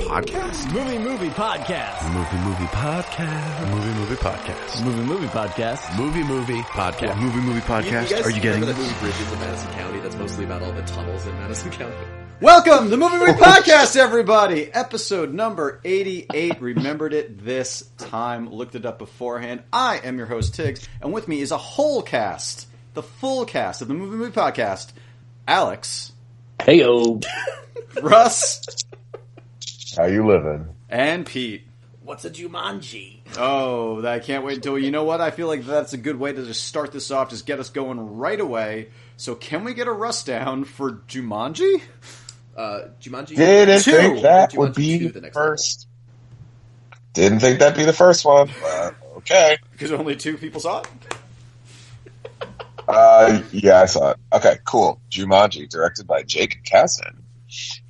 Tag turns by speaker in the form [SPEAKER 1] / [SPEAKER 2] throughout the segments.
[SPEAKER 1] podcast.
[SPEAKER 2] Movie Movie Podcast.
[SPEAKER 1] Movie movie podcast. Movie movie podcast.
[SPEAKER 2] Movie Movie Podcast.
[SPEAKER 1] Movie movie podcast. Movie movie podcast. Are you getting
[SPEAKER 3] remember that
[SPEAKER 1] this?
[SPEAKER 3] movie Bridges of Madison County? That's mostly about all the tunnels in Madison County.
[SPEAKER 2] Welcome to Movie Movie Podcast, everybody. Episode number 88. Remembered it this time. Looked it up beforehand. I am your host, Tiggs, and with me is a whole cast, the full cast of the Movie Movie Podcast. Alex,
[SPEAKER 4] Heyo.
[SPEAKER 2] Russ,
[SPEAKER 5] How you living?
[SPEAKER 2] and Pete.
[SPEAKER 4] What's a Jumanji?
[SPEAKER 2] Oh, I can't wait until you know what? I feel like that's a good way to just start this off, just get us going right away. So, can we get a Russ down for Jumanji?
[SPEAKER 3] Uh, Jumanji.
[SPEAKER 5] Didn't
[SPEAKER 2] Two.
[SPEAKER 5] think that would
[SPEAKER 3] Jumanji
[SPEAKER 5] be
[SPEAKER 3] two,
[SPEAKER 5] the,
[SPEAKER 3] the next
[SPEAKER 5] first. Didn't think that'd be the first one. Uh, okay.
[SPEAKER 2] Because only two people saw it.
[SPEAKER 5] Uh, yeah, I saw it. Okay, cool. Jumanji, directed by Jake Kasdan.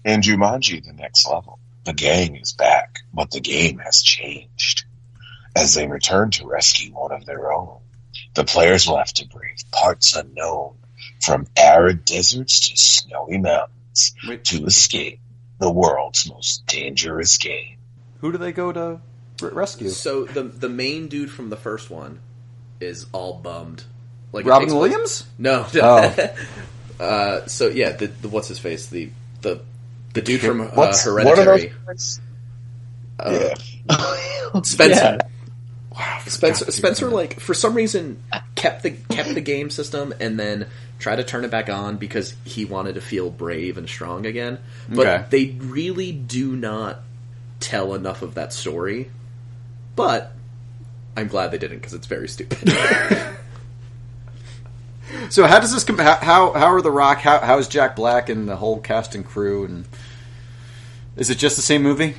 [SPEAKER 5] In Jumanji, the next level, the gang is back, but the game has changed. As they return to rescue one of their own, the players will have to brave parts unknown, from arid deserts to snowy mountains,
[SPEAKER 2] Wait.
[SPEAKER 5] to escape the world's most dangerous game.
[SPEAKER 2] Who do they go to re- rescue?
[SPEAKER 3] So the the main dude from the first one is all bummed. Like it
[SPEAKER 2] Robin
[SPEAKER 3] takes place-
[SPEAKER 2] Williams?
[SPEAKER 3] No.
[SPEAKER 2] Oh.
[SPEAKER 3] uh, so yeah, the, the what's his face? The the the dude from uh,
[SPEAKER 5] What's what are
[SPEAKER 3] Hereditary.
[SPEAKER 5] those?
[SPEAKER 3] Uh,
[SPEAKER 5] yeah.
[SPEAKER 3] Spencer. Spencer, Spencer, like for some reason, kept the kept the game system and then tried to turn it back on because he wanted to feel brave and strong again. But
[SPEAKER 2] Okay.
[SPEAKER 3] they really do not tell enough of that story. But I'm glad they didn't because it's very stupid.
[SPEAKER 2] So how does this compare? How, how how are the Rock? How how is Jack Black and the whole cast and crew? And is it just the same movie?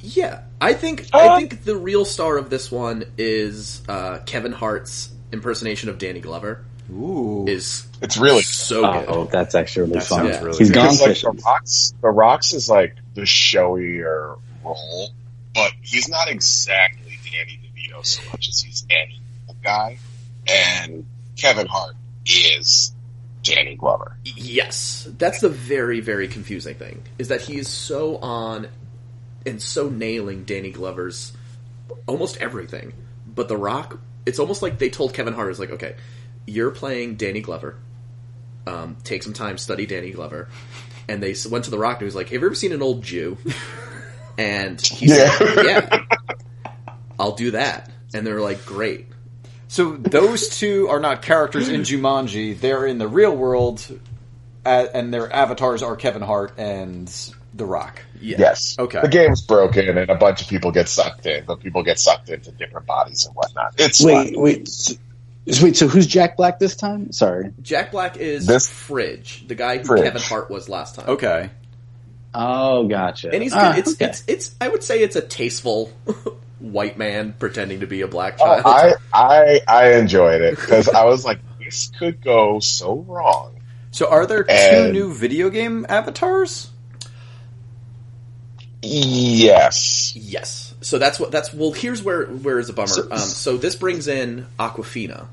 [SPEAKER 3] yeah, I think I
[SPEAKER 5] Uh.
[SPEAKER 3] think the real star of this one is uh, Kevin Hart's impersonation of Danny Glover
[SPEAKER 2] Ooh,
[SPEAKER 3] is
[SPEAKER 5] It's really
[SPEAKER 3] so good.
[SPEAKER 4] Oh, that's actually really
[SPEAKER 2] That
[SPEAKER 4] fun.
[SPEAKER 3] sounds really
[SPEAKER 4] He's
[SPEAKER 3] good.
[SPEAKER 4] gone
[SPEAKER 5] because like the
[SPEAKER 4] fishing.
[SPEAKER 5] rocks, the rocks is like the showier role, but he's not exactly Danny DeVito so much as he's Danny the guy, and Kevin Hart is Danny Glover.
[SPEAKER 3] Yes, that's the very very confusing thing is that he is so on and so nailing Danny Glover's almost everything. But The Rock, it's almost like they told Kevin Hart is like, okay, you're playing Danny Glover. Um, take some time, study Danny Glover, and they s- went to The Rock and he was like, have you ever seen an old Jew? and he said, yeah, I'll do that. And they're like, great.
[SPEAKER 2] so those two are not characters in Jumanji. They're in the real world, a and their avatars are Kevin Hart and the Rock.
[SPEAKER 3] Yeah.
[SPEAKER 5] Yes,
[SPEAKER 2] Okay.
[SPEAKER 5] The game's broken, and a bunch of people get sucked in, but people get sucked into different bodies and whatnot. It's
[SPEAKER 4] Wait,
[SPEAKER 5] fun.
[SPEAKER 4] wait. So, wait, so who's Jack Black this time? Sorry.
[SPEAKER 3] Jack Black is
[SPEAKER 5] This-
[SPEAKER 3] Fridge, the guy who
[SPEAKER 5] Fridge.
[SPEAKER 3] Kevin Hart was last time.
[SPEAKER 2] Okay,
[SPEAKER 4] Oh, gotcha.
[SPEAKER 3] and he's good.
[SPEAKER 4] Ah,
[SPEAKER 3] it's
[SPEAKER 4] okay.
[SPEAKER 3] it's it's I would say it's a tasteful white man pretending to be a black
[SPEAKER 5] Oh,
[SPEAKER 3] child.
[SPEAKER 5] I I I enjoyed it because I was like, this could go so wrong.
[SPEAKER 2] so are there two
[SPEAKER 5] And-
[SPEAKER 2] new video game avatars?
[SPEAKER 5] Yes.
[SPEAKER 3] yes, so that's what that's well. Here's where where is a bummer. um, so this brings in Aquafina.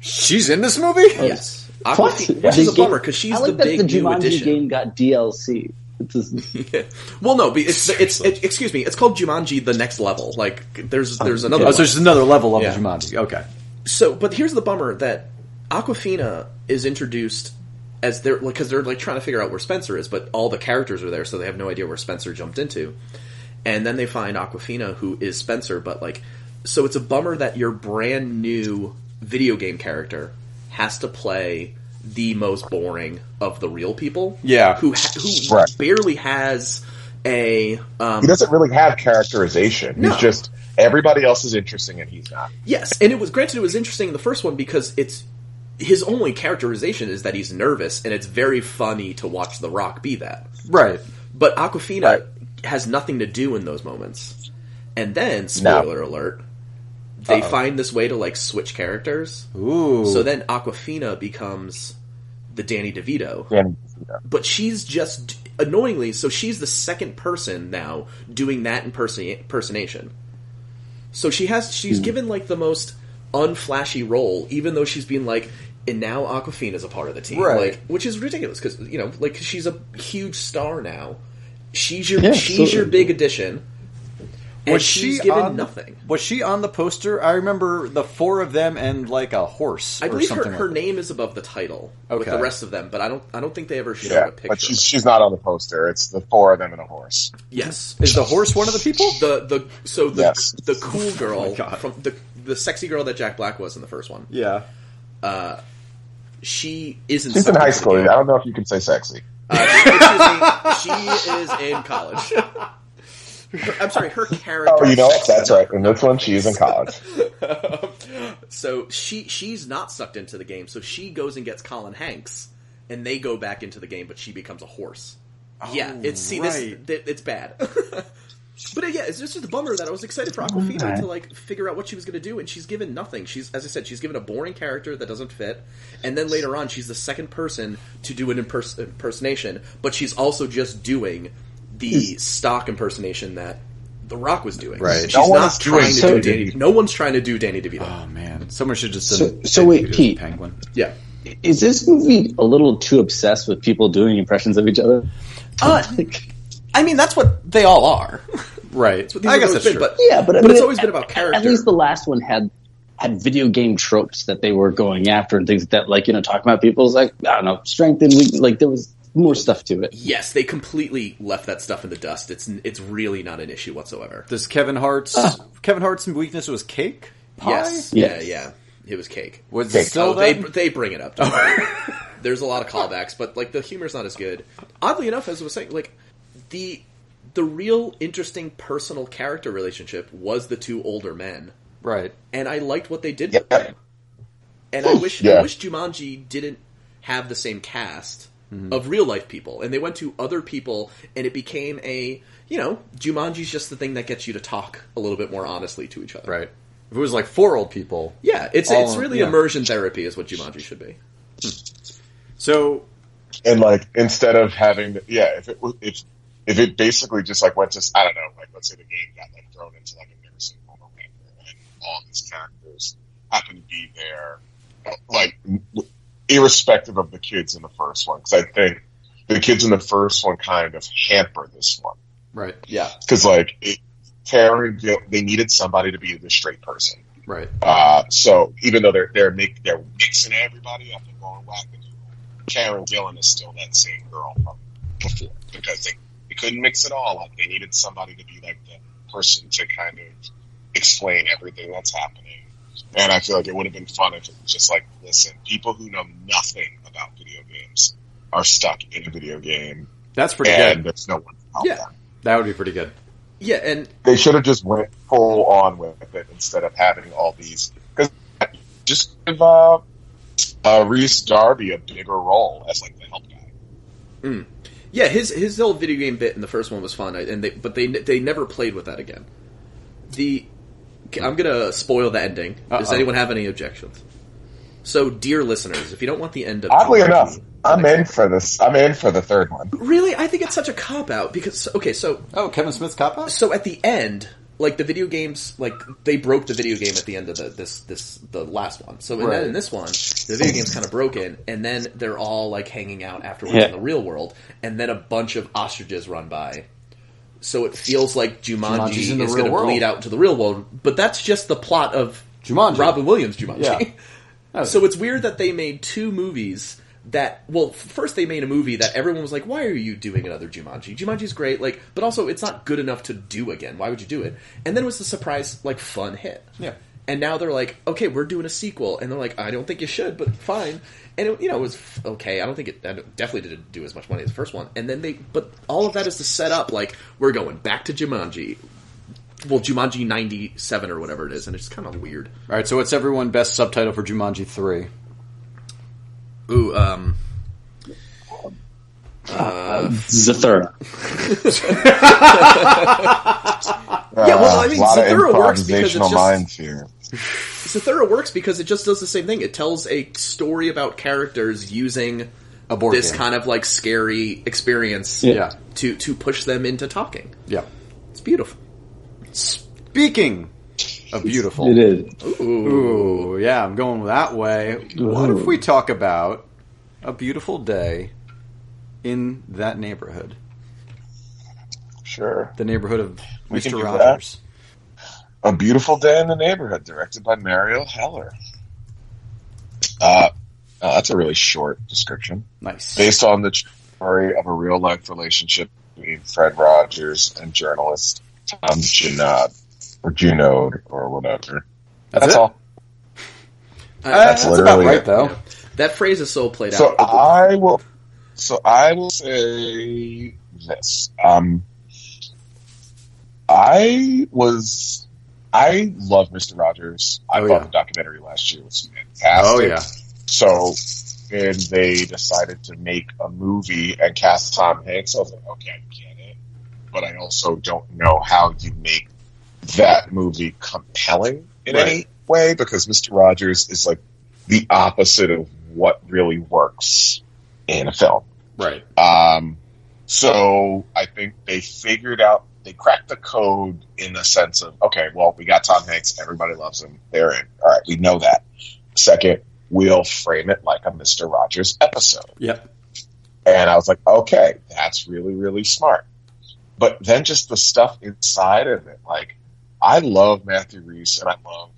[SPEAKER 2] She's in this movie.
[SPEAKER 4] Oh,
[SPEAKER 3] Yes,
[SPEAKER 4] What?
[SPEAKER 3] Aquafina, which is
[SPEAKER 4] The
[SPEAKER 3] a
[SPEAKER 4] game-
[SPEAKER 3] bummer because she's
[SPEAKER 4] I like
[SPEAKER 3] the
[SPEAKER 4] that
[SPEAKER 3] big
[SPEAKER 4] the
[SPEAKER 3] new
[SPEAKER 4] Jumanji
[SPEAKER 3] addition.
[SPEAKER 4] game got DLC. It's just-
[SPEAKER 3] well, no, but it's it's it, excuse me. It's called Jumanji: The Next Level. Like there's there's another.
[SPEAKER 2] Oh,
[SPEAKER 3] one.
[SPEAKER 2] so there's another level of
[SPEAKER 3] Yeah.
[SPEAKER 2] Jumanji. Okay.
[SPEAKER 3] So, but here's the bummer that Aquafina is introduced as they're because they're like trying to figure out where Spencer is, but all the characters are there, so they have no idea where Spencer jumped into. And then they find Aquafina, who is Spencer, but like, so it's a bummer that your brand new video game character has to play the most boring of the real people.
[SPEAKER 2] Yeah.
[SPEAKER 3] who ha- who
[SPEAKER 5] Right.
[SPEAKER 3] barely has a um,
[SPEAKER 5] He doesn't really have characterization.
[SPEAKER 3] No.
[SPEAKER 5] He's just everybody else is interesting and he's not.
[SPEAKER 3] Yes, and it was granted it was interesting in the first one because it's his only characterization is that he's nervous, and it's very funny to watch The Rock be that.
[SPEAKER 2] Right.
[SPEAKER 3] But Aquafina
[SPEAKER 5] Right.
[SPEAKER 3] has nothing to do in those moments. And then, spoiler alert, they find this way to like switch characters.
[SPEAKER 2] Ooh.
[SPEAKER 3] So then Aquafina becomes the Danny DeVito,
[SPEAKER 5] And, you know,
[SPEAKER 3] but she's just annoyingly so she's the second person now doing that imperson- impersonation so she has she's given like the most unflashy role even though she's been like and now aquafina is a part of the team
[SPEAKER 2] Right.
[SPEAKER 3] like which is ridiculous because you know like 'cause she's a huge star now She's your
[SPEAKER 4] Yeah,
[SPEAKER 3] she's
[SPEAKER 4] absolutely.
[SPEAKER 3] your big addition. And
[SPEAKER 2] Was
[SPEAKER 3] she's
[SPEAKER 2] she
[SPEAKER 3] given
[SPEAKER 2] on-
[SPEAKER 3] nothing.
[SPEAKER 2] Was she on the poster? I remember the four of them and like a horse
[SPEAKER 3] I
[SPEAKER 2] or
[SPEAKER 3] believe her,
[SPEAKER 2] something.
[SPEAKER 3] her
[SPEAKER 2] like
[SPEAKER 3] name is above the title with
[SPEAKER 2] Okay.
[SPEAKER 3] the rest of them, but I don't I don't think they ever showed
[SPEAKER 5] Yeah,
[SPEAKER 3] a picture.
[SPEAKER 5] but
[SPEAKER 3] of
[SPEAKER 5] she's
[SPEAKER 3] her.
[SPEAKER 5] she's not on the poster. It's the four of them and a horse.
[SPEAKER 3] yes,
[SPEAKER 2] that. Is the horse one of the people? Oh
[SPEAKER 3] the the so the
[SPEAKER 5] Yes.
[SPEAKER 3] the cool girl
[SPEAKER 2] God.
[SPEAKER 3] from the the sexy girl that Jack Black was in the first one.
[SPEAKER 2] Yeah.
[SPEAKER 3] She isn't.
[SPEAKER 5] She's in
[SPEAKER 3] something
[SPEAKER 5] high
[SPEAKER 3] to
[SPEAKER 5] school.
[SPEAKER 3] the
[SPEAKER 5] I
[SPEAKER 3] game.
[SPEAKER 5] don't know if you can say sexy.
[SPEAKER 3] Uh, she, is in, she is in college. Her- I'm sorry, her character.
[SPEAKER 5] Oh, you know
[SPEAKER 3] is
[SPEAKER 5] what? That's
[SPEAKER 3] sexy.
[SPEAKER 5] right. In this one, she is in college.
[SPEAKER 3] So she she's not sucked into the game. So she goes and gets Colin Hanks, and they go back into the game, but she becomes a horse. yeah, it's see
[SPEAKER 2] right.
[SPEAKER 3] this th- it's bad. but uh, yeah, it's just a bummer that I was excited for Aquafina
[SPEAKER 4] Alright.
[SPEAKER 3] to like figure out what she was going to do, and she's given nothing. She's as I said, she's given a boring character that doesn't fit, and then later on, she's the second person to do an impers- impersonation, but she's also just doing the stock impersonation that. The Rock was doing.
[SPEAKER 2] Hmm. Right.
[SPEAKER 3] She's
[SPEAKER 5] No
[SPEAKER 3] not
[SPEAKER 5] one's doing
[SPEAKER 3] trying to
[SPEAKER 4] so-
[SPEAKER 3] do Danny. No one's trying to do Danny DeVito.
[SPEAKER 2] Oh man, someone should just
[SPEAKER 4] So-
[SPEAKER 2] done-
[SPEAKER 4] so
[SPEAKER 2] done
[SPEAKER 4] wait,
[SPEAKER 2] Peter the
[SPEAKER 4] Pete.
[SPEAKER 2] Penguin.
[SPEAKER 3] Yeah.
[SPEAKER 4] Is this movie a little too obsessed with people doing impressions of each other?
[SPEAKER 3] Uh,
[SPEAKER 4] Like,
[SPEAKER 2] I mean, that's what they all are, right?
[SPEAKER 3] That's what these
[SPEAKER 2] I
[SPEAKER 3] have
[SPEAKER 2] guess
[SPEAKER 3] always
[SPEAKER 2] that's
[SPEAKER 3] been,
[SPEAKER 2] true.
[SPEAKER 3] but
[SPEAKER 4] yeah, but, I
[SPEAKER 3] but it's
[SPEAKER 4] mean,
[SPEAKER 3] always been about
[SPEAKER 4] at-
[SPEAKER 3] character.
[SPEAKER 4] At least the last one had had video game tropes that they were going after and things that, like you know, talking about people's like I don't know strength and weakness. Like there was more stuff to it.
[SPEAKER 3] yes, they completely left that stuff in the dust. It's it's really not an issue whatsoever.
[SPEAKER 2] Does Kevin Hart's Kevin Hart's weakness was cake? Pie?
[SPEAKER 3] Ah. Yes, yeah,
[SPEAKER 4] Yes.
[SPEAKER 3] yeah. It was cake.
[SPEAKER 2] Was it
[SPEAKER 5] Cake.
[SPEAKER 2] still
[SPEAKER 3] oh, they
[SPEAKER 2] that?
[SPEAKER 3] they bring it up. Don't worry. There's a lot of callbacks, but like the humor's not as good. Oddly enough, as I was saying, like the the real interesting personal character relationship was the two older men,
[SPEAKER 2] right?
[SPEAKER 3] and I liked what they did with
[SPEAKER 5] Yeah.
[SPEAKER 3] them. And I wish I
[SPEAKER 5] Yeah.
[SPEAKER 3] wish Jumanji didn't have the same cast
[SPEAKER 2] Mm-hmm.
[SPEAKER 3] of real life people, and they went to other people, and it became a you know Jumanji's just the thing that gets you to talk a little bit more honestly to each other.
[SPEAKER 2] Right. If it was like four old people.
[SPEAKER 3] Yeah, it's
[SPEAKER 2] All-
[SPEAKER 3] it's really
[SPEAKER 2] yeah.
[SPEAKER 3] immersion therapy is what Jumanji should be.
[SPEAKER 2] So
[SPEAKER 5] And like, instead of having, yeah, if it was, if, if it basically just like went to, I don't know, like let's say the game got like thrown into like a never seen moment and all these characters happen to be there, like irrespective of the kids in the first one, because I think the kids in the first one kind of hamper this one.
[SPEAKER 2] right,
[SPEAKER 3] Yeah,
[SPEAKER 5] because like it, Terry, and Gil- they needed somebody to be the straight person.
[SPEAKER 2] right.
[SPEAKER 5] Uh, so even though they're they're make, they're mixing everybody up and going whack and Karen Gillan is still that same girl from before because they, they couldn't mix it all up. They needed somebody to be like the person to kind of explain everything that's happening. And I feel like it would have been fun if it was just like, listen, people who know nothing about video games are stuck in a video game
[SPEAKER 2] That's pretty
[SPEAKER 5] and
[SPEAKER 2] good.
[SPEAKER 5] there's no one to help
[SPEAKER 3] Yeah.
[SPEAKER 5] them
[SPEAKER 2] That would be pretty good.
[SPEAKER 3] yeah, and
[SPEAKER 5] they should have just went full on with it instead of having all these. Because just give uh, uh, Reese Darby a bigger role as like the help guy.
[SPEAKER 3] yeah, his his whole video game bit in the first one was fun, and they but they they never played with that again. The I'm gonna spoil the ending. Does
[SPEAKER 2] Uh-oh.
[SPEAKER 3] anyone have any objections? So, dear listeners, if you don't want the end of
[SPEAKER 5] Oddly
[SPEAKER 3] Jumanji-
[SPEAKER 5] enough, I'm in for this. I'm in for the third one.
[SPEAKER 3] really, I think it's such a cop out because okay, so
[SPEAKER 2] Oh, Kevin Smith's cop out.
[SPEAKER 3] so at the end like the video games like they broke the video game at the end of the, this this the last one so and
[SPEAKER 2] Right.
[SPEAKER 3] then in this one the video game's kind of broken and then they're all like hanging out afterwards
[SPEAKER 4] Yeah.
[SPEAKER 3] in the real world and then a bunch of ostriches run by so it feels like
[SPEAKER 2] Jumanji's
[SPEAKER 3] Jumanji
[SPEAKER 2] in the
[SPEAKER 3] is
[SPEAKER 2] real
[SPEAKER 3] going to
[SPEAKER 2] world.
[SPEAKER 3] bleed out into the real world, but that's just the plot of
[SPEAKER 2] Jumanji.
[SPEAKER 3] Robin Williams Jumanji.
[SPEAKER 2] Yeah.
[SPEAKER 3] so it's weird that they made two movies that well, first they made a movie that everyone was like, "Why are you doing another Jumanji? Jumanji's great, like, but also it's not good enough to do again. Why would you do it?" And then it was the surprise, like, fun hit.
[SPEAKER 2] Yeah.
[SPEAKER 3] And now they're like, "Okay, we're doing a sequel," and they're like, "I don't think you should, but fine." And it, you know, it was f- okay. I don't think it I don't- definitely didn't do as much money as the first one. And then they, but all of that is to set up like we're going back to Jumanji, well Jumanji ninety seven or whatever it is, and it's kind of weird.
[SPEAKER 2] All right. So what's everyone best subtitle for Jumanji three?
[SPEAKER 3] Ooh, um,
[SPEAKER 4] Zathura.
[SPEAKER 3] Yeah, well, I mean,
[SPEAKER 5] a Uh, lot of
[SPEAKER 3] Zathura works because it's
[SPEAKER 5] improvisational
[SPEAKER 3] just-
[SPEAKER 5] minds here.
[SPEAKER 3] Zathura works because it just does the same thing. It tells a story about characters using
[SPEAKER 2] A board
[SPEAKER 3] this
[SPEAKER 2] game.
[SPEAKER 3] kind of like scary experience
[SPEAKER 2] Yeah.
[SPEAKER 3] to to push them into talking.
[SPEAKER 2] Yeah.
[SPEAKER 3] It's beautiful.
[SPEAKER 2] Speaking of beautiful,
[SPEAKER 4] It is.
[SPEAKER 2] Ooh, yeah, I'm going that way. What if we talk about a beautiful day in that neighborhood?
[SPEAKER 5] Sure.
[SPEAKER 2] the neighborhood of
[SPEAKER 5] We can
[SPEAKER 2] Mr.
[SPEAKER 5] do
[SPEAKER 2] Rogers.
[SPEAKER 5] A Beautiful Day in the Neighborhood, directed by Mario Heller. Uh, oh, that's a really short description.
[SPEAKER 2] Nice.
[SPEAKER 5] based on the story of a real life relationship between Fred Rogers and journalist Tom Junod or Junode or whatever. That's,
[SPEAKER 2] it?
[SPEAKER 5] all.
[SPEAKER 3] I-
[SPEAKER 2] Uh, that's,
[SPEAKER 3] I-
[SPEAKER 2] about
[SPEAKER 5] literally
[SPEAKER 2] right,
[SPEAKER 5] it.
[SPEAKER 2] though.
[SPEAKER 3] yeah. That phrase is so played
[SPEAKER 5] So
[SPEAKER 3] out. but
[SPEAKER 5] I will. So I will say this. Um, I was. I love Mister Rogers. I
[SPEAKER 2] Oh,
[SPEAKER 5] thought
[SPEAKER 2] yeah.
[SPEAKER 5] the documentary last year was fantastic.
[SPEAKER 2] Oh yeah,
[SPEAKER 5] So then they decided to make a movie and cast Tom Hanks. I was like, okay, I get it. But I also don't know how you make that movie compelling in
[SPEAKER 3] Right.
[SPEAKER 5] any way because Mr. Rogers is like the opposite of what really works in a film.
[SPEAKER 3] right.
[SPEAKER 5] Um, so I think they figured out, they cracked the code in the sense of, okay, well, we got Tom Hanks. Everybody loves him. They're in. All right, we know that. Second, we'll frame it like a Mr. Rogers episode.
[SPEAKER 2] yep.
[SPEAKER 5] And I was like, okay, that's really, really smart. But then just the stuff inside of it, like, I love Matthew Reese and I love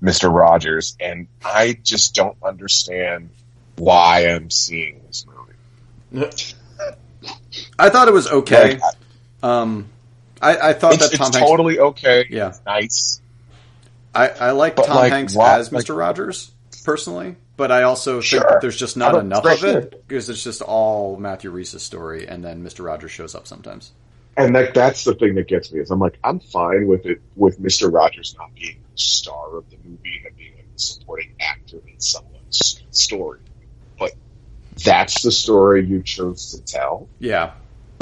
[SPEAKER 5] Mr. Rogers, and I just don't understand why I'm seeing this movie.
[SPEAKER 2] I thought it was okay.
[SPEAKER 5] Like, I-
[SPEAKER 2] Um, I, I thought
[SPEAKER 5] it's,
[SPEAKER 2] that Tom
[SPEAKER 5] it's
[SPEAKER 2] Hanks.
[SPEAKER 5] totally okay.
[SPEAKER 2] Yeah,
[SPEAKER 5] nice.
[SPEAKER 2] I, I like
[SPEAKER 5] But,
[SPEAKER 2] Tom
[SPEAKER 5] like,
[SPEAKER 2] Hanks
[SPEAKER 5] why-
[SPEAKER 2] as Mr. Rogers personally, but I also
[SPEAKER 5] Sure.
[SPEAKER 2] think that there's just
[SPEAKER 5] I
[SPEAKER 2] not
[SPEAKER 5] don't-
[SPEAKER 2] enough
[SPEAKER 5] right,
[SPEAKER 2] of it because it's just all Matthew Reese's story, and then Mr. Rogers shows up sometimes.
[SPEAKER 5] And like that's the thing that gets me is I'm like I'm fine with it with Mister Rogers not being the star of the movie and being like the supporting actor in someone's story, but that's the story you chose to tell.
[SPEAKER 2] Yeah,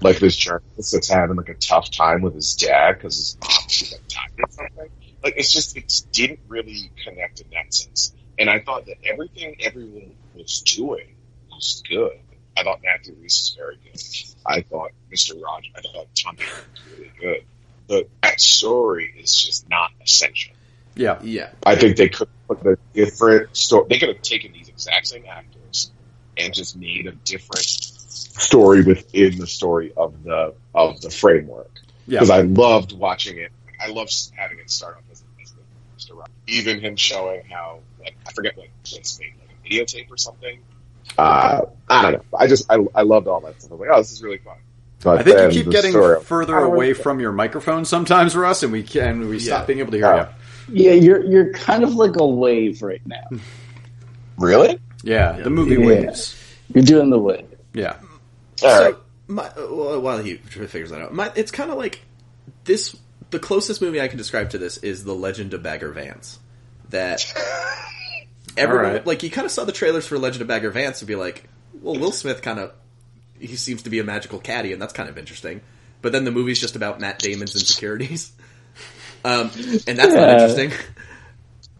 [SPEAKER 5] Like this journalist that's having like a tough time with his dad because his mom like, died or something. Like it's just it just didn't really connect in that sense. And I thought that everything everyone was doing was good. I thought Matthew Reese was very good. I thought Mr. Rogers, I thought Tom Hanks was really good. But that story is just not essential.
[SPEAKER 2] yeah,
[SPEAKER 3] Yeah.
[SPEAKER 5] I think they could put a different story. They could have taken these exact same actors and just made a different story within the story of the of the framework
[SPEAKER 2] yeah.
[SPEAKER 5] because I loved watching it. I love having it start off as, as the Mr. Rock. Even him showing how, like, I forget what it's made, like a videotape or something. Uh, I don't know. I just, I, I loved all that stuff. I'm like, oh, this is really fun. But
[SPEAKER 2] I think you
[SPEAKER 5] then
[SPEAKER 2] keep
[SPEAKER 5] the
[SPEAKER 2] getting
[SPEAKER 5] story-
[SPEAKER 2] further
[SPEAKER 5] I don't
[SPEAKER 2] away
[SPEAKER 5] really-
[SPEAKER 2] from your microphone sometimes, Russ, and we can and we
[SPEAKER 3] Yeah.
[SPEAKER 2] stop being able to hear
[SPEAKER 5] Oh.
[SPEAKER 4] Yeah, you're you're kind of like a wave right now.
[SPEAKER 5] Really?
[SPEAKER 2] you. Yeah, the movie
[SPEAKER 4] Yeah.
[SPEAKER 2] waves.
[SPEAKER 4] You're doing the wave.
[SPEAKER 2] Yeah,
[SPEAKER 5] All right.
[SPEAKER 3] so my, well, while he figures that out, my, it's kind of like this. The closest movie I can describe to this is The Legend of Bagger Vance. That everyone
[SPEAKER 2] All right.
[SPEAKER 3] like you kind of saw the trailers for Legend of Bagger Vance and be like, well, Will Smith kind of he seems to be a magical caddy, and that's kind of interesting. But then the movie's just about Matt Damon's insecurities, um, and that's not
[SPEAKER 4] Yeah.
[SPEAKER 3] interesting.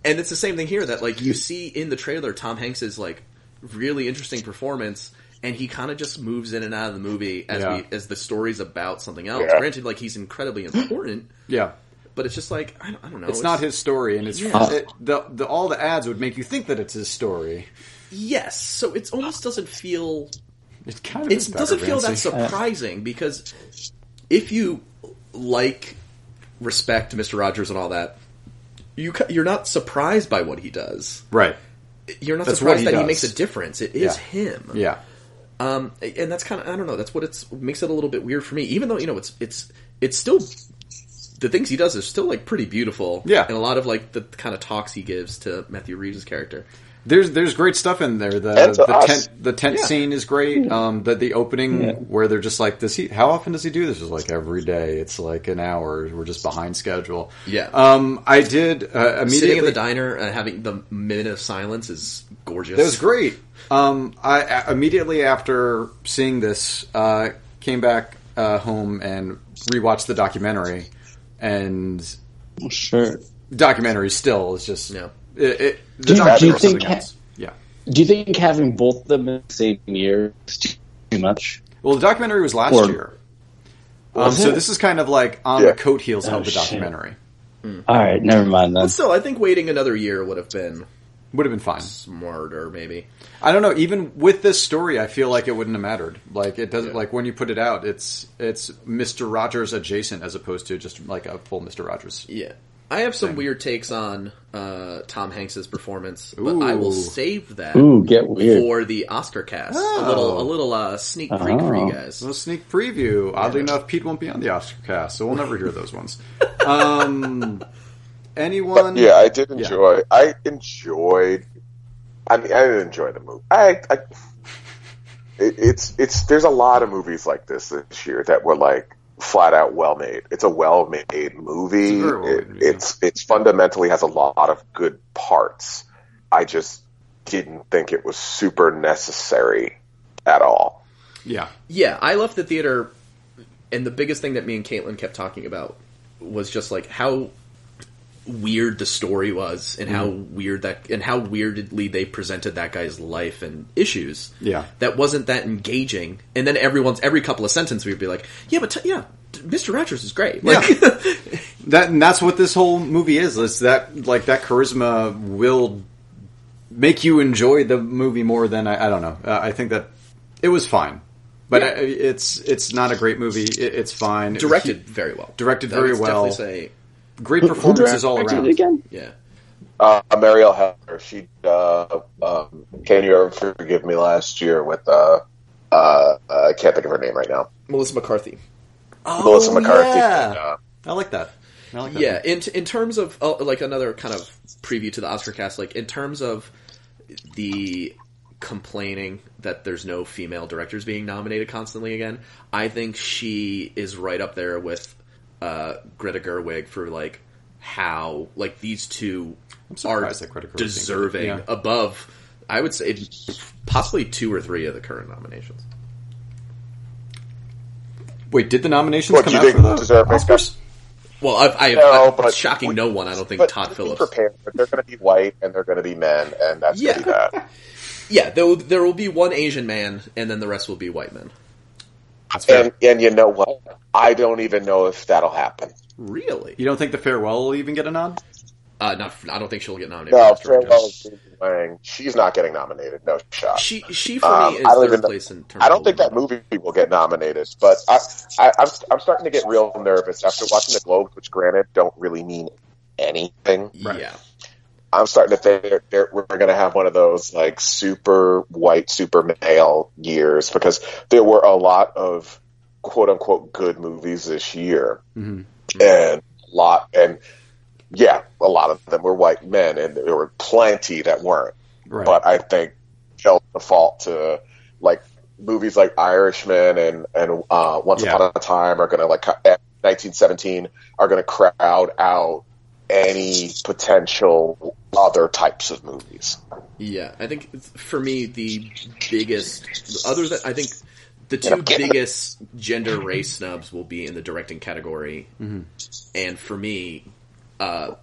[SPEAKER 3] And it's the same thing here that like
[SPEAKER 2] Hmm.
[SPEAKER 3] you see in the trailer Tom Hanks is like really interesting performance and he kind of just moves in and out of the movie as
[SPEAKER 2] Yeah.
[SPEAKER 3] we as the story's about something else.
[SPEAKER 5] Yeah.
[SPEAKER 3] Granted like he's incredibly important,
[SPEAKER 2] yeah.
[SPEAKER 3] but it's just like I don't, I don't know.
[SPEAKER 2] It's not his story, and it's
[SPEAKER 3] Oh, Yeah.
[SPEAKER 2] it, the, the all the ads would make you think that it's his story.
[SPEAKER 3] Yes, so it almost doesn't feel
[SPEAKER 2] It kind of is
[SPEAKER 3] it doesn't
[SPEAKER 2] Bagger
[SPEAKER 3] feel that
[SPEAKER 2] Vance-y.
[SPEAKER 3] surprising because if you like respect Mr. Rogers and all that, you ca- you're not surprised by what he does.
[SPEAKER 2] right.
[SPEAKER 3] You're not
[SPEAKER 2] That's what
[SPEAKER 3] surprised
[SPEAKER 2] he
[SPEAKER 3] that
[SPEAKER 2] does.
[SPEAKER 3] he makes a difference. It is
[SPEAKER 2] Yeah.
[SPEAKER 3] him.
[SPEAKER 2] Yeah,
[SPEAKER 3] Um, and that's kind of I don't know. That's what it's makes it a little bit weird for me. Even though you know it's it's it's still the things he does are still like pretty beautiful.
[SPEAKER 2] Yeah.
[SPEAKER 3] and a lot of like the kind of talks he gives to Matthew Reeves' character.
[SPEAKER 2] There's there's great stuff in there. The
[SPEAKER 5] And to
[SPEAKER 2] the
[SPEAKER 5] us.
[SPEAKER 2] tent the tent
[SPEAKER 3] Yeah.
[SPEAKER 2] scene is great. Um, the the opening
[SPEAKER 4] Yeah.
[SPEAKER 2] where they're just like, does he? How often does he do this? Is like every day. It's like an hour. We're just behind schedule.
[SPEAKER 3] Yeah.
[SPEAKER 2] Um, I did uh,
[SPEAKER 3] Sitting in
[SPEAKER 2] immediately.
[SPEAKER 3] the diner and having the minute of silence is gorgeous.
[SPEAKER 2] That was great. Um, I I- immediately after seeing this, uh, came back uh, home and rewatched the documentary, and
[SPEAKER 4] Sure.
[SPEAKER 2] documentary still is just
[SPEAKER 3] Yeah.
[SPEAKER 2] It, it,
[SPEAKER 4] Do you-
[SPEAKER 2] documentary
[SPEAKER 5] do you
[SPEAKER 2] is something
[SPEAKER 4] think ha-
[SPEAKER 2] else. yeah.
[SPEAKER 4] Do you think having both of them in the same year is too too much?
[SPEAKER 2] Well, the documentary was last
[SPEAKER 4] Or-
[SPEAKER 2] year. Um, so
[SPEAKER 4] it?
[SPEAKER 2] this is kind of like on
[SPEAKER 5] Yeah.
[SPEAKER 2] the coat heels
[SPEAKER 4] Oh,
[SPEAKER 2] of the
[SPEAKER 4] shit.
[SPEAKER 2] documentary.
[SPEAKER 4] All right, never mind then.
[SPEAKER 3] But still, I think waiting another year would have been
[SPEAKER 2] Would have been fine.
[SPEAKER 3] smarter, maybe.
[SPEAKER 2] I don't know. Even with this story, I feel like it wouldn't have mattered. Like it doesn't.
[SPEAKER 3] Yeah.
[SPEAKER 2] Like when you put it out, it's it's Mister Rogers adjacent as opposed to just like a full Mister Rogers.
[SPEAKER 3] Yeah. I have some weird takes on uh, Tom Hanks's performance,
[SPEAKER 2] Ooh.
[SPEAKER 3] but I will save that
[SPEAKER 4] Ooh, get weird.
[SPEAKER 3] for the Oscar cast.
[SPEAKER 2] Oh.
[SPEAKER 3] A little, a little uh, sneak peek for
[SPEAKER 4] Oh.
[SPEAKER 3] you guys.
[SPEAKER 2] So sneak preview. Oddly enough, Pete won't be on the Oscar cast, so we'll never hear those ones. Um, anyone?
[SPEAKER 5] yeah, I did enjoy. I enjoyed. I mean, I did enjoy the movie. I, I it, it's it's there's a lot of movies like this this year that were like flat out well made. It's a well made movie.
[SPEAKER 2] It's a very well-made
[SPEAKER 5] It-
[SPEAKER 2] movie, yeah.
[SPEAKER 5] it's it's fundamentally has a lot of good parts. I just didn't think it was super necessary at all.
[SPEAKER 2] yeah.
[SPEAKER 3] Yeah, I left the theater, and the biggest thing that me and Caitlin kept talking about was just like how weird the story was, and how
[SPEAKER 2] Mm-hmm.
[SPEAKER 3] weird that, and how weirdly they presented that guy's life and issues.
[SPEAKER 2] Yeah.
[SPEAKER 3] that wasn't that engaging. And then everyone's every couple of sentences we'd be like, "Yeah, but t- yeah, Mr. Rogers is great." Like, yeah,
[SPEAKER 2] That and that's what this whole movie is. Is that like that charisma will make you enjoy the movie more than I, I don't know. Uh, I think that it was fine, but I, it's it's not a great movie. It, it's fine. It was
[SPEAKER 3] directed very well.
[SPEAKER 2] Directed
[SPEAKER 3] That
[SPEAKER 2] very
[SPEAKER 3] would
[SPEAKER 2] well.
[SPEAKER 3] Definitely say,
[SPEAKER 2] hu- great performances all
[SPEAKER 4] Actually,
[SPEAKER 2] around.
[SPEAKER 4] Again,
[SPEAKER 3] yeah.
[SPEAKER 5] Uh, Mariel Heller, she uh, um, can you ever forgive me last year with uh, uh, I can't think of her name right now.
[SPEAKER 3] Melissa McCarthy.
[SPEAKER 2] Oh,
[SPEAKER 5] Melissa McCarthy.
[SPEAKER 2] yeah.
[SPEAKER 5] Uh,
[SPEAKER 2] I like that. I like that.
[SPEAKER 3] yeah in in terms of uh, like another kind of preview to the oscar cast like in terms of the complaining that there's no female directors being nominated constantly again i think she is right up there with uh greta gerwig for like how like these two are
[SPEAKER 2] surprised that Greta Gerwig didn't-
[SPEAKER 3] deserving
[SPEAKER 2] yeah.
[SPEAKER 3] above i would say possibly two or three of the current nominations
[SPEAKER 2] Wait, did the nominations
[SPEAKER 5] What,
[SPEAKER 2] come
[SPEAKER 5] you
[SPEAKER 2] out
[SPEAKER 5] think
[SPEAKER 2] for the
[SPEAKER 5] deserve makeup?
[SPEAKER 2] Oscars?
[SPEAKER 3] well i've, I've,
[SPEAKER 5] No,
[SPEAKER 3] I've
[SPEAKER 5] but-
[SPEAKER 3] shocking no one i don't think
[SPEAKER 5] but
[SPEAKER 3] todd
[SPEAKER 5] just
[SPEAKER 3] phillips
[SPEAKER 5] Be prepared. They're going to be white and they're going to be men, and that's going to be
[SPEAKER 3] Yeah.
[SPEAKER 5] that.
[SPEAKER 3] Yeah, there will, there will be one Asian man, and then the rest will be white men.
[SPEAKER 2] That's fair.
[SPEAKER 5] And and you know what? I don't even know if that'll happen.
[SPEAKER 3] Really?
[SPEAKER 2] you don't think the farewell will even get a nod?
[SPEAKER 3] Uh, not, I don't think she'll get nominated. for
[SPEAKER 5] No,
[SPEAKER 3] Best Director.
[SPEAKER 5] farewell is Wang. She's not getting nominated. No shot.
[SPEAKER 3] She, she for
[SPEAKER 5] Um,
[SPEAKER 3] me
[SPEAKER 5] I
[SPEAKER 3] is
[SPEAKER 5] don't even
[SPEAKER 3] third
[SPEAKER 5] know-
[SPEAKER 3] place in terms.
[SPEAKER 5] I
[SPEAKER 3] of
[SPEAKER 5] don't think that
[SPEAKER 3] women.
[SPEAKER 5] movie will get nominated, but I, I, I'm, I'm starting to get real nervous after watching the Globes, which granted don't really mean anything.
[SPEAKER 2] Right.
[SPEAKER 3] Yeah,
[SPEAKER 5] I'm starting to think they're, they're, we're going to have one of those like super white, super male years because there were a lot of quote unquote good movies this year,
[SPEAKER 2] Mhm.
[SPEAKER 5] and a lot and yeah, a lot of them were white men, and there were plenty that weren't.
[SPEAKER 2] Right.
[SPEAKER 5] But I think felt the fault to like movies like Irishman and and uh, Once
[SPEAKER 2] Yeah.
[SPEAKER 5] Upon a Time are going to like cu- at 1917 are going to crowd out any potential other types of movies.
[SPEAKER 3] yeah. I think it's- for me the biggest, other than I think the
[SPEAKER 5] Get
[SPEAKER 3] two
[SPEAKER 5] up, get up.
[SPEAKER 3] biggest gender race snubs will be in the directing category,
[SPEAKER 2] Mm-hmm.
[SPEAKER 3] and for me, uh,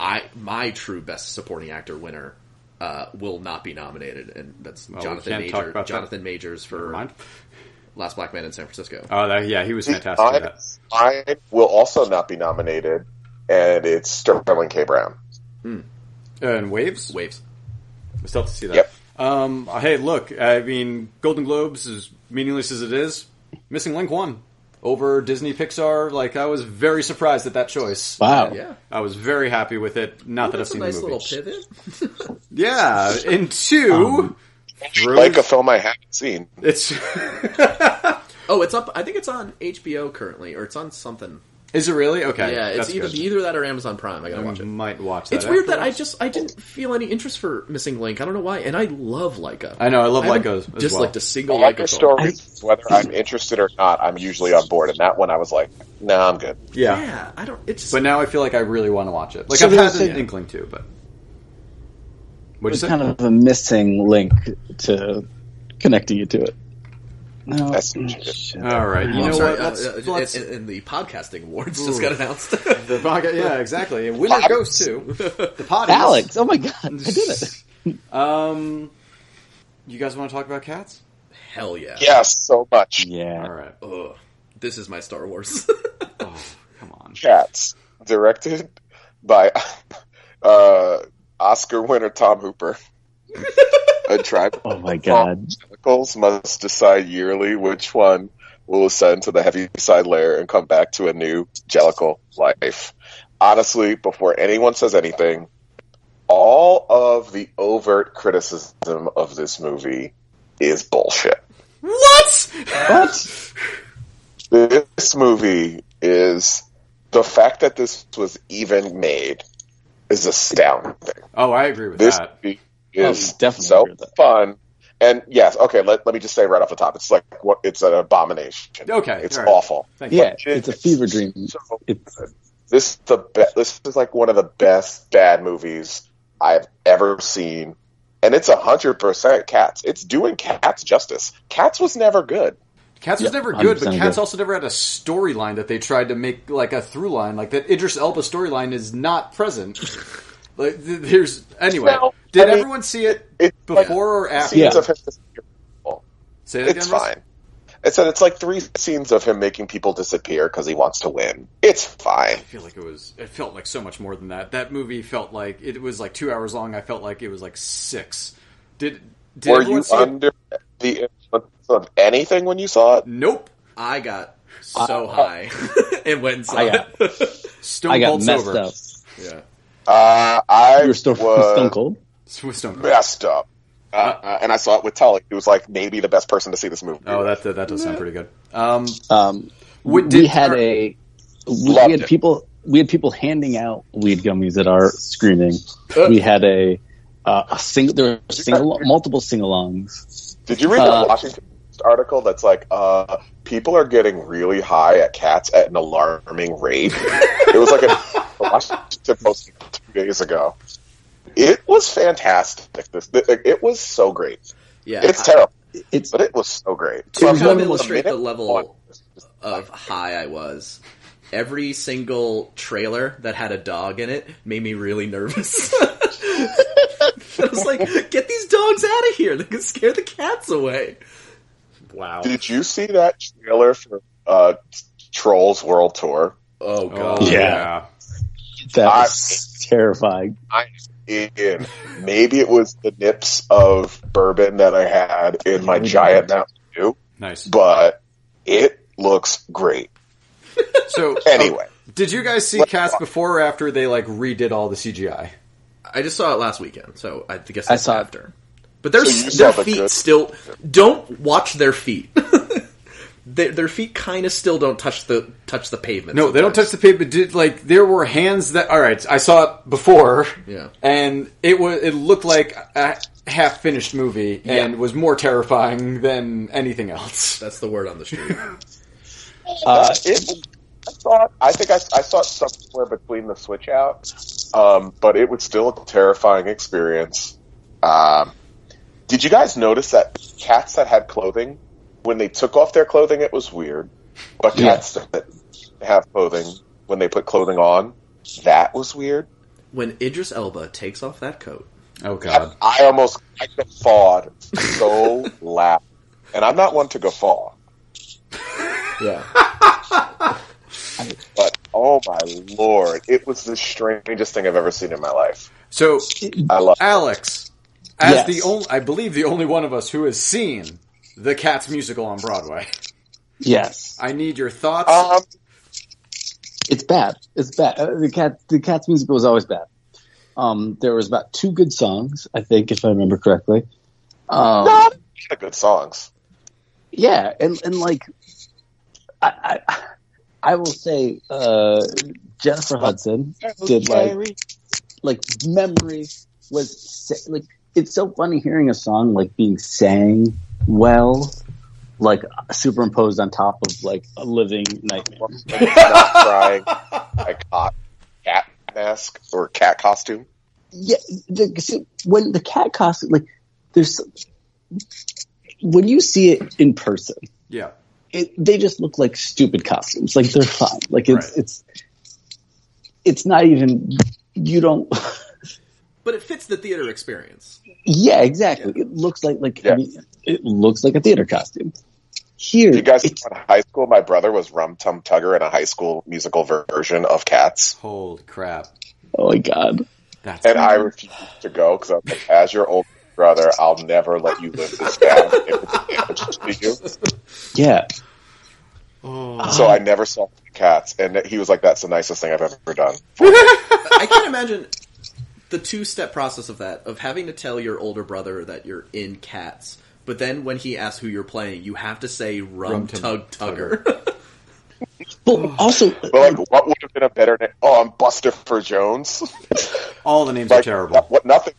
[SPEAKER 3] I my true best supporting actor winner. Uh, will not be nominated, and that's
[SPEAKER 2] we
[SPEAKER 3] Jonathan
[SPEAKER 2] can't talk
[SPEAKER 3] Major,
[SPEAKER 2] about that.
[SPEAKER 3] Jonathan Majors for
[SPEAKER 2] Never mind.
[SPEAKER 3] Last Black Man in San Francisco.
[SPEAKER 2] Oh, that, yeah, he was fantastic. for
[SPEAKER 5] I,
[SPEAKER 2] that.
[SPEAKER 5] I will also not be nominated, and it's Sterling K. Brown.
[SPEAKER 2] Uh, and waves.
[SPEAKER 3] Waves.
[SPEAKER 2] We still have to see that.
[SPEAKER 5] Yep.
[SPEAKER 2] Um, hey, look, I mean, Golden Globes, as meaningless as it is, Missing Link won over Disney Pixar. Like, I was very surprised at that choice.
[SPEAKER 4] wow.
[SPEAKER 3] Yeah.
[SPEAKER 2] I was very happy with it. Not that I've
[SPEAKER 3] That's a
[SPEAKER 2] seen
[SPEAKER 3] nice
[SPEAKER 2] the
[SPEAKER 3] little
[SPEAKER 2] movie.
[SPEAKER 3] pivot.
[SPEAKER 2] Yeah, and two, Rose-
[SPEAKER 5] Like a film I haven't seen.
[SPEAKER 2] it's
[SPEAKER 3] Oh, it's up. I think it's on HBO currently, or it's on something.
[SPEAKER 2] is it really okay?
[SPEAKER 3] Yeah, it's
[SPEAKER 2] that's
[SPEAKER 3] either
[SPEAKER 2] good. Mm-hmm.
[SPEAKER 3] either that or Amazon Prime. I gotta watch
[SPEAKER 2] I
[SPEAKER 3] it.
[SPEAKER 2] might watch that.
[SPEAKER 3] It's weird that I
[SPEAKER 2] afterwards.
[SPEAKER 3] just I didn't feel any interest for Missing Link. I don't know why, and I love Leica.
[SPEAKER 2] I know, I love
[SPEAKER 3] haven't
[SPEAKER 2] Leica as well.
[SPEAKER 3] Disliked a single
[SPEAKER 5] Like
[SPEAKER 3] Leica
[SPEAKER 5] your
[SPEAKER 3] film.
[SPEAKER 5] stories, whether I'm interested or not, I'm usually on board. And that one, I was like, "No, nah, I'm good."
[SPEAKER 2] yeah.
[SPEAKER 3] Yeah, I don't. It's
[SPEAKER 2] But now I feel like I really want to watch it. Like
[SPEAKER 4] So
[SPEAKER 2] I've
[SPEAKER 4] there's
[SPEAKER 2] had an
[SPEAKER 4] a-
[SPEAKER 2] inkling to, but what
[SPEAKER 4] There's
[SPEAKER 2] is it?
[SPEAKER 4] kind of a missing link to connecting you to it. No.
[SPEAKER 5] I see what you did.
[SPEAKER 4] Shit.
[SPEAKER 2] All right, you
[SPEAKER 3] I'm
[SPEAKER 2] know
[SPEAKER 3] sorry,
[SPEAKER 2] what?
[SPEAKER 3] uh,
[SPEAKER 2] Let's,
[SPEAKER 3] uh,
[SPEAKER 2] let's-
[SPEAKER 3] and, and the podcasting awards
[SPEAKER 2] Ooh.
[SPEAKER 3] just got announced.
[SPEAKER 2] The podcast, yeah, exactly. And winner goes to the podcast.
[SPEAKER 4] Alex, oh my god, I did it.
[SPEAKER 2] Um, you guys want to talk about cats? Oh,
[SPEAKER 3] Hell yeah.
[SPEAKER 5] Yes, so much
[SPEAKER 4] Yeah.
[SPEAKER 2] All right.
[SPEAKER 3] Ugh. This is my Star Wars.
[SPEAKER 2] Oh, come on.
[SPEAKER 5] cats directed by uh, Oscar winner Tom Hooper. A tribe
[SPEAKER 4] Oh my god.
[SPEAKER 5] chemicals must decide yearly which one will ascend to the heavy side layer and come back to a new jellicle life. Honestly, before anyone says anything, all of the overt criticism of this movie is bullshit.
[SPEAKER 3] What?
[SPEAKER 5] This movie is the fact that this was even made is astounding.
[SPEAKER 2] Oh, I agree with
[SPEAKER 5] this
[SPEAKER 2] that.
[SPEAKER 5] is
[SPEAKER 4] Oh, definitely
[SPEAKER 5] so
[SPEAKER 4] agree with that.
[SPEAKER 5] fun. And yes, okay. Let, let me just say right off the top, it's like what it's an abomination.
[SPEAKER 2] Okay,
[SPEAKER 5] it's
[SPEAKER 2] all right.
[SPEAKER 5] awful.
[SPEAKER 2] Thank
[SPEAKER 4] Yeah,
[SPEAKER 5] Fuck.
[SPEAKER 4] it's a fever dream.
[SPEAKER 5] So
[SPEAKER 4] It's
[SPEAKER 5] this is the be- This is like one of the best bad movies I've ever seen, and it's hundred percent Cats. It's doing Cats justice. Cats was never good.
[SPEAKER 2] Cats was
[SPEAKER 4] Yeah,
[SPEAKER 2] never good, but
[SPEAKER 4] 100%
[SPEAKER 2] Cats
[SPEAKER 4] good.
[SPEAKER 2] also never had a storyline that they tried to make like a through line. Like that Idris Elba storyline is not present. Like th- there's anyway.
[SPEAKER 5] No,
[SPEAKER 2] Did
[SPEAKER 5] I mean,
[SPEAKER 2] everyone see it
[SPEAKER 5] It
[SPEAKER 2] before or after?
[SPEAKER 5] scenes
[SPEAKER 4] Yeah.
[SPEAKER 5] of him.
[SPEAKER 2] Say it again,
[SPEAKER 5] It's
[SPEAKER 2] Russ?
[SPEAKER 5] fine. I said it's like three scenes of him making people disappear because he wants to win. It's fine.
[SPEAKER 2] I feel like it was. It felt like so much more than that. That movie felt like it was like two hours long. I felt like it was like six. Did did
[SPEAKER 5] Were
[SPEAKER 2] everyone
[SPEAKER 5] you
[SPEAKER 2] see it?
[SPEAKER 5] under the influence of anything when you saw it?
[SPEAKER 2] Nope.
[SPEAKER 3] I got so
[SPEAKER 2] Uh,
[SPEAKER 3] high and went and saw
[SPEAKER 4] I got-
[SPEAKER 3] it.
[SPEAKER 2] Stone
[SPEAKER 4] I got
[SPEAKER 2] Cold's
[SPEAKER 4] messed
[SPEAKER 2] over.
[SPEAKER 4] up.
[SPEAKER 2] Oh, Yeah,
[SPEAKER 5] Uh, I
[SPEAKER 4] You were still
[SPEAKER 5] was
[SPEAKER 4] stone cold.
[SPEAKER 2] It's with Stone Cold.
[SPEAKER 5] messed up, uh, uh, and I saw it with Tully, who was like maybe the best person to see this movie.
[SPEAKER 2] Oh, that that that does sound pretty good. Um,
[SPEAKER 4] Um,
[SPEAKER 2] We
[SPEAKER 4] we,
[SPEAKER 2] did-
[SPEAKER 4] had a we,
[SPEAKER 5] Loved
[SPEAKER 4] we had
[SPEAKER 5] it.
[SPEAKER 4] people we had people handing out weed gummies at our screening. we had a uh, a single there were single multiple sing-alongs.
[SPEAKER 5] Did you read
[SPEAKER 4] Uh,
[SPEAKER 5] the Washington Post article that's like uh, people are getting really high at cats at an alarming rate? it was like a the Washington Post two days ago. It was fantastic. This like, it was so great.
[SPEAKER 3] yeah,
[SPEAKER 5] It's
[SPEAKER 3] I-
[SPEAKER 5] terrible,
[SPEAKER 4] It's
[SPEAKER 5] but it was so great.
[SPEAKER 3] To
[SPEAKER 5] From
[SPEAKER 3] kind of
[SPEAKER 5] minute
[SPEAKER 3] illustrate the level
[SPEAKER 5] one,
[SPEAKER 3] of high I was. Every single trailer that had a dog in it made me really nervous. I was like, get these dogs out of here. They can scare the cats away.
[SPEAKER 2] wow.
[SPEAKER 5] Did you see that trailer for uh, Trolls World Tour?
[SPEAKER 3] Oh, God.
[SPEAKER 2] Oh,
[SPEAKER 4] Yeah. that was terrifying.
[SPEAKER 5] I in maybe it was the nips of bourbon that I had in my giant Mountain Dew,
[SPEAKER 2] Nice.
[SPEAKER 5] but it looks great.
[SPEAKER 2] So
[SPEAKER 5] Anyway,
[SPEAKER 2] Did you guys see Cats before or after they like redid all the CGI?
[SPEAKER 3] I just saw it last weekend, so I guess
[SPEAKER 4] I
[SPEAKER 3] that's
[SPEAKER 4] saw it.
[SPEAKER 3] after. But their,
[SPEAKER 5] So you
[SPEAKER 3] their
[SPEAKER 5] saw the
[SPEAKER 3] feet
[SPEAKER 5] good-
[SPEAKER 3] still don't watch their feet. their, their feet kind of still don't touch the touch the pavement.
[SPEAKER 2] No, they don't touch the paper. Did like there were hands that? All right, I saw it before.
[SPEAKER 3] Yeah.
[SPEAKER 2] and it was it looked like a half finished movie and
[SPEAKER 3] Yeah.
[SPEAKER 2] was more terrifying than anything else.
[SPEAKER 3] That's the word on the street.
[SPEAKER 4] Uh,
[SPEAKER 5] it, I thought I think I, I saw it somewhere between the switch out, um, but it was still a terrifying experience. Um, did you guys notice that cats that had clothing, when they took off their clothing, it was weird, but
[SPEAKER 4] Yeah.
[SPEAKER 5] cats that have clothing when they put clothing on, that was weird.
[SPEAKER 3] when Idris Elba takes off that coat,
[SPEAKER 2] Oh god,
[SPEAKER 5] I almost I guffawed so loud, and I'm not one to guffaw,
[SPEAKER 3] yeah,
[SPEAKER 5] but oh my lord, it was the strangest thing I've ever seen in my life.
[SPEAKER 2] so
[SPEAKER 5] I love.
[SPEAKER 2] Alex, as
[SPEAKER 4] Yes.
[SPEAKER 2] the only, I believe the only one of us who has seen the Cats musical on Broadway,
[SPEAKER 4] yes,
[SPEAKER 2] I need your thoughts.
[SPEAKER 5] Um,
[SPEAKER 4] it's bad. It's bad. Uh, the cat the cat's music was always bad. Um, there was about two good songs, I think, if I remember correctly. Um,
[SPEAKER 5] not the good songs.
[SPEAKER 4] yeah and and like i i, I will say uh jennifer hudson did like like memory was sa- like it's so funny hearing a song like being sang well like superimposed on top of like a living nightmare
[SPEAKER 5] not crying. I caught cat mask or cat costume.
[SPEAKER 4] yeah the, see, when the cat costume like there's when you see it in person
[SPEAKER 2] yeah,
[SPEAKER 4] it, they just look like stupid costumes. Like they're fine. Like it's
[SPEAKER 2] Right.
[SPEAKER 4] it's it's not even you don't.
[SPEAKER 3] but it fits the theater experience.
[SPEAKER 4] yeah, exactly. It looks like like
[SPEAKER 5] Yeah.
[SPEAKER 4] I mean, it looks like a theater costume. Here,
[SPEAKER 5] You guys,
[SPEAKER 4] it's-
[SPEAKER 5] in high school, my brother was Rum Tum Tugger in a high school musical version of Cats.
[SPEAKER 2] holy crap.
[SPEAKER 4] oh my god,
[SPEAKER 3] That's
[SPEAKER 5] and I refused to go because I'm like, as your older brother, I'll never let you live this down. It would be damaged to you.
[SPEAKER 4] Yeah.
[SPEAKER 3] oh.
[SPEAKER 5] So I never saw the cats, and he was like, "That's the nicest thing I've ever done."
[SPEAKER 3] I can't imagine the two step process of that of having to tell your older brother that you're in cats, but then when he asks who you're playing, you have to say rum,
[SPEAKER 2] Rum
[SPEAKER 3] tug
[SPEAKER 2] Tug
[SPEAKER 3] tugger.
[SPEAKER 4] But also,
[SPEAKER 5] But like, what would have been a better name? Oh, I'm Buster for Jones.
[SPEAKER 2] All the names are
[SPEAKER 5] like,
[SPEAKER 2] terrible.
[SPEAKER 5] What nothing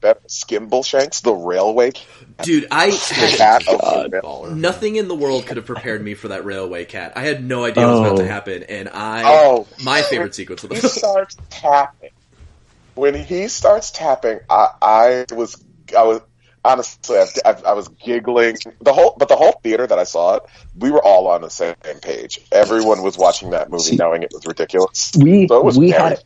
[SPEAKER 5] better? Skimble Shanks, the railway
[SPEAKER 3] Dude, I
[SPEAKER 5] cat of the rail-
[SPEAKER 2] Baller.
[SPEAKER 3] nothing in the world could have prepared me for that railway cat. I had no idea what was about
[SPEAKER 4] Oh.
[SPEAKER 3] to happen, and I
[SPEAKER 5] Oh.
[SPEAKER 3] my favorite sequence of the
[SPEAKER 5] he
[SPEAKER 3] film.
[SPEAKER 5] starts tapping. When he starts tapping, I, I was I was honestly I, I, I was giggling the whole but the whole theater that I saw it, we were all on the same page. Everyone was watching that movie
[SPEAKER 4] See-
[SPEAKER 5] knowing it was ridiculous.
[SPEAKER 4] we
[SPEAKER 5] So it was
[SPEAKER 4] we
[SPEAKER 5] very-
[SPEAKER 4] had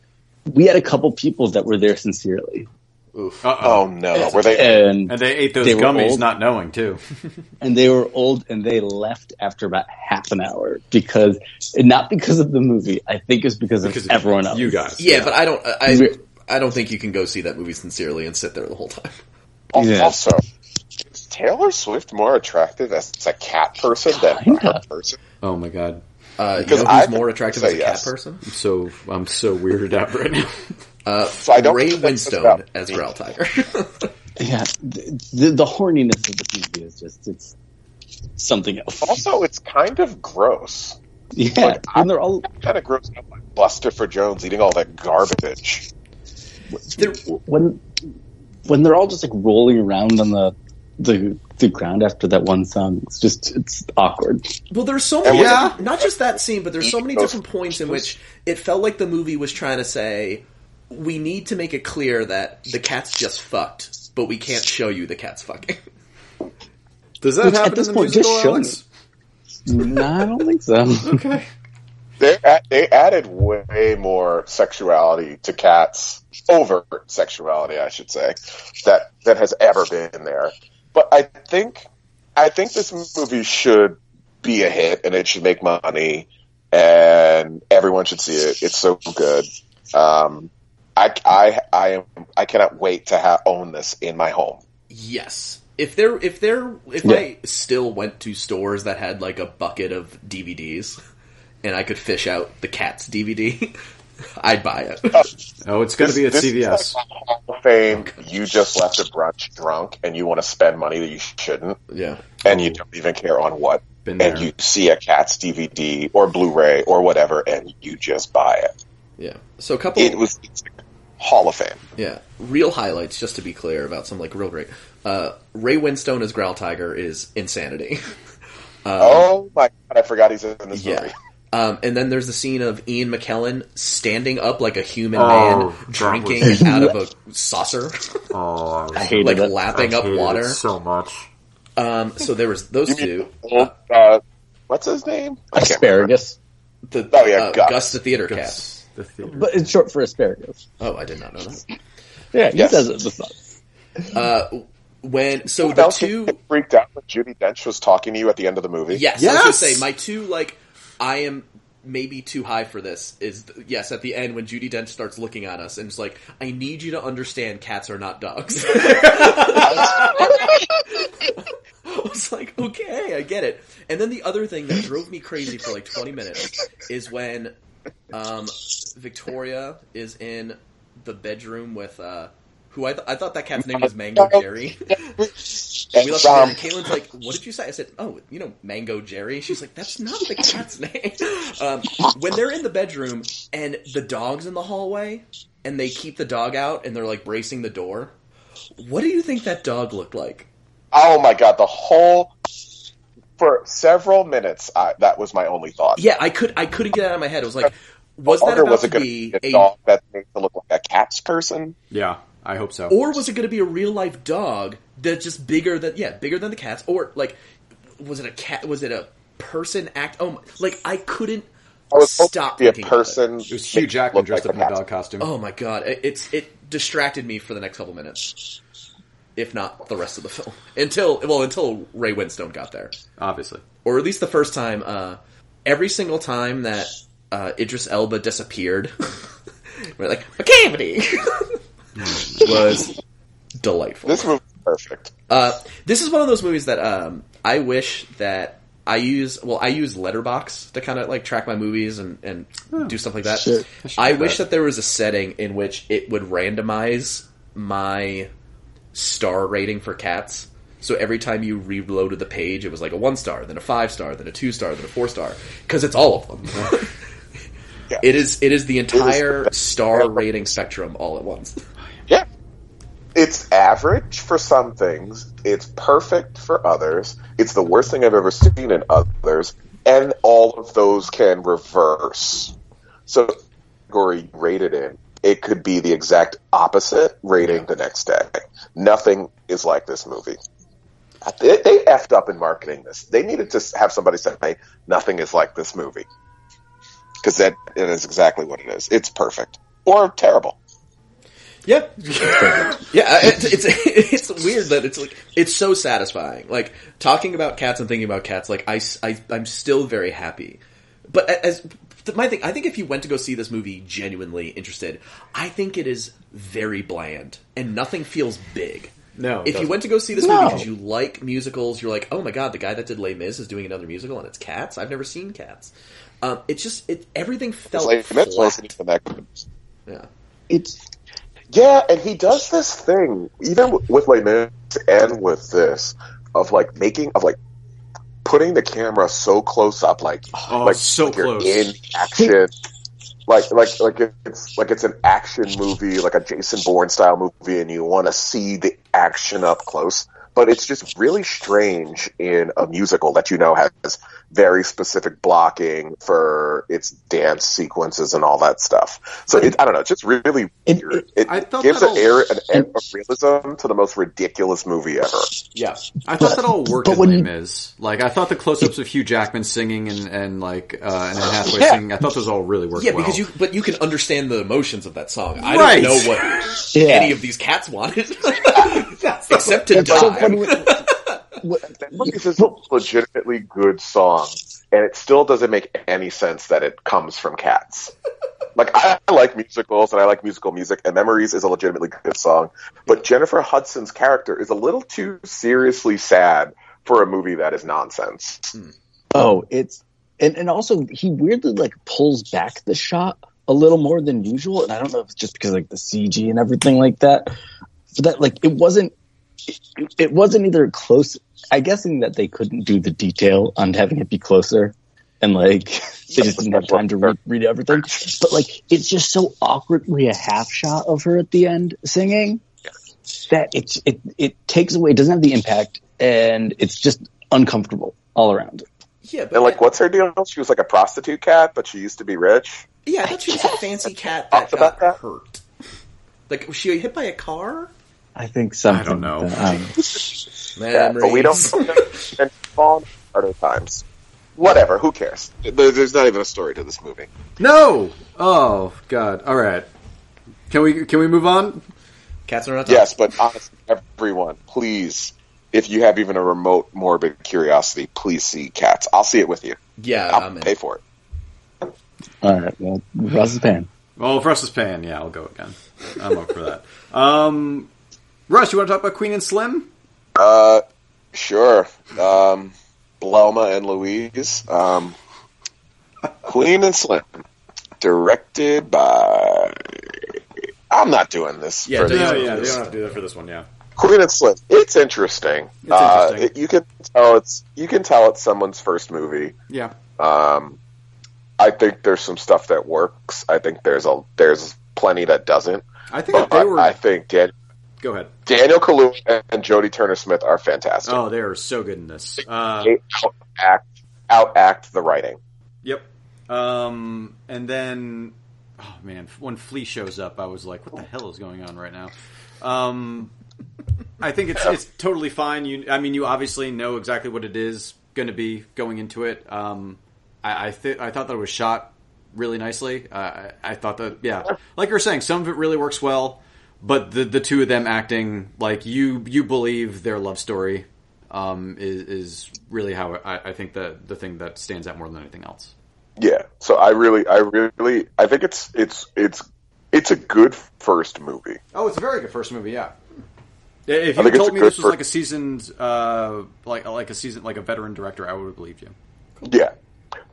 [SPEAKER 4] we had a couple people that were there sincerely,
[SPEAKER 5] Oh
[SPEAKER 2] Uh-oh.
[SPEAKER 5] no, were they?
[SPEAKER 4] and
[SPEAKER 2] And they ate those
[SPEAKER 4] They were
[SPEAKER 2] gummies
[SPEAKER 4] old.
[SPEAKER 2] not knowing, too.
[SPEAKER 4] and they were old and they left after about half an hour because not because of the movie. I think it's because of
[SPEAKER 2] Because of
[SPEAKER 4] everyone else.
[SPEAKER 2] you guys.
[SPEAKER 3] Yeah, but I don't I
[SPEAKER 4] We're-
[SPEAKER 3] I don't think you can go see that movie sincerely and sit there the whole time.
[SPEAKER 5] Al-
[SPEAKER 4] Yeah.
[SPEAKER 5] Also, is Taylor Swift more attractive as a cat person than
[SPEAKER 4] Kinda.
[SPEAKER 5] her person?
[SPEAKER 2] Oh, my God.
[SPEAKER 3] Uh, you know
[SPEAKER 5] Because
[SPEAKER 3] who's
[SPEAKER 5] I
[SPEAKER 3] more attractive as a
[SPEAKER 5] say yes.
[SPEAKER 3] cat person?
[SPEAKER 2] I'm so, I'm so weirded out right now.
[SPEAKER 3] Uh,
[SPEAKER 5] So I don't
[SPEAKER 3] Ray
[SPEAKER 5] think that's
[SPEAKER 3] Winstone
[SPEAKER 5] about-
[SPEAKER 3] as Growl Tiger.
[SPEAKER 4] Yeah, the, the, the horniness of the movie is just it's something else.
[SPEAKER 5] Also, it's kind of gross.
[SPEAKER 4] Yeah, and they're all
[SPEAKER 5] Kind of gross out like Buster for Jones eating all that garbage.
[SPEAKER 3] There-
[SPEAKER 4] when when they're all just like rolling around on the the the ground after that one song. It's just it's awkward.
[SPEAKER 3] well, there's so
[SPEAKER 5] And
[SPEAKER 3] many,
[SPEAKER 2] yeah.
[SPEAKER 3] not just that scene, but there's so many different points in which it felt like the movie was trying to say, we need to make it clear that the cat's just fucked, but we can't show you the cat's fucking.
[SPEAKER 2] Does that
[SPEAKER 4] Which, at
[SPEAKER 2] happen
[SPEAKER 4] this
[SPEAKER 2] in the
[SPEAKER 4] point,
[SPEAKER 2] musical,
[SPEAKER 4] just show
[SPEAKER 2] Alex?
[SPEAKER 4] no, I don't think so.
[SPEAKER 2] Okay.
[SPEAKER 5] They a- they added way more sexuality to cats over sexuality, I should say, that that has ever been there. But I think I think this movie should be a hit and it should make money and everyone should see it. It's so good. Um, I I I am I cannot wait to ha- own this in my home.
[SPEAKER 3] Yes. If there, if there, if
[SPEAKER 4] Yeah.
[SPEAKER 3] I still went to stores that had like a bucket of DVDs and I could fish out the cat's DVD, I'd buy it.
[SPEAKER 2] Oh, it's going to be at
[SPEAKER 5] This is
[SPEAKER 2] CVS.
[SPEAKER 5] like Hall of Fame. You just left a brunch drunk and you want to spend money that you shouldn't.
[SPEAKER 3] yeah.
[SPEAKER 5] and you don't even care on what.
[SPEAKER 2] Been
[SPEAKER 5] And
[SPEAKER 2] there.
[SPEAKER 5] you see a cat's DVD or Blu-ray or whatever, and you just buy it.
[SPEAKER 3] Yeah. So a couple.
[SPEAKER 5] It was it's Hall of Fame.
[SPEAKER 3] Yeah, real highlights. Just to be clear about some like real great. Uh, Ray Winstone as Growl Tiger is insanity.
[SPEAKER 5] oh my god, I forgot he's in this movie.
[SPEAKER 3] Um, and then there's the scene of Ian McKellen standing up like a human
[SPEAKER 2] Oh, that
[SPEAKER 3] man,
[SPEAKER 2] was-
[SPEAKER 3] drinking out of a saucer,
[SPEAKER 2] Oh,
[SPEAKER 4] I hated
[SPEAKER 3] like
[SPEAKER 4] it.
[SPEAKER 3] lapping up water.
[SPEAKER 2] much.
[SPEAKER 3] Um, so there was those
[SPEAKER 5] You mean
[SPEAKER 3] two.
[SPEAKER 5] old, uh, what's his name? I can't remember.
[SPEAKER 4] asparagus,
[SPEAKER 3] The,
[SPEAKER 5] Oh, yeah,
[SPEAKER 3] uh,
[SPEAKER 5] Gus.
[SPEAKER 3] Gus the theater cat.
[SPEAKER 2] Yes. The theater.
[SPEAKER 4] but it's short for asparagus.
[SPEAKER 3] Oh, I did not know that.
[SPEAKER 4] Yeah, he
[SPEAKER 5] Yes.
[SPEAKER 4] does it. in The song.
[SPEAKER 3] Uh, when so
[SPEAKER 5] Who
[SPEAKER 3] the
[SPEAKER 5] else
[SPEAKER 3] two
[SPEAKER 5] get freaked out when Judy Dench was talking to you at the end of the movie.
[SPEAKER 3] Yes, I was gonna
[SPEAKER 2] Yes!
[SPEAKER 3] say my two like I am maybe too high for this is th- yes at the end when Judy Dench starts looking at us and is like I need you to understand cats are not dogs. I was like, okay, I get it. And then the other thing that drove me crazy for like 20 minutes is when um, Victoria is in the bedroom with uh, who I, th- I thought that cat's name was Mango Jerry. And we left
[SPEAKER 5] Um,
[SPEAKER 3] it there, and Caitlin's like, "What did you say?" I said, "Oh, you know, Mango Jerry." She's like, "That's not the cat's name." Um, when they're in the bedroom and the dog's in the hallway, and they keep the dog out, and they're like bracing the door. What do you think that dog looked like?
[SPEAKER 5] Oh my god, the whole for several minutes, I, that was my only thought.
[SPEAKER 3] Yeah, I could, I couldn't get it out of my head. It was like, was that
[SPEAKER 5] Or
[SPEAKER 3] about
[SPEAKER 5] was
[SPEAKER 3] to
[SPEAKER 5] it going
[SPEAKER 3] be
[SPEAKER 5] to be
[SPEAKER 3] a,
[SPEAKER 5] a dog that's made to look like a cat's person?
[SPEAKER 2] Yeah, I hope so.
[SPEAKER 3] or was it going to be a real life dog that's just bigger than, yeah, bigger than the cats, or like, was it a cat? Was it a person act? Oh, my, like I couldn't
[SPEAKER 5] I was hoping
[SPEAKER 3] stop
[SPEAKER 5] to be
[SPEAKER 3] thinking
[SPEAKER 5] a
[SPEAKER 3] about it.
[SPEAKER 5] person.
[SPEAKER 2] it was Hugh Jackman dressed up in a dog costume.
[SPEAKER 3] Oh my god, it, it's it distracted me for the next couple minutes, if not the rest of the film. Until well, until Ray Winstone got there,
[SPEAKER 2] Obviously.
[SPEAKER 3] or at least the first time. Uh, every single time that uh, Idris Elba disappeared, we're like McCavity. was delightful.
[SPEAKER 5] This movie is perfect.
[SPEAKER 3] Uh, this is one of those movies that um, I wish that I use. Well, I use Letterbox to kind of like track my movies and and do stuff like that.
[SPEAKER 4] shit.
[SPEAKER 3] I, wish that there was a setting in which it would randomize my star rating for cats. So every time you reloaded the page, it was like a one star, then a five star, then a two star, then a four star, because it's all of them.
[SPEAKER 5] Yeah.
[SPEAKER 3] It is it is the entire star rating spectrum all at once.
[SPEAKER 5] Yeah. It's average for some things. It's perfect for others. It's the worst thing I've ever seen in others. And all of those can reverse. So, the category you rate it in, it could be the exact opposite rating the next day. Nothing is like this movie. They, they effed up in marketing this. They needed to have somebody say, hey, nothing is like this movie. Because that it is exactly what it is. It's perfect. Or terrible.
[SPEAKER 3] Yeah, yeah. It's, it's it's weird that it's like it's so satisfying. Like talking about cats and thinking about cats. Like I am still very happy. But a- as th- my thing, I think if you went to go see this movie genuinely interested, I think it is very bland and nothing feels big.
[SPEAKER 2] No, it
[SPEAKER 3] If you
[SPEAKER 2] doesn't.
[SPEAKER 3] went to go see this
[SPEAKER 4] No.
[SPEAKER 3] movie because you like musicals, you're like, oh my god, the guy that did Les Mis is doing another musical and it's Cats. I've never seen Cats. Um, it's just it everything felt
[SPEAKER 5] Like, Smith wasn't
[SPEAKER 3] flat.
[SPEAKER 5] even that good.
[SPEAKER 3] Yeah.
[SPEAKER 4] It's
[SPEAKER 5] Yeah, and he does this thing, even with like Mis and with this, of like making of like putting the camera so close up, like
[SPEAKER 2] Oh,
[SPEAKER 5] like
[SPEAKER 2] so
[SPEAKER 5] like you're
[SPEAKER 2] close.
[SPEAKER 5] in action, like like like it's like it's an action movie, like a Jason Bourne style movie, and you want to see the action up close. But it's just really strange in a musical that you know has very specific blocking for its dance sequences and all that stuff. So it, I don't know, it's just really
[SPEAKER 4] It-
[SPEAKER 5] weird.
[SPEAKER 4] it-
[SPEAKER 5] It
[SPEAKER 2] I thought
[SPEAKER 5] gives
[SPEAKER 2] that
[SPEAKER 5] an air,
[SPEAKER 2] all-
[SPEAKER 5] an air of realism to the most ridiculous movie ever.
[SPEAKER 2] Yeah, I thought that all worked
[SPEAKER 4] but
[SPEAKER 2] in
[SPEAKER 4] when-
[SPEAKER 2] Les Mis. Like I thought the close-ups of Hugh Jackman singing and and like uh, and Anne Hathaway singing. I thought those all really worked.
[SPEAKER 3] Yeah, because
[SPEAKER 2] well.
[SPEAKER 3] you but you can understand the emotions of that song. I
[SPEAKER 2] Right.
[SPEAKER 3] don't know what
[SPEAKER 4] Yeah.
[SPEAKER 3] any of these cats wanted, except to
[SPEAKER 4] it's
[SPEAKER 3] die.
[SPEAKER 4] so funny. when-
[SPEAKER 5] That movie's just a legitimately good song, and it still doesn't make any sense that it comes from Cats. Like I, I like musicals and I like musical music, and Memories is a legitimately good song, but Jennifer Hudson's character is a little too seriously sad for a movie that is nonsense.
[SPEAKER 4] Oh, it's and and also he weirdly like pulls back the shot a little more than usual, and I don't know if it's just because like the CG and everything like that. But that like it wasn't it, it wasn't either close. I guessing that they couldn't do the detail on having it be closer, and like they just didn't have time to re- read everything. But like it's just so awkwardly a half shot of her at the end singing that it it it takes away. It doesn't have the impact, and it's just uncomfortable all around.
[SPEAKER 3] yeah, but
[SPEAKER 5] And like, what's her deal? She was like a prostitute cat, but she used to be rich.
[SPEAKER 3] yeah, I thought she was a fancy cat that
[SPEAKER 5] Talked
[SPEAKER 3] got
[SPEAKER 5] about that?
[SPEAKER 3] hurt. Like was she hit by a car?
[SPEAKER 4] I think something.
[SPEAKER 2] I don't know.
[SPEAKER 4] like that. Um,
[SPEAKER 5] Yeah, but we don't. and fall harder times. Whatever. Who cares? There- There's not even a story to this movie.
[SPEAKER 2] no. Oh God. All right. Can we can we move on?
[SPEAKER 3] Cats are not.
[SPEAKER 5] Yes, but honestly, everyone, please, if you have even a remote morbid curiosity, please see Cats. I'll see it with you.
[SPEAKER 3] Yeah,
[SPEAKER 5] I'll
[SPEAKER 3] I'm in.
[SPEAKER 5] pay for it.
[SPEAKER 4] all right. Well, Ross is paying.
[SPEAKER 2] Well, if Russ is paying, yeah, I'll go again. I'm up for that. Um, Russ, you want to talk about Queen and Slim?
[SPEAKER 5] Uh, sure. Um, Bloma and Louise. Um, Queen and Slim, directed by. I'm not doing this.
[SPEAKER 3] Yeah,
[SPEAKER 5] for
[SPEAKER 3] do
[SPEAKER 5] these
[SPEAKER 3] it.
[SPEAKER 5] movies.
[SPEAKER 3] yeah, you don't
[SPEAKER 2] have to do that for this one. Yeah.
[SPEAKER 5] Queen and Slim. It's interesting.
[SPEAKER 2] It's
[SPEAKER 5] Uh,
[SPEAKER 2] interesting.
[SPEAKER 5] it- you can tell it's you can tell it's someone's first movie.
[SPEAKER 2] Yeah.
[SPEAKER 5] Um, I think there's some stuff that works. I think there's a there's plenty that doesn't.
[SPEAKER 2] I think
[SPEAKER 5] But
[SPEAKER 2] they were.
[SPEAKER 5] I think Dan,
[SPEAKER 2] go ahead.
[SPEAKER 5] Daniel Kaluuya and Jodie Turner Smith are fantastic.
[SPEAKER 2] Oh, they are so good in this. Uh,
[SPEAKER 5] They out act out act the writing.
[SPEAKER 2] Yep. Um, and then, oh man, when Flea shows up, I was like, "What the hell is going on right now?" Um, I think it's it's totally fine. You, I mean, you obviously know exactly what it is going to be going into it. Um, I I, th- I thought that it was shot really nicely. Uh, I, I thought that yeah, like you were saying, some of it really works well, but the the two of them acting like you you believe their love story um, is is really how I, I think the the thing that stands out more than anything else.
[SPEAKER 5] Yeah. So I really I really I think it's it's it's It's a good first movie.
[SPEAKER 6] Oh, it's a very good first movie. Yeah. If
[SPEAKER 5] I
[SPEAKER 6] you
[SPEAKER 5] think it's
[SPEAKER 6] told
[SPEAKER 5] a
[SPEAKER 6] me
[SPEAKER 5] good
[SPEAKER 6] this was
[SPEAKER 5] fir-
[SPEAKER 6] like a seasoned, uh, like like a season, like a veteran director, I would have believed you.
[SPEAKER 5] Yeah,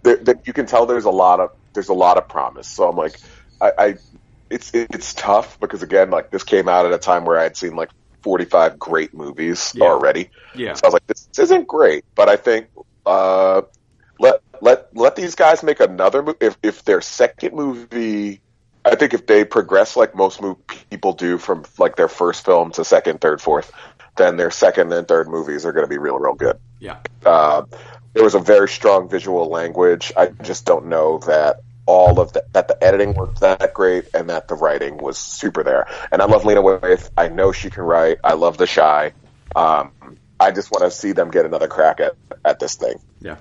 [SPEAKER 5] there, there, you can tell there's a lot of there's a lot of promise. So I'm like, I, I it's it's tough because again, like this came out at a time where I had seen like 45 great movies
[SPEAKER 6] Yeah.
[SPEAKER 5] already.
[SPEAKER 6] Yeah.
[SPEAKER 5] So I was like, this isn't great, but I think uh, let let let these guys make another movie. If if their second movie, I think if they progress like most move people do from like their first film to second, third, fourth, then their second and third movies are going to be real, real good.
[SPEAKER 6] Yeah.
[SPEAKER 5] Uh, there was a very strong visual language. I just don't know that all of the, that the editing worked that great and that the writing was super there. And I love Lena Waithe. I know she can write. I love The Shy. Um, I just want to see them get another crack at, at this thing.
[SPEAKER 6] Yeah.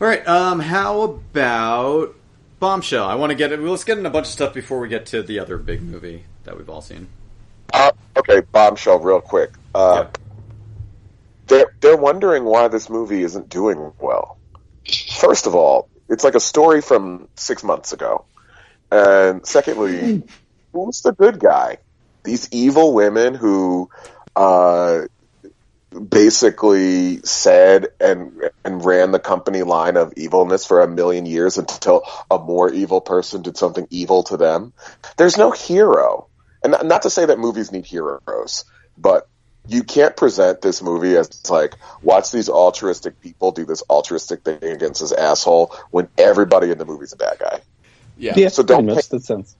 [SPEAKER 6] All right. Um, how about Bombshell? I want to get it. Let's get in a bunch of stuff before we get to the other big movie that we've all seen.
[SPEAKER 5] Uh, okay, bombshell, real quick. Uh,
[SPEAKER 6] Yeah.
[SPEAKER 5] They're they're wondering why this movie isn't doing well. First of all, it's like a story from six months ago, and secondly, who's the good guy? These evil women who uh, basically said and and ran the company line of evilness for a million years until a more evil person did something evil to them. There's no hero, and not, not to say that movies need heroes, but you can't present this movie as like watch these altruistic people do this altruistic thing against this asshole when everybody in the movie's a bad guy.
[SPEAKER 3] Yeah.
[SPEAKER 4] Yeah,
[SPEAKER 5] So
[SPEAKER 4] so
[SPEAKER 5] don't
[SPEAKER 4] don't much. That sounds.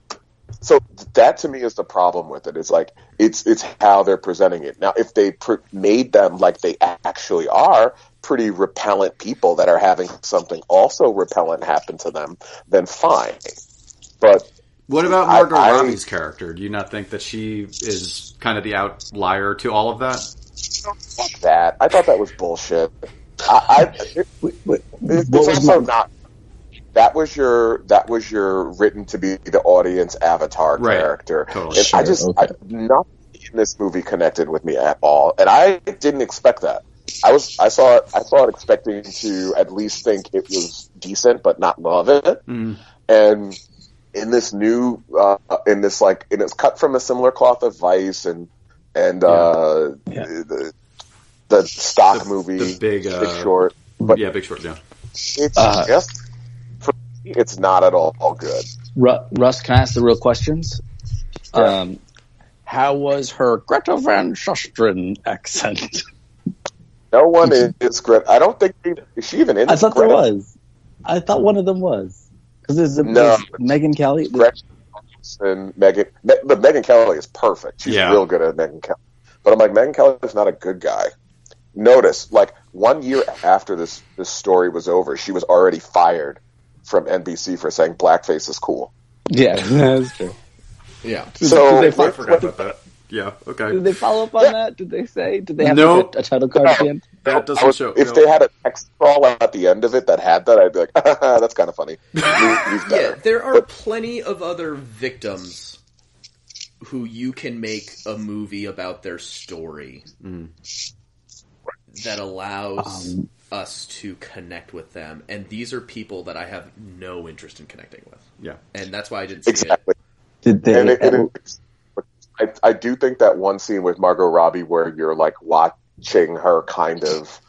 [SPEAKER 5] So that to me is the problem with it. It's like it's it's how they're presenting it. Now, if they pr- made them like they actually are pretty repellent people that are having something also repellent happen to them, then fine. But
[SPEAKER 6] What about
[SPEAKER 5] I-
[SPEAKER 6] Margot
[SPEAKER 5] I-
[SPEAKER 6] Robbie's character? Do you not think that she is kind of the outlier to all of that?
[SPEAKER 5] fuck that. I thought that was bullshit. I, I it, it's
[SPEAKER 4] What was
[SPEAKER 5] also
[SPEAKER 4] my-
[SPEAKER 5] not. That was your that was your written to be the audience avatar
[SPEAKER 6] Right.
[SPEAKER 5] character.
[SPEAKER 6] Totally.
[SPEAKER 5] And I
[SPEAKER 4] Sure,
[SPEAKER 5] just
[SPEAKER 4] okay.
[SPEAKER 5] I, nothing in this movie connected with me at all, and I didn't expect that. I was I saw it I saw it expecting to at least think it was decent, but not love it
[SPEAKER 6] Mm.
[SPEAKER 5] and in this new uh, in this like and it's cut from a similar cloth of vice and and uh,
[SPEAKER 4] Yeah.
[SPEAKER 5] the the stock
[SPEAKER 6] The-
[SPEAKER 5] movie
[SPEAKER 6] the big, uh,
[SPEAKER 5] Big short but
[SPEAKER 6] yeah, Big Short. Yeah.
[SPEAKER 5] it's
[SPEAKER 4] Uh,
[SPEAKER 5] just for me, it's not at all, all good
[SPEAKER 4] Ru- Russ, can I ask the real questions? Um, how was her Greta Van Susteren accent?
[SPEAKER 5] no one is, is Greta I don't think is she even in
[SPEAKER 4] I
[SPEAKER 5] this
[SPEAKER 4] thought there
[SPEAKER 5] Greta?
[SPEAKER 4] was. I thought one of them was because there's, a-
[SPEAKER 5] No.
[SPEAKER 4] there's Megan Kelly.
[SPEAKER 5] Greta and Megan Me, but Megan Kelly is perfect she's
[SPEAKER 6] Yeah.
[SPEAKER 5] real good at Megan Kelly but I'm like Megan Kelly is not a good guy notice like one year after this this story was over she was already fired from NBC for saying blackface is cool
[SPEAKER 4] Yeah, that's true.
[SPEAKER 3] Yeah.
[SPEAKER 5] So-
[SPEAKER 4] did they,
[SPEAKER 6] I
[SPEAKER 4] fo-
[SPEAKER 6] forgot about that. Yeah. Okay.
[SPEAKER 4] did they follow up on that? Did they say? Did they have
[SPEAKER 6] No.
[SPEAKER 4] like, a, a title card at the end?
[SPEAKER 6] That
[SPEAKER 5] I
[SPEAKER 6] doesn't
[SPEAKER 5] was-
[SPEAKER 6] show.
[SPEAKER 5] if
[SPEAKER 6] no.
[SPEAKER 5] they had a text crawl at the end of it that had that I'd be like that's kind of funny He's
[SPEAKER 3] Yeah,
[SPEAKER 5] better.
[SPEAKER 3] there are plenty of other victims who you can make a movie about their story
[SPEAKER 6] Mm.
[SPEAKER 3] that allows
[SPEAKER 4] Um,
[SPEAKER 3] us to connect with them. And these are people that I have no interest in connecting with.
[SPEAKER 6] Yeah.
[SPEAKER 3] And that's why I didn't see
[SPEAKER 5] exactly
[SPEAKER 4] Did they?
[SPEAKER 5] and it, and it- I, I do think that one scene with Margot Robbie where you're like watching her kind of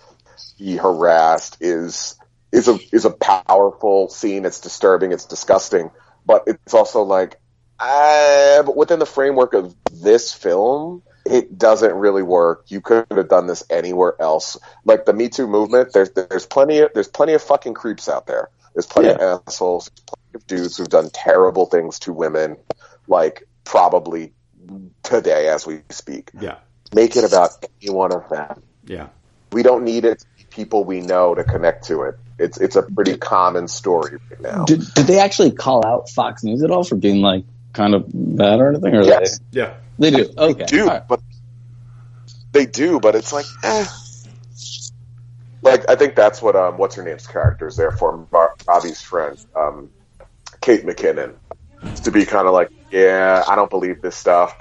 [SPEAKER 5] be harassed is is a is a powerful scene. It's disturbing. It's disgusting, but it's also like, uh, but within the framework of this film, it doesn't really work. You could have done this anywhere else. Like the Me Too movement, there's there's plenty of there's plenty of fucking creeps out there. There's plenty of assholes. There's plenty of dudes who've done terrible things to women, like probably today as we speak.
[SPEAKER 6] Yeah.
[SPEAKER 5] Make it about any one of them
[SPEAKER 6] Yeah.
[SPEAKER 5] we don't need it to be people we know to connect to it. It's it's a pretty common story right now.
[SPEAKER 4] did, did they actually call out Fox News at all for being like kind of bad or anything? Or
[SPEAKER 5] Yes.
[SPEAKER 6] Yeah.
[SPEAKER 4] they, they do. Okay,
[SPEAKER 5] do,
[SPEAKER 4] All right.
[SPEAKER 5] but they do, but it's like, eh. like I think that's what um, what's her name's character is there for Mar- Robbie's friend, um, Kate McKinnon, is to be kind of like, yeah, I don't believe this stuff,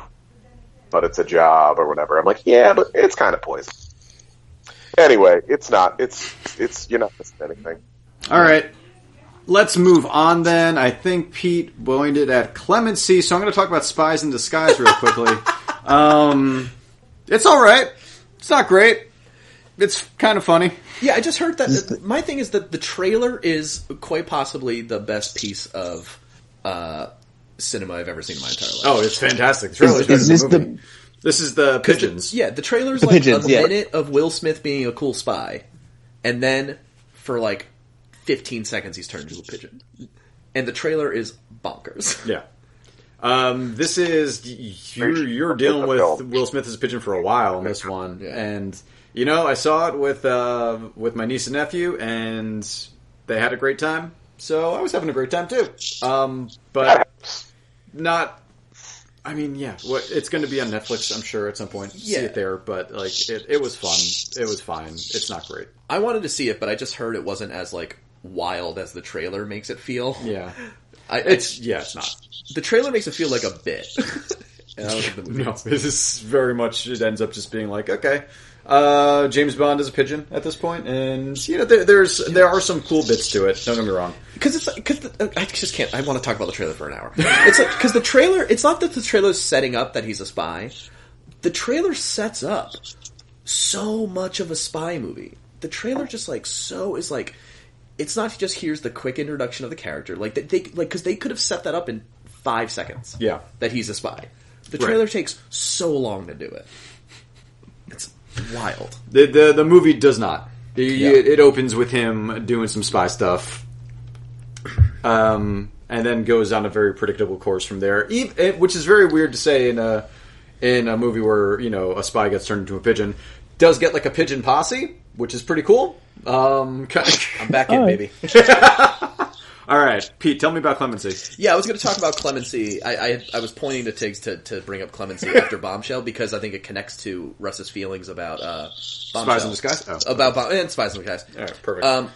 [SPEAKER 5] but it's a job or whatever. I'm like, yeah, but it's kind of poison. Anyway, it's not. It's it's you're not missing anything.
[SPEAKER 6] All right. Let's move on then. I think Pete pointed at clemency, so I'm going to talk about spies in disguise real quickly. um, it's all right. It's not great. It's kind of funny.
[SPEAKER 3] Yeah, I just heard that. My thing is that the trailer is quite possibly the best piece of uh, cinema I've ever seen in my entire life.
[SPEAKER 2] Oh, it's fantastic. The trailer's
[SPEAKER 4] Is-
[SPEAKER 2] better
[SPEAKER 4] is
[SPEAKER 2] than
[SPEAKER 4] this
[SPEAKER 2] the
[SPEAKER 4] the-
[SPEAKER 2] movie. This is the pigeons.
[SPEAKER 3] Yeah, the trailer's
[SPEAKER 4] The
[SPEAKER 3] like
[SPEAKER 4] pigeons,
[SPEAKER 3] a
[SPEAKER 4] yeah.
[SPEAKER 3] minute of Will Smith being a cool spy, and then for like 15 seconds he's turned into a pigeon. And the trailer is bonkers.
[SPEAKER 2] Yeah. Um, this is you're, you're dealing with Will Smith as a pigeon for a while in this one,
[SPEAKER 3] Yeah.
[SPEAKER 2] and you know I saw it with uh, with my niece and nephew, and they had a great time. So I was having a great time too. Um, but not. I mean, yeah, what, it's going to be on Netflix, I'm sure, at some point. See
[SPEAKER 3] Yeah.
[SPEAKER 2] it there, but like it, it was fun. It was fine. It's not great.
[SPEAKER 3] I wanted to see it, but I just heard it wasn't as like wild as the trailer makes it feel.
[SPEAKER 2] Yeah,
[SPEAKER 3] I, it's
[SPEAKER 2] it's yeah, it's not.
[SPEAKER 3] the trailer makes it feel like a bit. And I don't think the movie
[SPEAKER 2] No,
[SPEAKER 3] is.
[SPEAKER 2] this is very much. It ends up just being like, okay, uh, James Bond is a pigeon at this point, and you know, there, there's there are some cool bits to it. Don't get me wrong.
[SPEAKER 3] because it's because I just can't. I want to talk about the trailer for an hour. It's like because the trailer. It's not that the trailer's setting up that he's a spy. The trailer sets up so much of a spy movie. The trailer just like so is like it's not just here's the quick introduction of the character like they, they like because they could have set that up in five seconds.
[SPEAKER 2] Yeah.
[SPEAKER 3] that he's a spy. The
[SPEAKER 2] Right.
[SPEAKER 3] trailer takes so long to do it. It's wild.
[SPEAKER 2] The the, the movie does not. The-
[SPEAKER 3] Yeah.
[SPEAKER 2] It, it opens with him doing some spy stuff, um, and then goes on a very predictable course from there. Ev- eh, which is very weird to say in a in a movie where you know a spy gets turned into a pigeon. Does get like a pigeon posse, which is pretty cool. Um,
[SPEAKER 3] I'm back in, baby.
[SPEAKER 2] all right, Pete, tell me about clemency.
[SPEAKER 3] Yeah, I was going to talk about clemency. I, I I was pointing to Tiggs to, to bring up clemency after Bombshell because I think it connects to Russ's feelings about uh, Bombshell.
[SPEAKER 2] Spies in Disguise? Oh.
[SPEAKER 3] About bomb- and Spies in Disguise.
[SPEAKER 2] All right, perfect.
[SPEAKER 3] Um,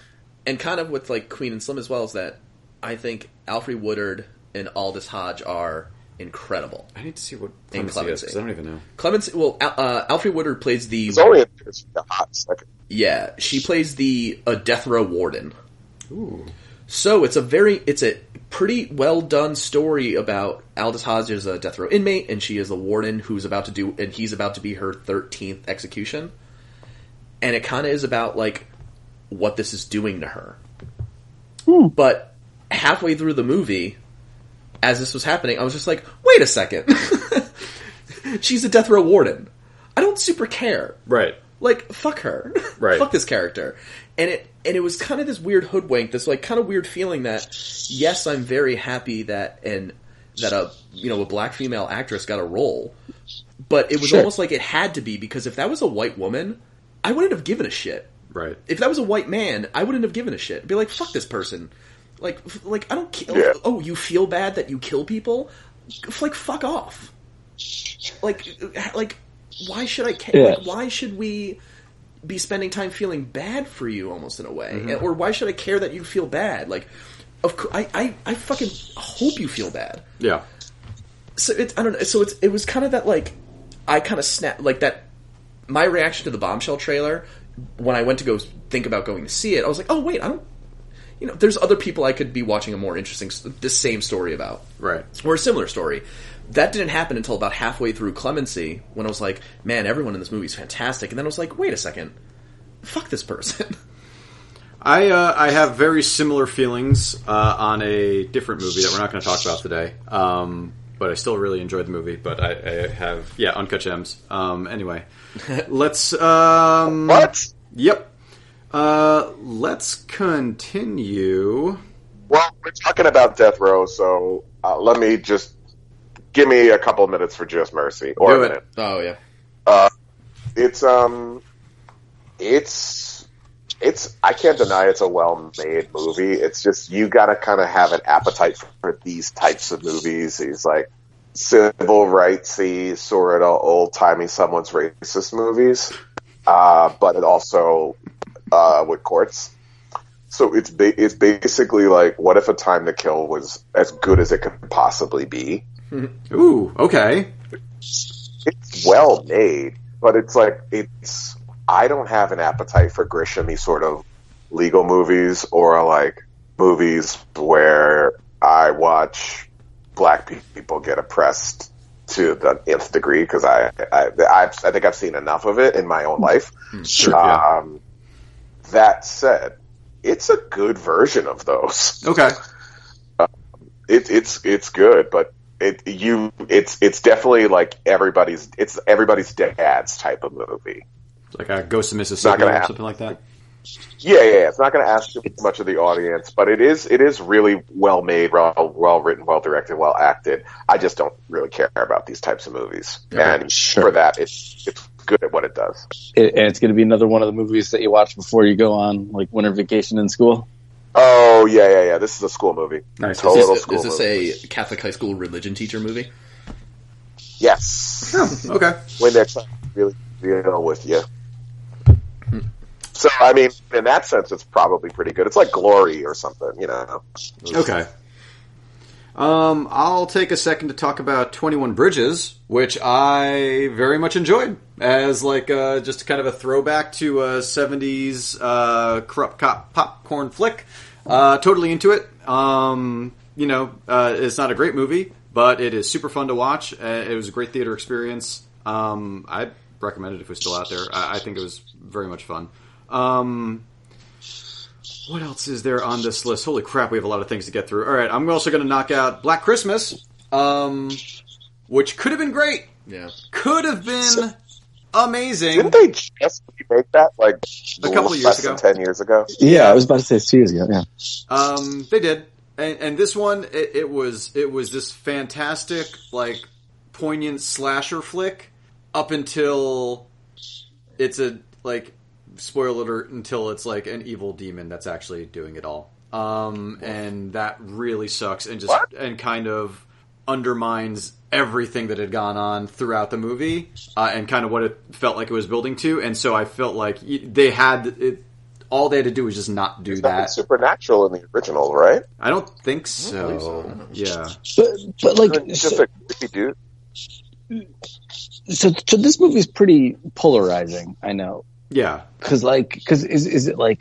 [SPEAKER 3] and kind of with like Queen and Slim as well is that I think Alfred Woodard and Aldous Hodge are incredible.
[SPEAKER 2] I need to see what
[SPEAKER 3] In
[SPEAKER 2] clemency is
[SPEAKER 3] clemency.
[SPEAKER 2] 'cause I don't even know.
[SPEAKER 3] Clemency, well, Al- uh, Alfred Woodard plays the
[SPEAKER 5] It's only a, it's a hot second.
[SPEAKER 3] yeah, she plays the a death row warden. So it's a very it's a pretty well done story about Aldous Hodge is a death row inmate and she is the warden who's about to do and he's about to be her 13th execution. And it kind of is about like what this is doing to her. But halfway through the movie as this was happening, I was just like, "Wait a second. She's a death row warden. I don't super care."
[SPEAKER 2] Right.
[SPEAKER 3] like fuck her
[SPEAKER 2] Right.
[SPEAKER 3] fuck this character and it and it was kind of this weird hoodwink this like kind of weird feeling that yes i'm very happy that and that a you know a black female actress got a role but it was almost like it had to be because if that was a white woman i wouldn't have given a shit
[SPEAKER 2] Right.
[SPEAKER 3] if that was a white man i wouldn't have given a shit I'd be like fuck this person like f- like i don't ki-
[SPEAKER 5] Yeah.
[SPEAKER 3] oh you feel bad that you kill people F- like fuck off like like why should i care
[SPEAKER 4] Yeah.
[SPEAKER 3] like why should we be spending time feeling bad for you almost in a way And- or why should i care that you feel bad like of course I, I i fucking hope you feel bad
[SPEAKER 2] Yeah.
[SPEAKER 3] so it, i don't know so it's it was kind of that like i kind of snap like that my reaction to the bombshell trailer when i went to go think about going to see it i was like oh wait i don't you know there's other people i could be watching a more interesting s- this same story about
[SPEAKER 2] Right.
[SPEAKER 3] or a similar story. That didn't happen until about halfway through Clemency when I was like, man, everyone in this movie is fantastic. And then I was like, wait a second. Fuck this person.
[SPEAKER 2] I uh, I have very similar feelings uh, on a different movie that we're not going to talk about today. Um, but I still really enjoyed the movie. But I, I have yeah, Uncut Gems. Um, anyway, let's um,
[SPEAKER 5] What?
[SPEAKER 2] Yep. Uh, let's continue.
[SPEAKER 5] Well, we're talking about death row, so uh, let me just give me a couple minutes for just mercy or
[SPEAKER 2] Do
[SPEAKER 5] a
[SPEAKER 2] it.
[SPEAKER 5] minute.
[SPEAKER 3] oh, yeah.
[SPEAKER 5] It's um, it's it's I can't deny it's a well-made movie. It's just you got to kind of have an appetite for these types of movies. These like civil rightsy sort of old-timey someone's racist movies, uh, but it also uh, with courts. So it's ba- it's basically like what if a time to kill was as good as it could possibly be.
[SPEAKER 2] Ooh, okay.
[SPEAKER 5] It's well made, but it's like it's I don't have an appetite for Grishamy sort of legal movies or like movies where I watch black pe- people get oppressed to the nth degree because I I, I I've, I think I've seen enough of it in my own life.
[SPEAKER 2] Hmm. Sure. yeah.
[SPEAKER 5] Um, that said, it's a good version of those.
[SPEAKER 2] Okay.
[SPEAKER 5] It, it's it's good, but it you it's it's definitely like everybody's it's everybody's dad's type of movie.
[SPEAKER 2] Like a Ghost of Mississippi
[SPEAKER 5] gonna
[SPEAKER 2] or
[SPEAKER 5] happen.
[SPEAKER 2] something like that.
[SPEAKER 5] Yeah, yeah, yeah. it's not going to ask too much of the audience, but it is it is really well made, well well written, well directed, well acted. I just don't really care about these types of movies, and for that, it's it's good at what it does.
[SPEAKER 4] It, and it's going to be another one of the movies that you watch before you go on like winter vacation in school.
[SPEAKER 5] Oh yeah, yeah, yeah. This is a school movie.
[SPEAKER 2] Nice.
[SPEAKER 5] Total
[SPEAKER 3] Is this,
[SPEAKER 5] school
[SPEAKER 3] is this
[SPEAKER 5] movie.
[SPEAKER 3] a Catholic high school religion teacher movie?
[SPEAKER 5] Yes.
[SPEAKER 2] Hmm, Okay.
[SPEAKER 5] when they're trying to really deal with you. So I mean, in that sense, it's probably pretty good. It's like Glory or something, you know.
[SPEAKER 2] Okay. Um, I'll take a second to talk about Twenty One Bridges, which I very much enjoyed as like uh, just kind of a throwback to a '70s uh, corrupt cop popcorn flick. Uh, totally into it. Um, you know, uh, it's not a great movie, but it is super fun to watch. Uh, it was a great theater experience. Um, I'd recommend it if it was still out there. I, I think it was very much fun. Um, what else is there on this list? Holy crap, we have a lot of things to get through. All right, I'm also going to knock out Black Christmas, um, which could have been great,
[SPEAKER 3] Yeah.
[SPEAKER 2] could have been amazing.
[SPEAKER 5] Didn't they just remake that like
[SPEAKER 2] A couple of years
[SPEAKER 5] less
[SPEAKER 2] ago.
[SPEAKER 5] than ten years ago?
[SPEAKER 4] Yeah, I was about to say it's two years ago. Yeah,
[SPEAKER 2] Um, they did, and, and this one it, it was it was this fantastic like poignant slasher flick up until it's a like spoiler alert until it's like an evil demon that's actually doing it all. Um, and that really sucks and just
[SPEAKER 5] What?
[SPEAKER 2] and kind of undermines everything that had gone on throughout the movie uh, and kind of what it felt like it was building to. And so I felt like y- they had it. All they had to do was just not do
[SPEAKER 5] Nothing
[SPEAKER 2] that.
[SPEAKER 5] supernatural in the original, right?
[SPEAKER 2] I don't think so.
[SPEAKER 3] believe so.
[SPEAKER 2] Yeah.
[SPEAKER 4] but but like
[SPEAKER 5] It's just
[SPEAKER 4] so,
[SPEAKER 5] a creepy dude.
[SPEAKER 4] so so this movie's pretty polarizing. I know
[SPEAKER 2] Yeah.
[SPEAKER 4] because like because is is it like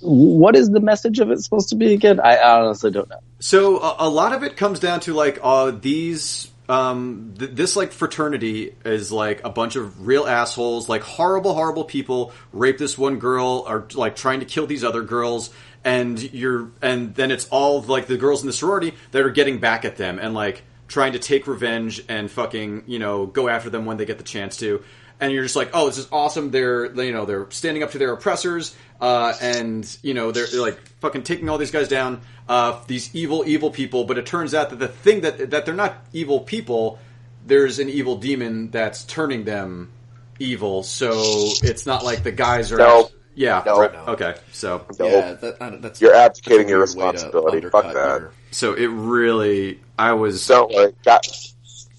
[SPEAKER 4] what is the message of it supposed to be again? I honestly don't know.
[SPEAKER 2] So a, a lot of it comes down to like uh, these. Um, th- this like fraternity is like a bunch of real assholes, like horrible, horrible people. Rape this one girl, or like trying to kill these other girls, and you're, and then it's all like the girls in the sorority that are getting back at them and like trying to take revenge and fucking you know go after them when they get the chance to. And you're just like, oh, this is awesome. They're they- you know they're standing up to their oppressors, uh, and you know they're, they're like fucking taking all these guys down. Uh, these evil evil people. But it turns out that the thing that that they're not evil people. There's an evil demon that's turning them evil. So it's not like the guys are.
[SPEAKER 5] No.
[SPEAKER 2] Yeah.
[SPEAKER 5] No.
[SPEAKER 2] right, Okay. So
[SPEAKER 5] No.
[SPEAKER 3] Yeah, that, I don't- that's
[SPEAKER 5] You're abdicating your
[SPEAKER 3] that's a weird way to
[SPEAKER 5] responsibility. Fuck
[SPEAKER 3] undercut
[SPEAKER 5] that.
[SPEAKER 3] your-
[SPEAKER 2] so it really I was
[SPEAKER 5] Don't worry. That,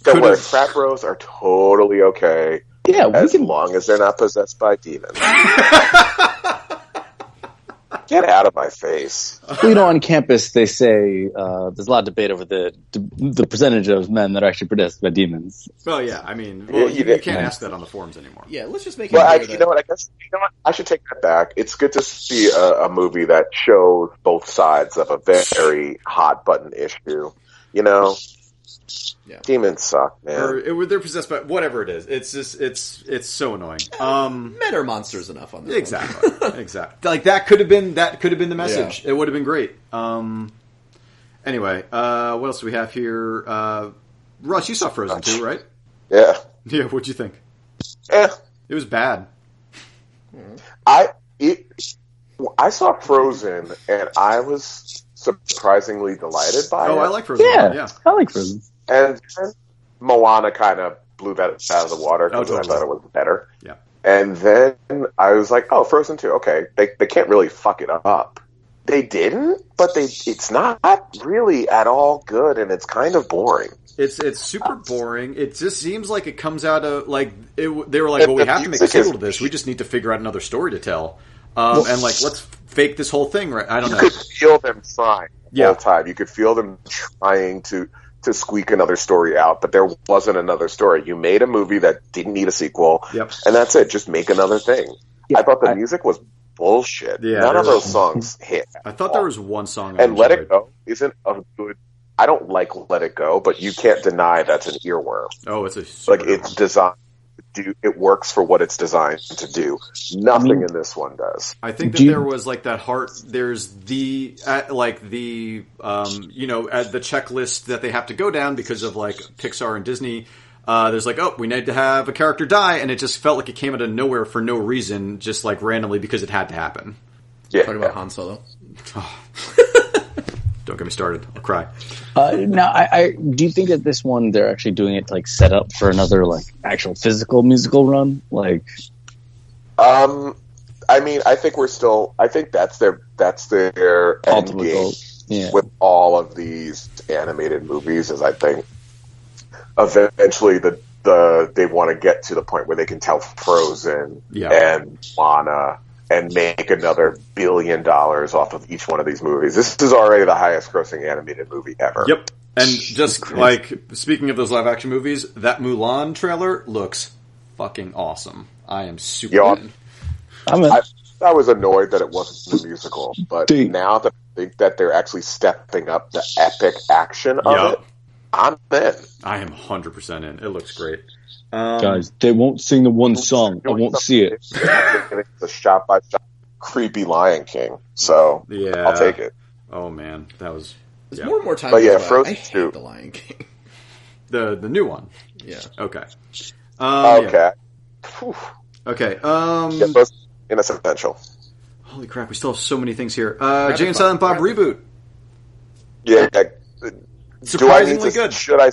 [SPEAKER 5] don't
[SPEAKER 2] Could've-
[SPEAKER 5] worry. Frat bros are totally okay
[SPEAKER 4] Yeah, we
[SPEAKER 5] as
[SPEAKER 4] can.
[SPEAKER 5] long as they're not possessed by demons. Get out of my face.
[SPEAKER 4] You know, on campus they say uh, there's a lot of debate over the the percentage of men that are actually possessed by demons.
[SPEAKER 2] well yeah I mean well,
[SPEAKER 5] you
[SPEAKER 2] you, you
[SPEAKER 5] did-
[SPEAKER 2] can't ask that on the forums anymore.
[SPEAKER 3] Yeah, let's just make it
[SPEAKER 5] Well, I,
[SPEAKER 3] clear
[SPEAKER 5] you
[SPEAKER 3] that-
[SPEAKER 5] know what? I guess you know what. I should take that back. It's good to see a, a movie that shows both sides of a very hot button issue. You know,
[SPEAKER 3] Yeah.
[SPEAKER 5] demons suck, man.
[SPEAKER 2] Or it, they're possessed by whatever it is. It's just it's it's so annoying. Um.
[SPEAKER 3] men are monsters enough on that.
[SPEAKER 2] Exactly. exactly. Like that could have been that could have been the message. It would have been great. Um. Anyway, uh, what else do we have here? Uh, Russ, you saw Frozen too, right?
[SPEAKER 5] yeah,
[SPEAKER 2] Yeah. What'd you think?
[SPEAKER 5] Eh,
[SPEAKER 2] It was bad.
[SPEAKER 5] I it, I saw Frozen, and I was surprisingly delighted by
[SPEAKER 2] Oh,
[SPEAKER 5] it.
[SPEAKER 2] I like Frozen.
[SPEAKER 4] Yeah,
[SPEAKER 2] Yeah.
[SPEAKER 4] I like Frozen.
[SPEAKER 5] And then Moana kind of blew that out of the water because
[SPEAKER 2] Oh,
[SPEAKER 5] I thought it was better.
[SPEAKER 2] Yeah.
[SPEAKER 5] And then I was like, oh, Frozen 2, okay. They, they can't really fuck it up. They didn't, but they it's not really at all good, and it's kind of boring.
[SPEAKER 2] It's it's super boring. It just seems like it comes out of like it, they were like, well, we have to make a sequel to this. We just need to figure out another story to tell, um, and like let's fake this whole thing. Right? I don't
[SPEAKER 5] You
[SPEAKER 2] know.
[SPEAKER 5] could feel them trying the
[SPEAKER 2] Yeah.
[SPEAKER 5] whole time. You could feel them trying to to squeak another story out, but there wasn't another story. You made a movie that didn't need a sequel,
[SPEAKER 2] Yep.
[SPEAKER 5] and that's it. Just make another thing. I thought the
[SPEAKER 4] I-
[SPEAKER 5] music was bullshit.
[SPEAKER 2] Yeah,
[SPEAKER 5] None of
[SPEAKER 2] there
[SPEAKER 5] those
[SPEAKER 2] was-
[SPEAKER 5] songs hit.
[SPEAKER 2] I thought there was one song. I
[SPEAKER 5] And Let It
[SPEAKER 2] enjoyed.
[SPEAKER 5] Go isn't a good. I don't like Let It Go, but you can't deny that's an earworm.
[SPEAKER 2] Oh, it's a
[SPEAKER 5] Like
[SPEAKER 2] super
[SPEAKER 5] it's designed to do. It works for what it's designed to do. Nothing
[SPEAKER 4] I mean-
[SPEAKER 5] in this one does.
[SPEAKER 2] I think that
[SPEAKER 4] Do you-
[SPEAKER 2] there was like that heart. There's the uh, like the um, you know uh, the checklist that they have to go down because of like Pixar and Disney. Uh, there's like oh we need to have a character die, and it just felt like it came out of nowhere for no reason, just like randomly because it had to happen.
[SPEAKER 5] Yeah,
[SPEAKER 3] Talking about Han Solo.
[SPEAKER 2] Don't get me started. I'll cry.
[SPEAKER 4] Uh, now, I, I do you think that this one they're actually doing it to, like set up for another like actual physical musical run? Like,
[SPEAKER 5] Um, I mean, I think we're still. I think that's their that's their end
[SPEAKER 4] Ultimate
[SPEAKER 5] game
[SPEAKER 4] goal. yeah,
[SPEAKER 5] with all of these animated movies. Is I think eventually the the they want to get to the point where they can tell Frozen
[SPEAKER 2] Yeah.
[SPEAKER 5] and Moana and make another billion dollars off of each one of these movies. This is already the highest grossing animated movie ever.
[SPEAKER 2] Yep. And just like speaking of those live action movies, that Mulan trailer looks fucking awesome. I am super.
[SPEAKER 5] Yeah.
[SPEAKER 2] in.
[SPEAKER 4] I'm a,
[SPEAKER 5] I- I was annoyed that it wasn't the musical, but
[SPEAKER 4] Dude.
[SPEAKER 5] now that I think that they're actually stepping up the epic action of
[SPEAKER 2] Yup.
[SPEAKER 5] it, I'm in.
[SPEAKER 2] I am hundred percent in. It looks great. Um,
[SPEAKER 4] guys, they won't sing the one song. I won't see it.
[SPEAKER 5] It's a shot by shot creepy Lion King, so
[SPEAKER 2] Yeah.
[SPEAKER 5] I'll take it.
[SPEAKER 2] Oh man, that was
[SPEAKER 3] There's
[SPEAKER 2] Yeah.
[SPEAKER 3] more and more time.
[SPEAKER 5] But yeah,
[SPEAKER 3] goes by.
[SPEAKER 5] Frozen
[SPEAKER 3] I hate
[SPEAKER 5] two.
[SPEAKER 3] the Lion King.
[SPEAKER 2] the the new one.
[SPEAKER 3] yeah,
[SPEAKER 2] Okay. Um, yeah.
[SPEAKER 5] okay, Phew.
[SPEAKER 2] Okay. Um,
[SPEAKER 5] Yeah, both inessential.
[SPEAKER 2] Holy crap! We still have so many things here. Uh,
[SPEAKER 3] Rapid
[SPEAKER 2] Jane
[SPEAKER 3] fire.
[SPEAKER 2] Silent Bob
[SPEAKER 3] Rapid-
[SPEAKER 2] reboot.
[SPEAKER 5] Yeah, do I need
[SPEAKER 2] Surprisingly
[SPEAKER 5] to,
[SPEAKER 2] good.
[SPEAKER 5] Should I?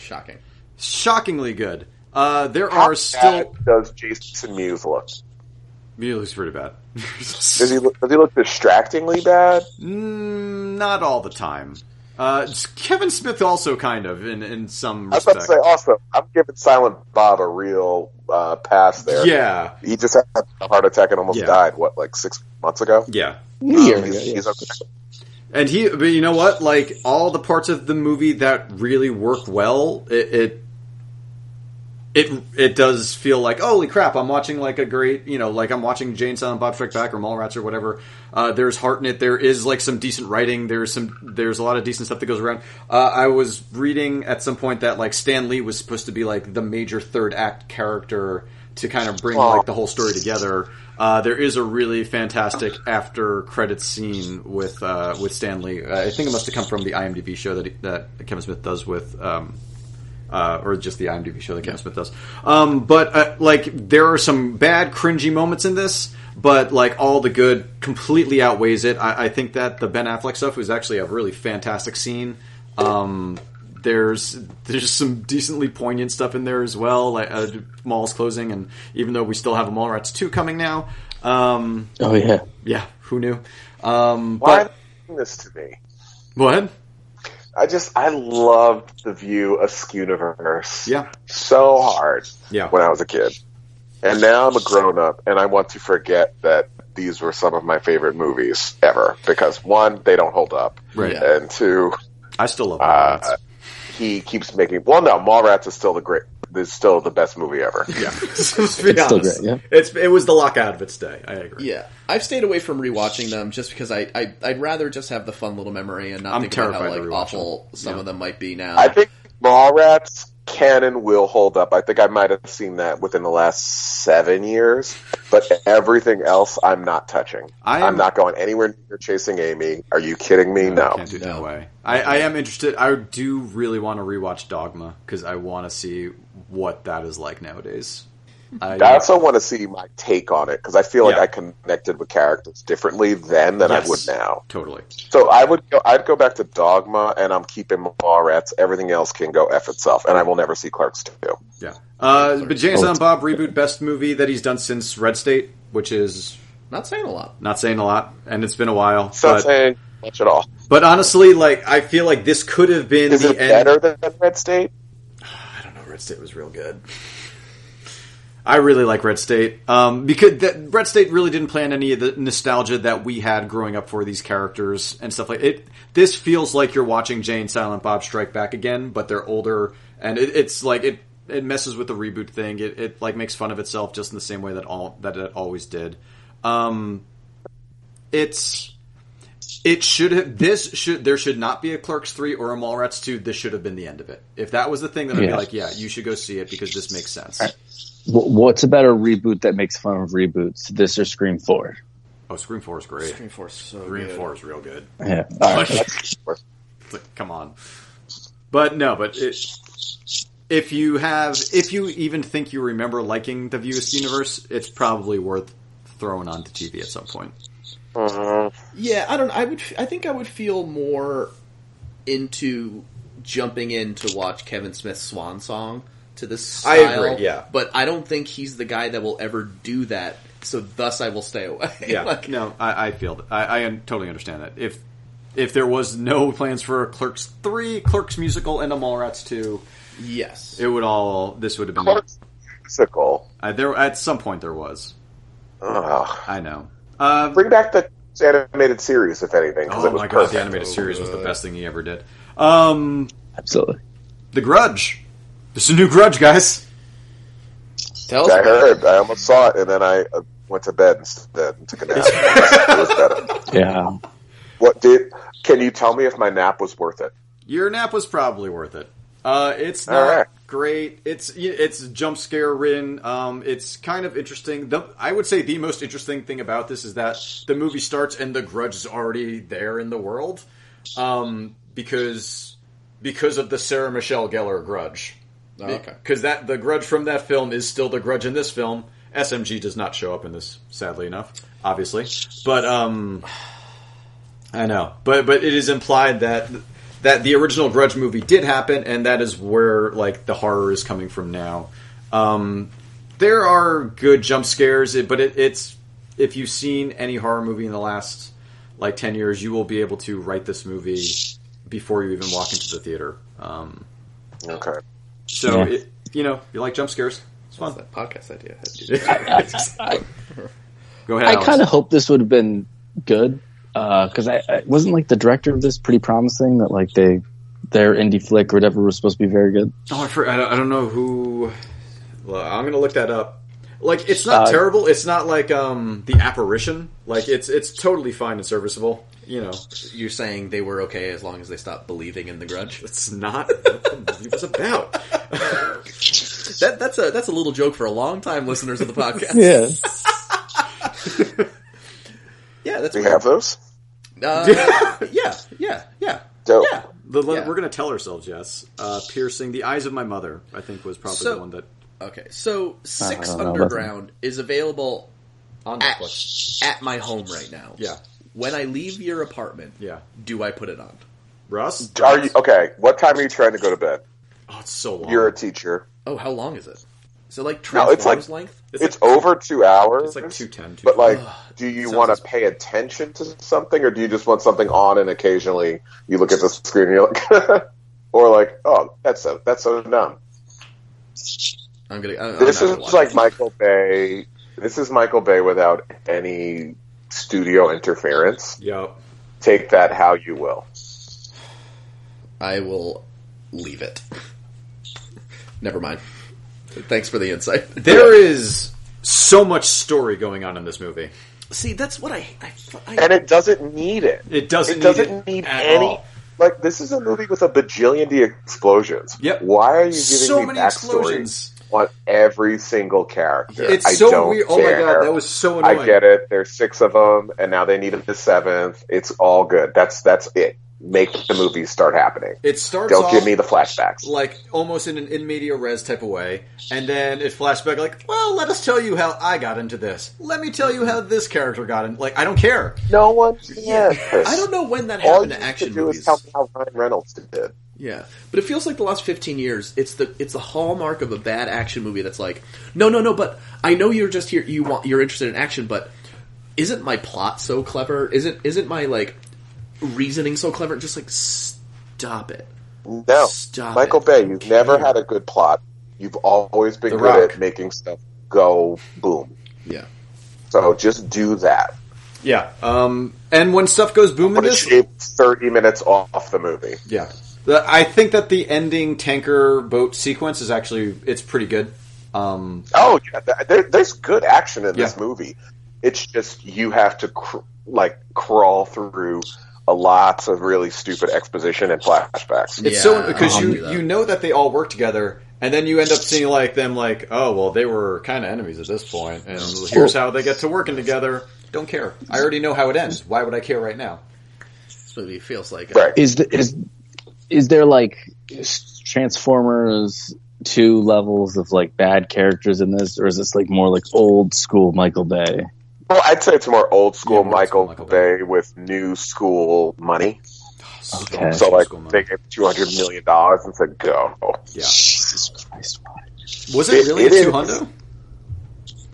[SPEAKER 3] shocking.
[SPEAKER 2] Shockingly good. Uh, there
[SPEAKER 5] How
[SPEAKER 2] are still.
[SPEAKER 5] bad does Jason Mewes look?
[SPEAKER 2] Mew looks pretty bad.
[SPEAKER 5] Does he look, does he look distractingly bad?
[SPEAKER 2] Mm, not all the time. Uh, Kevin Smith also kind of in in some
[SPEAKER 5] I was about
[SPEAKER 2] respect.
[SPEAKER 5] to say. Also, I'm giving Silent Bob a real uh, pass there.
[SPEAKER 2] yeah,
[SPEAKER 5] he just had a heart attack and almost
[SPEAKER 2] Yeah.
[SPEAKER 5] died. What, like six months ago?
[SPEAKER 2] yeah.
[SPEAKER 4] Here we
[SPEAKER 5] he's,
[SPEAKER 4] go, yeah.
[SPEAKER 5] he's okay.
[SPEAKER 2] And he, but you know what? Like all the parts of the movie that really work well, it it it, it does feel like holy crap! I'm watching like a great, you know, like I'm watching Jane Silent Bob Strike Back or Mallrats or whatever. Uh, there's heart in it. There is like some decent writing. There's some there's a lot of decent stuff that goes around. Uh, I was reading at some point that like Stan Lee was supposed to be like the major third act character to kind of bring like the whole story together. Uh, there is a really fantastic after credits scene with uh, with Stan Lee. I think it must have come from the IMDb show that that Kevin Smith does with um, uh, or just the IMDb show that Kevin Smith does. Um, but uh, like, there are some bad, cringy moments in this, but like all the good completely outweighs it. I, I think that the Ben Affleck stuff was actually a really fantastic scene. Um, there's there's some decently poignant stuff in there as well, like uh, malls closing, and even though we still have a Mallrats two coming now, um,
[SPEAKER 4] Oh yeah,
[SPEAKER 2] yeah, who knew? Um,
[SPEAKER 5] Why are
[SPEAKER 2] but
[SPEAKER 5] they doing this to me?
[SPEAKER 2] what?
[SPEAKER 5] I just I loved the view of Skewniverse
[SPEAKER 2] Yeah,
[SPEAKER 5] so hard
[SPEAKER 2] yeah.
[SPEAKER 5] when I was a kid, and now I'm a grown up, and I want to forget that these were some of my favorite movies ever because one, they don't hold up,
[SPEAKER 2] Right.
[SPEAKER 5] and two,
[SPEAKER 2] I still love
[SPEAKER 5] Uh,
[SPEAKER 2] Mallrats.
[SPEAKER 5] he keeps making. Well, no, Mallrats is still the great, is still the best movie ever.
[SPEAKER 2] yeah, Let's be
[SPEAKER 4] still
[SPEAKER 2] honest.
[SPEAKER 4] great, yeah.
[SPEAKER 2] It's it was the lockout of its day. I agree.
[SPEAKER 3] Yeah, I've stayed away from rewatching them just because I, I I'd rather just have the fun little memory and not
[SPEAKER 2] I'm
[SPEAKER 3] think about how
[SPEAKER 2] terrified to
[SPEAKER 3] like
[SPEAKER 2] rewatch
[SPEAKER 3] awful some
[SPEAKER 2] Yeah.
[SPEAKER 3] of them might be now.
[SPEAKER 5] I think Mallrats canon will hold up. I think I might have seen that within the last seven years, but everything else I'm not touching.
[SPEAKER 2] I am-
[SPEAKER 5] I'm not going anywhere near chasing Amy. Are you kidding me? No.
[SPEAKER 2] Can't do it
[SPEAKER 3] No.
[SPEAKER 2] that way. Oh, I, I am interested. I do really want to rewatch Dogma because I want to see what that is like nowadays. I,
[SPEAKER 5] I also want to see my take on it because I feel like
[SPEAKER 2] Yeah.
[SPEAKER 5] I connected with characters differently then than
[SPEAKER 2] Yes.
[SPEAKER 5] I would now.
[SPEAKER 2] totally.
[SPEAKER 5] So I would go. I'd go back to Dogma, and I'm keeping Mallrats. Everything else can go f itself, and I will never see Clerks two.
[SPEAKER 2] Yeah. Uh, but James and Bob reboot best movie that he's done since Red State, which is
[SPEAKER 3] not saying a lot.
[SPEAKER 2] not saying a lot, and it's been a while.
[SPEAKER 5] It's not
[SPEAKER 2] But,
[SPEAKER 5] saying much at all.
[SPEAKER 2] but honestly, like I feel like this could have been
[SPEAKER 5] Is
[SPEAKER 2] the
[SPEAKER 5] it
[SPEAKER 2] end.
[SPEAKER 5] better than Red State?
[SPEAKER 2] I don't know. Red State was real good. I really like Red State um, because that, Red State really didn't plan any of the nostalgia that we had growing up for these characters and stuff like it. This feels like you're watching Jane Silent Bob Strike Back again, but they're older, and it, it's like it it messes with the reboot thing. It, it like makes fun of itself just in the same way that all that it always did. Um, it's it should have this should there should not be a Clerks three or a Mallrats two. This should have been the end of it. If that was the thing, then I'd be
[SPEAKER 4] Yeah.
[SPEAKER 2] like, yeah, you should go see it because this makes sense.
[SPEAKER 4] Wh- What's a better reboot that makes fun of reboots? This or Scream Four?
[SPEAKER 2] Oh, Scream four is great.
[SPEAKER 3] Scream Four is so
[SPEAKER 2] Scream
[SPEAKER 3] good.
[SPEAKER 2] four is real good.
[SPEAKER 4] Yeah. All right.
[SPEAKER 2] It's like, come on. But no, but it, if you have, if you even think you remember liking the Viewist universe, it's probably worth throwing onto TV at some point.
[SPEAKER 3] Yeah, I don't. I would. I think I would feel more into jumping in to watch Kevin Smith's swan song to this.
[SPEAKER 2] I
[SPEAKER 3] Style,
[SPEAKER 2] agree, yeah.
[SPEAKER 3] but I don't think he's the guy that will ever do that. So thus, I will stay away.
[SPEAKER 2] Yeah,
[SPEAKER 3] Like,
[SPEAKER 2] no, I, I feel that. I, I un- totally understand that. If if there was no plans for a Clerks three, Clerks musical, and a Mallrats two,
[SPEAKER 3] Yes.
[SPEAKER 2] it would all this would have been
[SPEAKER 5] Clark's musical.
[SPEAKER 2] Uh, there at some point. There was.
[SPEAKER 5] Ugh.
[SPEAKER 2] I know. Uh,
[SPEAKER 5] Bring back the animated series, if anything, because
[SPEAKER 2] oh
[SPEAKER 5] it was
[SPEAKER 2] my god,
[SPEAKER 5] perfect.
[SPEAKER 2] the animated series was the best thing he ever did. Um,
[SPEAKER 4] Absolutely.
[SPEAKER 2] The Grudge. There's a new Grudge, guys.
[SPEAKER 3] Tell us
[SPEAKER 5] I
[SPEAKER 3] about it.
[SPEAKER 5] heard. I almost saw it, and then I uh, went to bed instead and took a nap. it was better.
[SPEAKER 4] Yeah.
[SPEAKER 5] What did? Can you tell me if my nap was worth it?
[SPEAKER 2] Your nap was probably worth it. Uh, it's
[SPEAKER 5] All
[SPEAKER 2] not
[SPEAKER 5] right.
[SPEAKER 2] great. It's it's jump scare ridden. Um, it's kind of interesting. The, I would say the most interesting thing about this is that the movie starts and the grudge is already there in the world, um, because because of the Sarah Michelle Gellar grudge.
[SPEAKER 3] Oh, okay.
[SPEAKER 2] Because that the grudge from that film is still the grudge in this film. SMG does not show up in this, sadly enough, obviously. But um, I know, but but it is implied that that the original Grudge movie did happen, and that is where like the horror is coming from now. Um, there are good jump scares, it- but it, it's if you've seen any horror movie in the last like ten years, you will be able to write this movie before you even walk into the theater. Um,
[SPEAKER 5] Okay.
[SPEAKER 2] so
[SPEAKER 4] Yeah.
[SPEAKER 2] it, you know, you like jump scares? It's
[SPEAKER 3] What's
[SPEAKER 2] fun.
[SPEAKER 3] that podcast idea?
[SPEAKER 4] I,
[SPEAKER 2] Go ahead.
[SPEAKER 4] I
[SPEAKER 2] Alex.
[SPEAKER 4] kind of hope this would have been good because I, I wasn't like the director of this pretty promising that like they their indie flick or whatever was supposed to be very good.
[SPEAKER 2] Oh, I, for, I, don't, I don't know who. Well, I'm gonna look that up. Like, it's not
[SPEAKER 4] Uh,
[SPEAKER 2] terrible. It's not like um the apparition. Like, it's it's totally fine and serviceable. You know,
[SPEAKER 3] You're saying they were okay as long as they stopped believing in the grudge.
[SPEAKER 2] it's not what the movie was about.
[SPEAKER 3] That, that's a that's a little joke for a long time listeners of the podcast.
[SPEAKER 4] Yeah.
[SPEAKER 3] yeah, that's
[SPEAKER 5] Do you have those?
[SPEAKER 3] uh, yeah, yeah, yeah,
[SPEAKER 5] Dope.
[SPEAKER 3] yeah.
[SPEAKER 2] The, le-
[SPEAKER 3] Yeah.
[SPEAKER 2] We're gonna tell ourselves yes. Uh, piercing the eyes of my mother. I think was probably
[SPEAKER 3] So-
[SPEAKER 2] the one that
[SPEAKER 3] Okay, so Six
[SPEAKER 4] don't know about
[SPEAKER 3] Underground is available
[SPEAKER 2] on
[SPEAKER 3] at,
[SPEAKER 2] Netflix.
[SPEAKER 3] at my home right now.
[SPEAKER 2] Yeah.
[SPEAKER 3] When I leave your apartment,
[SPEAKER 2] Yeah,
[SPEAKER 3] do I put it on?
[SPEAKER 2] Russ.
[SPEAKER 5] Are you okay? What time are you trying to go to bed?
[SPEAKER 2] Oh, it's so long.
[SPEAKER 5] You're a teacher.
[SPEAKER 3] Oh, how long is it? So like
[SPEAKER 5] No,
[SPEAKER 3] Transformers
[SPEAKER 5] it's like-
[SPEAKER 3] length?
[SPEAKER 5] It's, over two hours.
[SPEAKER 2] it's like two ten.
[SPEAKER 5] But like, do you
[SPEAKER 3] Sounds
[SPEAKER 5] want
[SPEAKER 3] as-
[SPEAKER 5] to pay attention to something, or do you just want something on and occasionally you look at the screen and you're like, or like, oh, that's so that's so dumb.
[SPEAKER 3] I'm gonna. I'm,
[SPEAKER 2] Oh,
[SPEAKER 5] this
[SPEAKER 3] I'm
[SPEAKER 5] is
[SPEAKER 3] not gonna
[SPEAKER 5] like
[SPEAKER 3] watch
[SPEAKER 5] Michael Bay. This is Michael Bay without any studio interference.
[SPEAKER 2] Yep.
[SPEAKER 5] Take that how you will.
[SPEAKER 3] it. I will leave it. Never mind. Thanks for the insight.
[SPEAKER 2] There is so much story going on in this movie.
[SPEAKER 3] See, that's what I. I, I
[SPEAKER 5] And it doesn't need it.
[SPEAKER 2] It doesn't.
[SPEAKER 5] It doesn't
[SPEAKER 2] need, it
[SPEAKER 5] need
[SPEAKER 2] at
[SPEAKER 5] any.
[SPEAKER 2] all.
[SPEAKER 5] Like this is a movie with a bajillion D explosions.
[SPEAKER 2] Yep.
[SPEAKER 5] Why are you giving
[SPEAKER 2] So
[SPEAKER 5] me
[SPEAKER 2] many
[SPEAKER 5] backstory
[SPEAKER 2] explosions.
[SPEAKER 5] on every single character?
[SPEAKER 2] It's
[SPEAKER 5] I
[SPEAKER 2] so
[SPEAKER 5] don't
[SPEAKER 2] weird. Oh my
[SPEAKER 5] care.
[SPEAKER 2] god, that was so annoying.
[SPEAKER 5] I get it. There's six of them, and now they needed the seventh. It's all good. That's that's it. Make the movies start happening.
[SPEAKER 2] It starts
[SPEAKER 5] Don't
[SPEAKER 2] off
[SPEAKER 5] give me the flashbacks.
[SPEAKER 2] like almost in an in media res type of way, and then it flashback like, well, let us tell you how I got into this. Let me tell you how this character got in. Like, I don't care.
[SPEAKER 5] No one cares.
[SPEAKER 3] I don't know when that
[SPEAKER 5] All
[SPEAKER 3] happened
[SPEAKER 5] you
[SPEAKER 3] to
[SPEAKER 5] have to
[SPEAKER 3] action
[SPEAKER 5] do
[SPEAKER 3] movies.
[SPEAKER 5] is tell me how Ryan Reynolds did.
[SPEAKER 3] Yeah, but it feels like the last fifteen years. It's the it's the hallmark of a bad action movie. That's like, no, no, no. But I know you're just here. You want you're interested in action, but isn't my plot so clever? Isn't isn't my like reasoning so clever? Just like stop it.
[SPEAKER 5] No,
[SPEAKER 3] Stop
[SPEAKER 5] Michael
[SPEAKER 3] it.
[SPEAKER 5] Bay,
[SPEAKER 3] Don't
[SPEAKER 5] you've never
[SPEAKER 3] care.
[SPEAKER 5] had a good plot. You've always been
[SPEAKER 2] The
[SPEAKER 5] good
[SPEAKER 2] Rock.
[SPEAKER 5] at making stuff go boom.
[SPEAKER 3] Yeah,
[SPEAKER 5] So just do that.
[SPEAKER 2] Yeah. Um. And when stuff goes boom in
[SPEAKER 5] But it
[SPEAKER 2] this,
[SPEAKER 5] shaved thirty minutes off the movie.
[SPEAKER 2] yeah. The- I think that the ending tanker boat sequence is actually it's pretty good. Um.
[SPEAKER 5] Oh yeah, th- there, there's good action in this
[SPEAKER 2] Yeah.
[SPEAKER 5] movie. It's just you have to cr- like crawl through a lots of really stupid exposition and flashbacks.
[SPEAKER 2] It's so because you you know that they all work together, and then you end up seeing like them like, oh well, they were kind of enemies at this point, and here's how they get to working together. Don't care. I already know how it ends. Why would I care right now?
[SPEAKER 3] This movie feels like a-
[SPEAKER 5] Right.
[SPEAKER 4] Is the, is is there like Transformers two levels of like bad characters in this, or is this like more like old school Michael Bay?
[SPEAKER 5] Well, I'd say it's more old school
[SPEAKER 2] Yeah, more old
[SPEAKER 5] Michael,
[SPEAKER 2] school Michael
[SPEAKER 5] Bay with new school money.
[SPEAKER 4] Okay.
[SPEAKER 5] So like
[SPEAKER 2] School money.
[SPEAKER 5] they gave two hundred million dollars and said go.
[SPEAKER 4] Jesus Christ!
[SPEAKER 2] Was it
[SPEAKER 5] It-
[SPEAKER 2] really
[SPEAKER 5] it
[SPEAKER 2] a two
[SPEAKER 5] is.
[SPEAKER 2] hundo?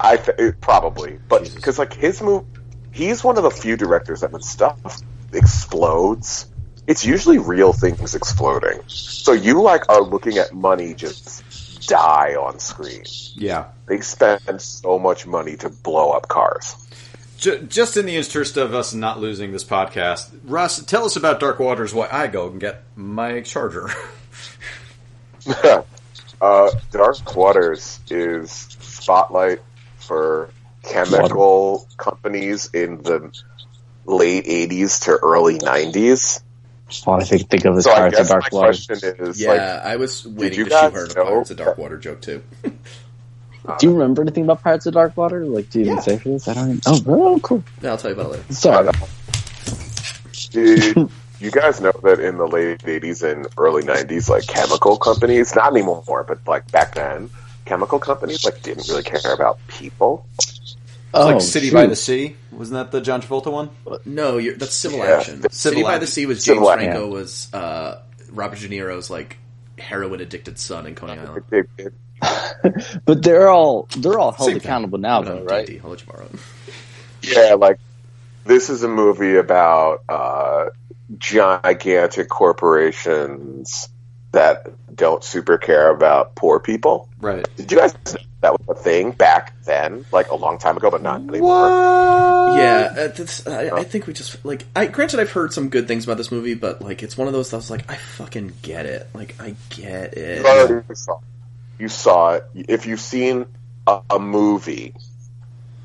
[SPEAKER 5] I th- it, probably, but
[SPEAKER 2] Jesus.
[SPEAKER 5] because like his move, he's one of the few directors that when stuff explodes, it's usually real things exploding. So you like are looking at money just die on screen.
[SPEAKER 2] Yeah.
[SPEAKER 5] They spend so much money to blow up cars.
[SPEAKER 2] Ju- just in the interest of us not losing this podcast, Russ, tell us about Dark Waters. Why I go and get my charger?
[SPEAKER 5] uh, Dark Waters is spotlight for chemical companies in the late 80s to early 90s.
[SPEAKER 4] All I think think of is
[SPEAKER 5] So I
[SPEAKER 4] Pirates of
[SPEAKER 5] guess my
[SPEAKER 4] Dark Waters.
[SPEAKER 5] question is,
[SPEAKER 3] Yeah,
[SPEAKER 5] like,
[SPEAKER 3] I was waiting
[SPEAKER 5] you
[SPEAKER 3] to shoot
[SPEAKER 5] guys
[SPEAKER 3] her to
[SPEAKER 5] know-
[SPEAKER 3] Pirates of Dark Water joke too.
[SPEAKER 4] Do you remember anything about Pirates of Dark Water? Like, do you even say for this? I don't. Even, oh, oh, cool.
[SPEAKER 3] No, I'll tell you about it later.
[SPEAKER 4] Sorry.
[SPEAKER 5] did you guys know that in the late 80s and early 90s, like, chemical companies, not anymore, but, like, back then, chemical companies, like, didn't really care about people.
[SPEAKER 4] Oh,
[SPEAKER 2] like City by
[SPEAKER 4] shoot.
[SPEAKER 2] the Sea. Wasn't that the John Travolta one?
[SPEAKER 3] No, you're, that's Civil
[SPEAKER 5] Yeah,
[SPEAKER 3] Action.
[SPEAKER 5] the-
[SPEAKER 3] City
[SPEAKER 2] Civil
[SPEAKER 3] by
[SPEAKER 2] Action.
[SPEAKER 3] the Sea was James
[SPEAKER 5] Civil Action.
[SPEAKER 3] Franco was uh, Robert De Niro's like heroin addicted son in Coney Island.
[SPEAKER 5] It- it-
[SPEAKER 4] But they're all they're all held
[SPEAKER 2] Same thing.
[SPEAKER 4] accountable now,
[SPEAKER 3] No,
[SPEAKER 4] though, right?
[SPEAKER 3] D&D, I'll let you borrow it.
[SPEAKER 5] Yeah, like this is a movie about uh, gigantic corporations that don't super care about poor people.
[SPEAKER 2] Right.
[SPEAKER 5] Did you guys know that was a thing back then, like a long time ago, but not anymore?
[SPEAKER 2] What?
[SPEAKER 3] Yeah, uh, this, I, I think we just like. I granted, I've heard some good things about this movie, but like, it's one of those that I was like, I fucking get it. Like, I get it.
[SPEAKER 5] Oh, You already saw. You saw it. If you've seen um, a, a movie,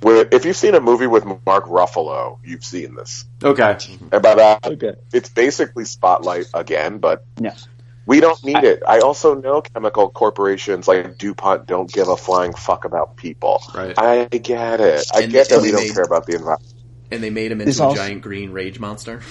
[SPEAKER 5] with, if you've seen a movie with Mark Ruffalo, you've seen this.
[SPEAKER 2] Okay.
[SPEAKER 5] And by that,
[SPEAKER 4] Okay.
[SPEAKER 5] it's basically Spotlight again, but
[SPEAKER 4] Yeah.
[SPEAKER 5] we don't need it. I also know chemical corporations like DuPont don't give a flying fuck about people.
[SPEAKER 2] Right.
[SPEAKER 5] I get it. I
[SPEAKER 3] And-
[SPEAKER 5] get that
[SPEAKER 3] and
[SPEAKER 5] we
[SPEAKER 3] they
[SPEAKER 5] don't
[SPEAKER 3] made-
[SPEAKER 5] care about the environment.
[SPEAKER 3] And they made him
[SPEAKER 4] This
[SPEAKER 3] into a
[SPEAKER 4] also-
[SPEAKER 3] giant green rage monster.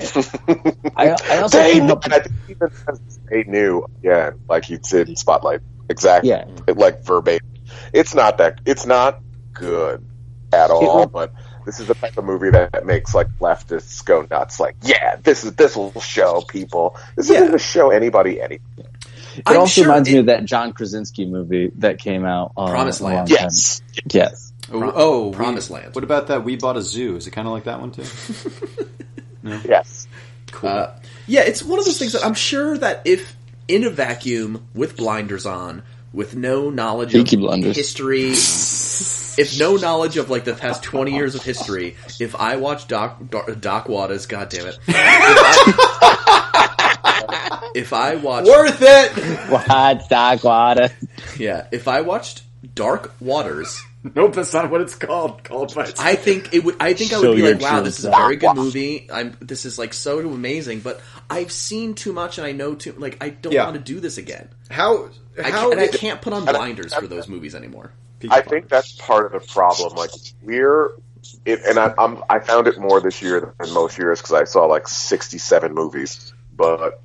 [SPEAKER 4] I, I also
[SPEAKER 5] They
[SPEAKER 4] came
[SPEAKER 5] knew,
[SPEAKER 4] up
[SPEAKER 5] and I think even says they knew. Yeah, like you did in Spotlight. Exactly.
[SPEAKER 4] Yeah.
[SPEAKER 5] Like verbatim. It's not that. It's not good at all. but this is the type of movie that makes like leftists go nuts. Like, yeah, this is this will show people. This
[SPEAKER 3] Yeah.
[SPEAKER 5] isn't going to show anybody anything.
[SPEAKER 4] It also reminds
[SPEAKER 3] it-
[SPEAKER 4] me of that John Krasinski movie that came out. Uh,
[SPEAKER 3] Promised
[SPEAKER 4] a long
[SPEAKER 3] Land.
[SPEAKER 4] time-
[SPEAKER 5] Yes.
[SPEAKER 4] Yes.
[SPEAKER 2] Oh, oh, we-
[SPEAKER 3] Promised Land.
[SPEAKER 2] What about that? We bought a zoo. Is it kind of like that one too?
[SPEAKER 5] Yes.
[SPEAKER 3] Uh, yeah, it's one of those things that I'm sure that if in a vacuum with blinders on, with no knowledge
[SPEAKER 4] Peaky
[SPEAKER 3] of
[SPEAKER 4] blinders.
[SPEAKER 3] history, if no knowledge of like the past 20 years of history, if I watch Doc Doc, Doc Waters, God damn it, if I, if I watch
[SPEAKER 2] Worth it.
[SPEAKER 4] Hot dog water.
[SPEAKER 3] yeah, if I watched Dark Waters.
[SPEAKER 2] nope, that's not what it's called. Called by its-
[SPEAKER 3] I think it would. I think I would
[SPEAKER 4] So
[SPEAKER 3] be
[SPEAKER 4] you're
[SPEAKER 3] like, "Wow,
[SPEAKER 4] true.
[SPEAKER 3] this is a very good movie. I'm. This is like so amazing." But I've seen too much, and I know too. Like, I don't
[SPEAKER 2] Yeah.
[SPEAKER 3] want to do this again.
[SPEAKER 2] how
[SPEAKER 3] I
[SPEAKER 2] how
[SPEAKER 3] can't, and I
[SPEAKER 2] did-
[SPEAKER 3] can't put on blinders for those movies anymore.
[SPEAKER 5] I think that's part of the problem. Like we're, it, and I, I'm I found it more this year than most years because I saw like 67 movies. But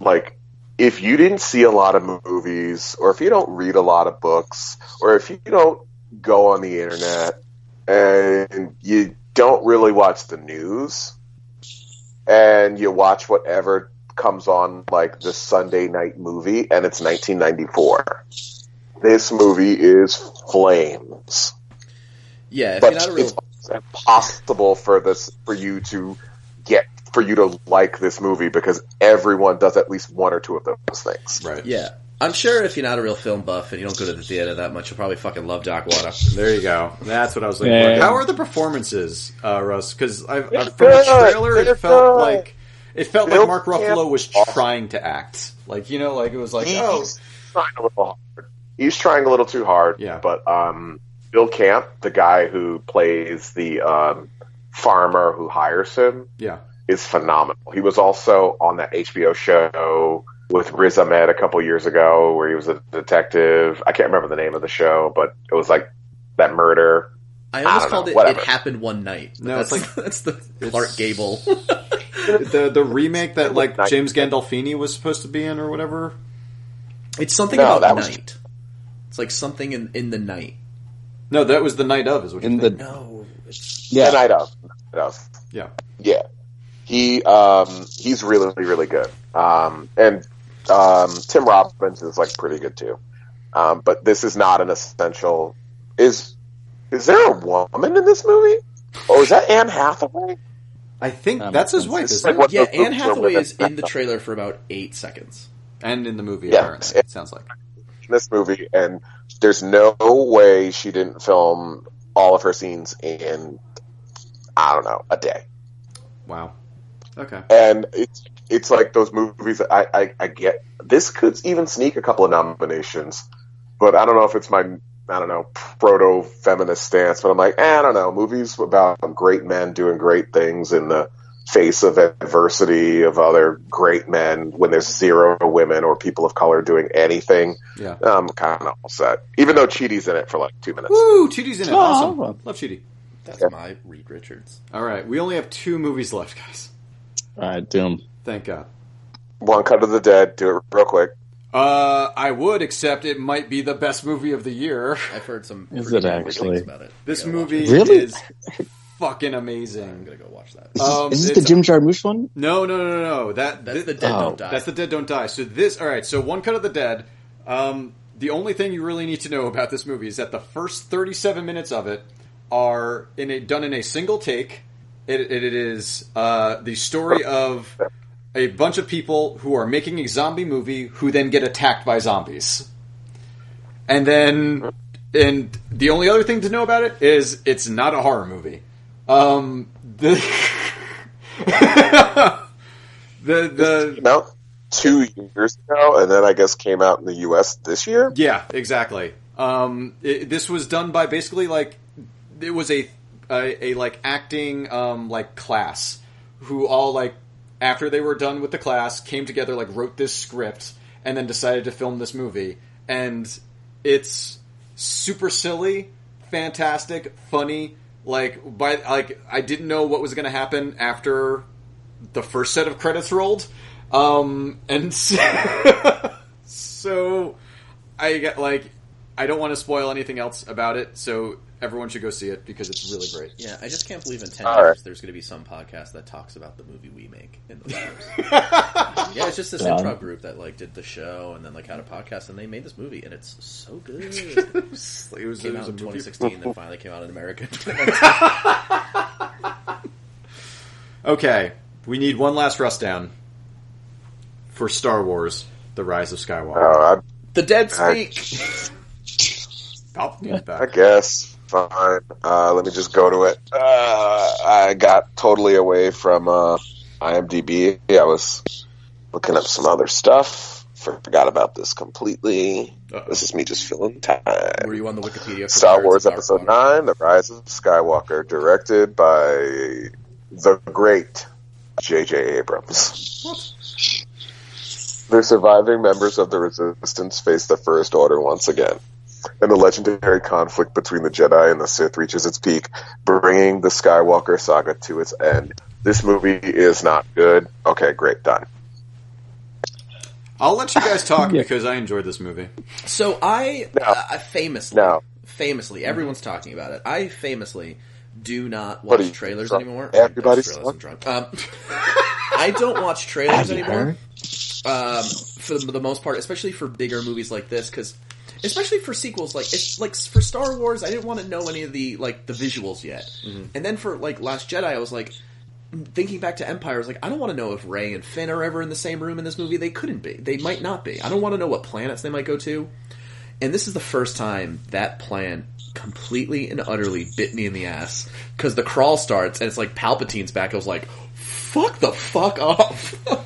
[SPEAKER 5] like, if you didn't see a lot of movies, or if you don't read a lot of books, or if you don't go on the internet and you don't really watch the news, and you watch whatever comes on like the Sunday night movie, and it's 1994 this movie is flames.
[SPEAKER 3] Yeah, if
[SPEAKER 5] But
[SPEAKER 3] you're not a real,
[SPEAKER 5] it's impossible for this for you to get for you to like this movie because everyone does at least one or two of those things.
[SPEAKER 2] right.
[SPEAKER 3] yeah, I'm sure if you're not a real film buff and you don't go to the theater that much, you'll probably fucking love Doc Wada.
[SPEAKER 2] There you go. That's what I was looking
[SPEAKER 4] Yeah.
[SPEAKER 2] for. How are the performances, uh, Russ? Because I've,
[SPEAKER 5] They're
[SPEAKER 2] I've, from the
[SPEAKER 5] good.
[SPEAKER 2] trailer,
[SPEAKER 5] They're
[SPEAKER 2] it felt
[SPEAKER 5] good.
[SPEAKER 2] like it felt
[SPEAKER 5] Bill
[SPEAKER 2] like Mark Ruffalo was trying to act. Like you know, like it was like oh
[SPEAKER 5] He's trying a little hard. He's trying a little too hard.
[SPEAKER 2] Yeah.
[SPEAKER 5] But um, Bill Camp, the guy who plays the um, farmer who hires him,
[SPEAKER 2] Yeah.
[SPEAKER 5] is phenomenal. He was also on that HBO show with Riz Ahmed a couple years ago, where he was a detective. I can't remember the name of the show, but it was like that murder.
[SPEAKER 3] I almost
[SPEAKER 5] don't
[SPEAKER 3] called
[SPEAKER 5] know,
[SPEAKER 3] it
[SPEAKER 5] whatever.
[SPEAKER 3] "It Happened One Night."
[SPEAKER 2] No,
[SPEAKER 3] that's
[SPEAKER 2] it's
[SPEAKER 3] like that's the Clark Gable.
[SPEAKER 2] the the remake that like James Gandolfini was supposed to be in or whatever.
[SPEAKER 3] It's something
[SPEAKER 5] No,
[SPEAKER 3] about
[SPEAKER 5] that was-
[SPEAKER 3] night. It's like something in in the night.
[SPEAKER 2] No, that was the night of is what
[SPEAKER 4] in
[SPEAKER 2] you think.
[SPEAKER 4] the
[SPEAKER 3] No,
[SPEAKER 5] The
[SPEAKER 4] yeah.
[SPEAKER 5] night of. Night of.
[SPEAKER 2] Yeah.
[SPEAKER 5] Yeah, he um, he's really really good, um, and um, Tim Robbins is like pretty good too. Um, but this is not an essential. Is is there a woman in this movie? Oh, is that Anne Hathaway?
[SPEAKER 2] I think
[SPEAKER 4] Um,
[SPEAKER 2] that's his
[SPEAKER 4] it's-
[SPEAKER 2] wife,
[SPEAKER 4] it's
[SPEAKER 2] isn't
[SPEAKER 5] like
[SPEAKER 2] it?
[SPEAKER 5] what-
[SPEAKER 3] yeah,
[SPEAKER 5] the
[SPEAKER 3] Anne
[SPEAKER 5] groups are
[SPEAKER 3] Hathaway
[SPEAKER 5] with
[SPEAKER 3] is
[SPEAKER 5] it.
[SPEAKER 3] in the trailer for about eight seconds.
[SPEAKER 2] and in the movie
[SPEAKER 5] Yeah.
[SPEAKER 2] apparently. It sounds like.
[SPEAKER 5] in this movie, and there's no way she didn't film all of her scenes in I don't know a day.
[SPEAKER 2] Wow. Okay.
[SPEAKER 5] And it's it's like those movies that I, I I get. This could even sneak a couple of nominations, but I don't know if it's my I don't know proto feminist stance. But I'm like eh, I don't know movies about great men doing great things in the face of adversity of other great men when there's zero women or people of color doing anything
[SPEAKER 2] Yeah.
[SPEAKER 5] I'm kind of all set. Even though Chidi's in it for like two minutes.
[SPEAKER 2] Woo! Chidi's in it.
[SPEAKER 4] Oh,
[SPEAKER 2] Awesome.
[SPEAKER 4] well.
[SPEAKER 2] Love Chidi.
[SPEAKER 3] That's my Reed Richards.
[SPEAKER 2] All right, we only have two movies left, guys.
[SPEAKER 4] All right, Doom.
[SPEAKER 2] Thank God.
[SPEAKER 5] One cut of the dead. Do it real quick.
[SPEAKER 2] Uh, I would, except it might be the best movie of the year.
[SPEAKER 3] I've heard some.
[SPEAKER 4] Is
[SPEAKER 3] pretty
[SPEAKER 4] it
[SPEAKER 3] angry things
[SPEAKER 4] actually?
[SPEAKER 3] about it?
[SPEAKER 2] This
[SPEAKER 3] I gotta watch
[SPEAKER 2] movie
[SPEAKER 3] it.
[SPEAKER 4] Really?
[SPEAKER 2] is fucking
[SPEAKER 3] I'm
[SPEAKER 2] amazing.
[SPEAKER 3] gonna go watch that.
[SPEAKER 2] Um,
[SPEAKER 4] Is this the
[SPEAKER 2] it's-
[SPEAKER 4] Jim Jarmusch one?
[SPEAKER 2] No, no, no, no, no. That
[SPEAKER 3] That's
[SPEAKER 2] thi-
[SPEAKER 3] the dead
[SPEAKER 4] oh.
[SPEAKER 3] don't die.
[SPEAKER 2] That's the Dead Don't Die. So this, all right. So one cut of the dead. Um, the only thing you really need to know about this movie is that the first 37 minutes of it are in a done in a single take. It, it, it is uh, the story of a bunch of people who are making a zombie movie who then get attacked by zombies. And then, and the only other thing to know about it is it's not a horror movie. Um, the the the
[SPEAKER 5] Came out two years ago, and then I guess came out in the U.S. this year.
[SPEAKER 2] Yeah, exactly. Um, it, this was done by basically like it was a a, a like acting um, like class who all like after they were done with the class came together like wrote this script and then decided to film this movie and it's super silly, fantastic, funny. Like by like I didn't know what was going to happen after the first set of credits rolled. Um, and so, so I get like I don't want to spoil anything else about it, so everyone should go see it because it's really great.
[SPEAKER 3] yeah, I just can't believe in ten
[SPEAKER 5] All
[SPEAKER 3] years
[SPEAKER 5] right.
[SPEAKER 3] there's going to be some podcast that talks about the movie we make. In the years. yeah, it's just this
[SPEAKER 4] Yeah.
[SPEAKER 3] improv group that like did the show and then like had a podcast and they made this movie and it's so good. it
[SPEAKER 2] It was,
[SPEAKER 3] came
[SPEAKER 2] it was
[SPEAKER 3] out in
[SPEAKER 2] a movie.
[SPEAKER 3] 2016, then finally came out in America.
[SPEAKER 2] Okay, we need one last rust down for Star Wars: The Rise of Skywalker.
[SPEAKER 5] Uh,
[SPEAKER 3] the dead speak.
[SPEAKER 2] Palpatine's
[SPEAKER 5] I, I
[SPEAKER 2] back.
[SPEAKER 5] guess fine. Uh, let me just go to it. Uh, I got totally away from uh, IMDb. I was looking up some other stuff. Forgot about this completely. This is me just filling time.
[SPEAKER 3] Were you on the Wikipedia? For
[SPEAKER 5] Star
[SPEAKER 3] Pirates
[SPEAKER 5] Wars
[SPEAKER 3] of Dark
[SPEAKER 5] Episode
[SPEAKER 3] Water?
[SPEAKER 5] Nine: The Rise of Skywalker, directed by the great J.J. Abrams. The surviving members of the Resistance face the First Order once again, and the legendary conflict between the Jedi and the Sith reaches its peak, bringing the Skywalker saga to its end. This movie is not good. Okay, great, done.
[SPEAKER 2] I'll let you guys talk because I enjoyed this movie.
[SPEAKER 3] So I,
[SPEAKER 5] No.
[SPEAKER 3] uh, I famously,
[SPEAKER 5] No.
[SPEAKER 3] famously,
[SPEAKER 4] Mm-hmm.
[SPEAKER 3] everyone's talking about it. I famously do not
[SPEAKER 5] What are
[SPEAKER 3] watch
[SPEAKER 5] you,
[SPEAKER 3] trailers
[SPEAKER 5] drunk?
[SPEAKER 3] anymore.
[SPEAKER 5] Everybody's
[SPEAKER 3] That's trailers, I'm drunk. Um, I don't watch trailers
[SPEAKER 4] Have you
[SPEAKER 3] anymore
[SPEAKER 4] heard?
[SPEAKER 3] um, for the, the most part, especially for bigger movies like this, because especially for sequels, like it's like for Star Wars, I didn't want to know any of the like the visuals yet, and then for like Last Jedi, I was like. Thinking back to Empire, I was like, I don't want to know if Ray and Finn are ever in the same room in this movie. They couldn't be. They might not be. I don't want to know what planets they might go to. And this is the first time that plan completely and utterly bit me in the ass because the crawl starts and it's like Palpatine's back. I was like, "Fuck the fuck off!"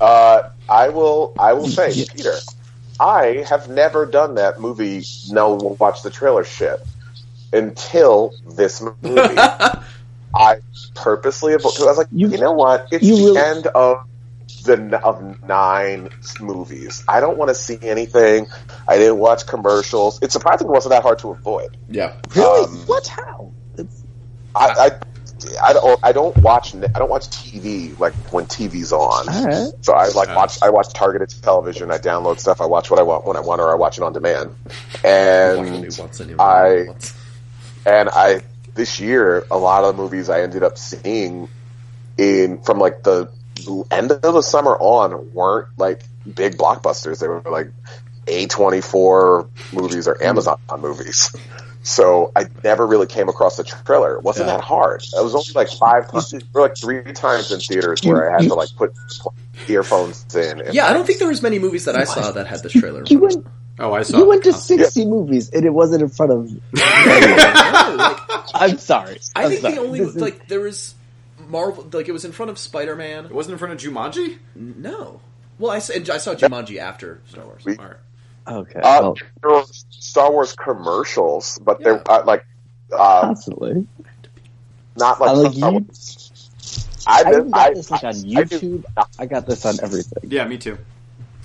[SPEAKER 5] Uh, I will. I will say, Peter, I have never done that movie. No, watch the trailer shit. until this movie. I purposely avo- 'cause I was like, you,
[SPEAKER 4] You-
[SPEAKER 5] know what? It's
[SPEAKER 4] you
[SPEAKER 5] the
[SPEAKER 4] really-
[SPEAKER 5] end of the n- of nine movies. I don't want to see anything. I didn't watch commercials. It surprisingly wasn't that hard to avoid.
[SPEAKER 3] Yeah.
[SPEAKER 4] Really?
[SPEAKER 5] Um,
[SPEAKER 4] what? How? It's,
[SPEAKER 5] I, I, I don't I don't watch ne- I don't watch TV like when TV's on.
[SPEAKER 4] all right.
[SPEAKER 5] So I like watch I watch targeted television. I download stuff. I watch what I want when I want, or I watch it on demand.
[SPEAKER 3] Watch
[SPEAKER 5] And
[SPEAKER 3] me once and
[SPEAKER 5] I-
[SPEAKER 3] once.
[SPEAKER 5] and I this year a lot of the movies I ended up seeing in from like the end of the summer on weren't like big blockbusters. They were like A twenty four movies or Amazon movies. So I never really came across the trailer. It wasn't
[SPEAKER 3] Yeah.
[SPEAKER 5] that hard. It was only like five times, or like three times in theaters where I had to like put earphones in. And
[SPEAKER 3] Yeah, I don't think there was many movies that I saw that had this trailer.
[SPEAKER 4] You went.
[SPEAKER 2] Oh, I saw.
[SPEAKER 4] You went to
[SPEAKER 2] Huh.
[SPEAKER 4] sixty movies, and it wasn't in front of.
[SPEAKER 3] No, like,
[SPEAKER 4] I'm sorry.
[SPEAKER 3] I
[SPEAKER 4] I'm
[SPEAKER 3] think
[SPEAKER 4] sorry.
[SPEAKER 3] the only
[SPEAKER 4] This is-
[SPEAKER 3] like there was Marvel like it was in front of Spider Man.
[SPEAKER 2] It wasn't in front of Jumanji.
[SPEAKER 3] No, well I, s- and I saw Jumanji after Star Wars.
[SPEAKER 5] We-
[SPEAKER 2] All right.
[SPEAKER 4] okay.
[SPEAKER 5] Uh,
[SPEAKER 4] well,
[SPEAKER 5] there were Star Wars commercials, but
[SPEAKER 3] Yeah.
[SPEAKER 5] they're uh, like uh,
[SPEAKER 4] possibly.
[SPEAKER 5] not
[SPEAKER 4] I
[SPEAKER 5] like,
[SPEAKER 4] like
[SPEAKER 5] Star
[SPEAKER 4] you-
[SPEAKER 5] Wars. I've
[SPEAKER 4] I
[SPEAKER 5] been,
[SPEAKER 4] even got
[SPEAKER 5] I,
[SPEAKER 4] this like on
[SPEAKER 5] I do-
[SPEAKER 4] YouTube. I got this on everything.
[SPEAKER 2] Yeah, me too.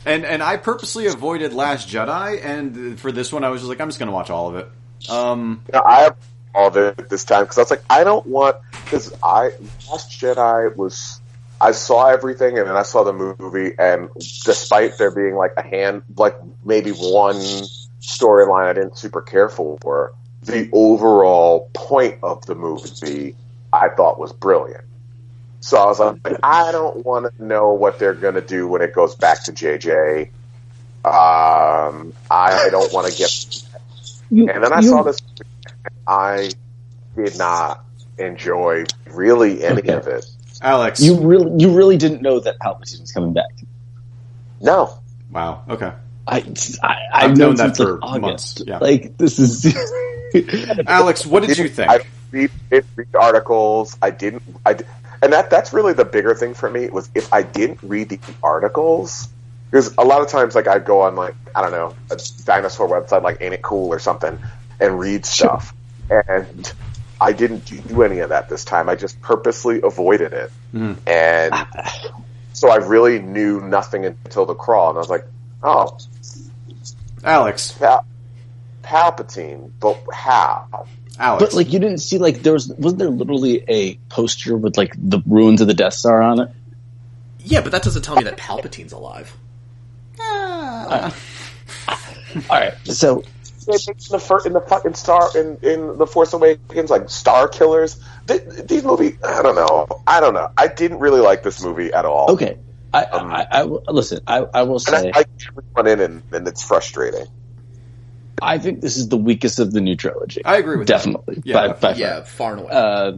[SPEAKER 2] And and I purposely avoided Last Jedi, and for this one, I was just like, I'm just gonna watch all of it. Um,
[SPEAKER 5] No, I have all of it this time because I was like, I don't want because I Last Jedi was I saw everything and then I saw the movie and despite there being like a hand like maybe one storyline I didn't super care for, the overall point of the movie I thought was brilliant. So I was like, I don't want to know what they're going to do when it goes back to JJ. Um, I don't want to get
[SPEAKER 4] You,
[SPEAKER 5] and then I
[SPEAKER 4] you-
[SPEAKER 5] saw this. I did not enjoy really any
[SPEAKER 4] Okay.
[SPEAKER 5] of it.
[SPEAKER 2] Alex.
[SPEAKER 4] You really, you really didn't know that Palpatine was coming back.
[SPEAKER 5] No,
[SPEAKER 2] wow. Okay.
[SPEAKER 4] I, I I've known that for like
[SPEAKER 2] months,
[SPEAKER 4] August.
[SPEAKER 2] yeah.
[SPEAKER 4] Like this is.
[SPEAKER 2] Alex, what did you think?
[SPEAKER 5] I read, did read articles. I didn't. I di- and that that's really the bigger thing for me was if I didn't read the articles. Because a lot of times, like I'd go on like I don't know a dinosaur website like Ain't It Cool or something, and read stuff. And I didn't do any of that this time. I just purposely avoided it.
[SPEAKER 2] Mhm.
[SPEAKER 5] And so I really knew nothing until the crawl, and I was like, "Oh,
[SPEAKER 2] Alex.
[SPEAKER 5] Pal- Palpatine, but how?"
[SPEAKER 2] Alex.
[SPEAKER 4] but like you didn't see like there was wasn't there literally a poster with like the ruins of the Death Star on it?
[SPEAKER 3] Yeah, but that doesn't tell me that Palpatine's alive.
[SPEAKER 4] All right, so
[SPEAKER 5] They make in the first, in the fucking Star in in the Force Awakens, like Star Killers. Th- These movie, I don't know, I don't know. I didn't really like this movie at all.
[SPEAKER 4] okay, I I, I, will- listen. I I will
[SPEAKER 5] and I
[SPEAKER 4] say
[SPEAKER 5] like everyone in, and, and it's frustrating.
[SPEAKER 4] I think this is the weakest of the new trilogy.
[SPEAKER 2] I agree with that.
[SPEAKER 4] definitely.
[SPEAKER 2] Yeah.
[SPEAKER 4] by, by far.
[SPEAKER 3] Yeah, far and away.
[SPEAKER 4] Uh,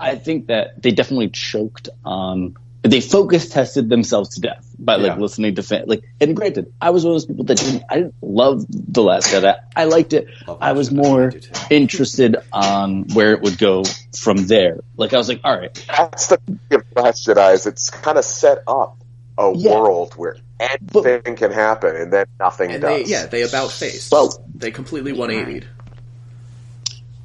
[SPEAKER 4] I think that they definitely choked on. They focus tested themselves to death by like
[SPEAKER 2] Yeah.
[SPEAKER 4] listening to fan. Like, and granted, I was one of those people that didn't. I didn't love the Last Jedi. I liked it.
[SPEAKER 2] Love
[SPEAKER 4] I
[SPEAKER 2] Last
[SPEAKER 4] was
[SPEAKER 2] Jedi. I
[SPEAKER 4] more
[SPEAKER 2] do too.
[SPEAKER 4] interested on where it would go from there. Like, I was like, all right,
[SPEAKER 5] That's the thing of Last Jedi is it's kind of set up a
[SPEAKER 4] Yeah.
[SPEAKER 5] world where anything can happen, and then nothing
[SPEAKER 3] and they
[SPEAKER 5] does.
[SPEAKER 3] yeah they about faced.
[SPEAKER 4] Well-
[SPEAKER 3] they completely one eighty.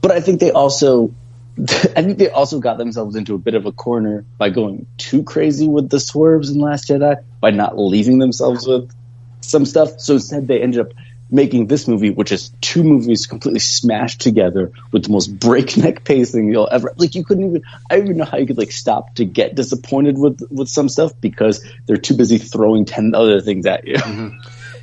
[SPEAKER 4] but I think they also. I think they also got themselves into a bit of a corner by going too crazy with the swerves in Last Jedi by not leaving themselves with some stuff. So instead, they ended up making this movie, which is two movies completely smashed together with the most breakneck pacing you'll ever. Like you couldn't even. I don't even know how you could like stop to get disappointed with with some stuff because they're too busy throwing ten other things at you.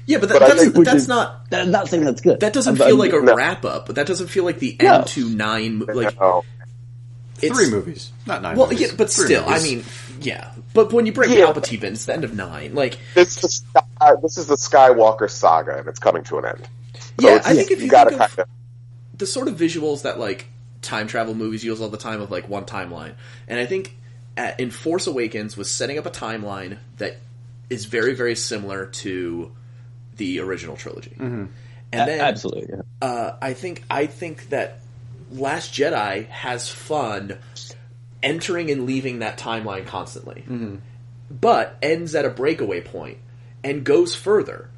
[SPEAKER 3] Yeah, but, that,
[SPEAKER 5] But I
[SPEAKER 3] Mm-hmm. that's
[SPEAKER 5] think
[SPEAKER 4] we
[SPEAKER 3] that's
[SPEAKER 4] did-
[SPEAKER 3] not
[SPEAKER 4] That- I'm not saying that's good.
[SPEAKER 3] that doesn't
[SPEAKER 4] I'm-
[SPEAKER 3] feel like a
[SPEAKER 5] No.
[SPEAKER 3] wrap up. But that doesn't feel like the
[SPEAKER 4] No.
[SPEAKER 3] end to nine. mo- Like
[SPEAKER 5] No.
[SPEAKER 3] it's,
[SPEAKER 2] three movies, not nine.
[SPEAKER 3] Well,
[SPEAKER 2] movies.
[SPEAKER 3] yeah, but
[SPEAKER 2] Three
[SPEAKER 3] still,
[SPEAKER 2] movies.
[SPEAKER 3] I mean, yeah. But when you break
[SPEAKER 5] Yeah.
[SPEAKER 3] Palpatine, it's the end of nine. Like,
[SPEAKER 5] This is the Sky- this is the Skywalker saga, and it's coming to an end. So
[SPEAKER 3] yeah,
[SPEAKER 5] it's-
[SPEAKER 3] I think if you,
[SPEAKER 5] E gotta
[SPEAKER 3] think of
[SPEAKER 5] kind of
[SPEAKER 3] the sort of visuals that like time travel movies use all the time of like one timeline, and I think at, in Force Awakens was setting up a timeline that is very very similar to the original trilogy, and then
[SPEAKER 4] absolutely. yeah.
[SPEAKER 3] uh, I think I think that Last Jedi has fun entering and leaving that timeline constantly,
[SPEAKER 2] Mm-hmm.
[SPEAKER 3] but ends at a breakaway point and goes further.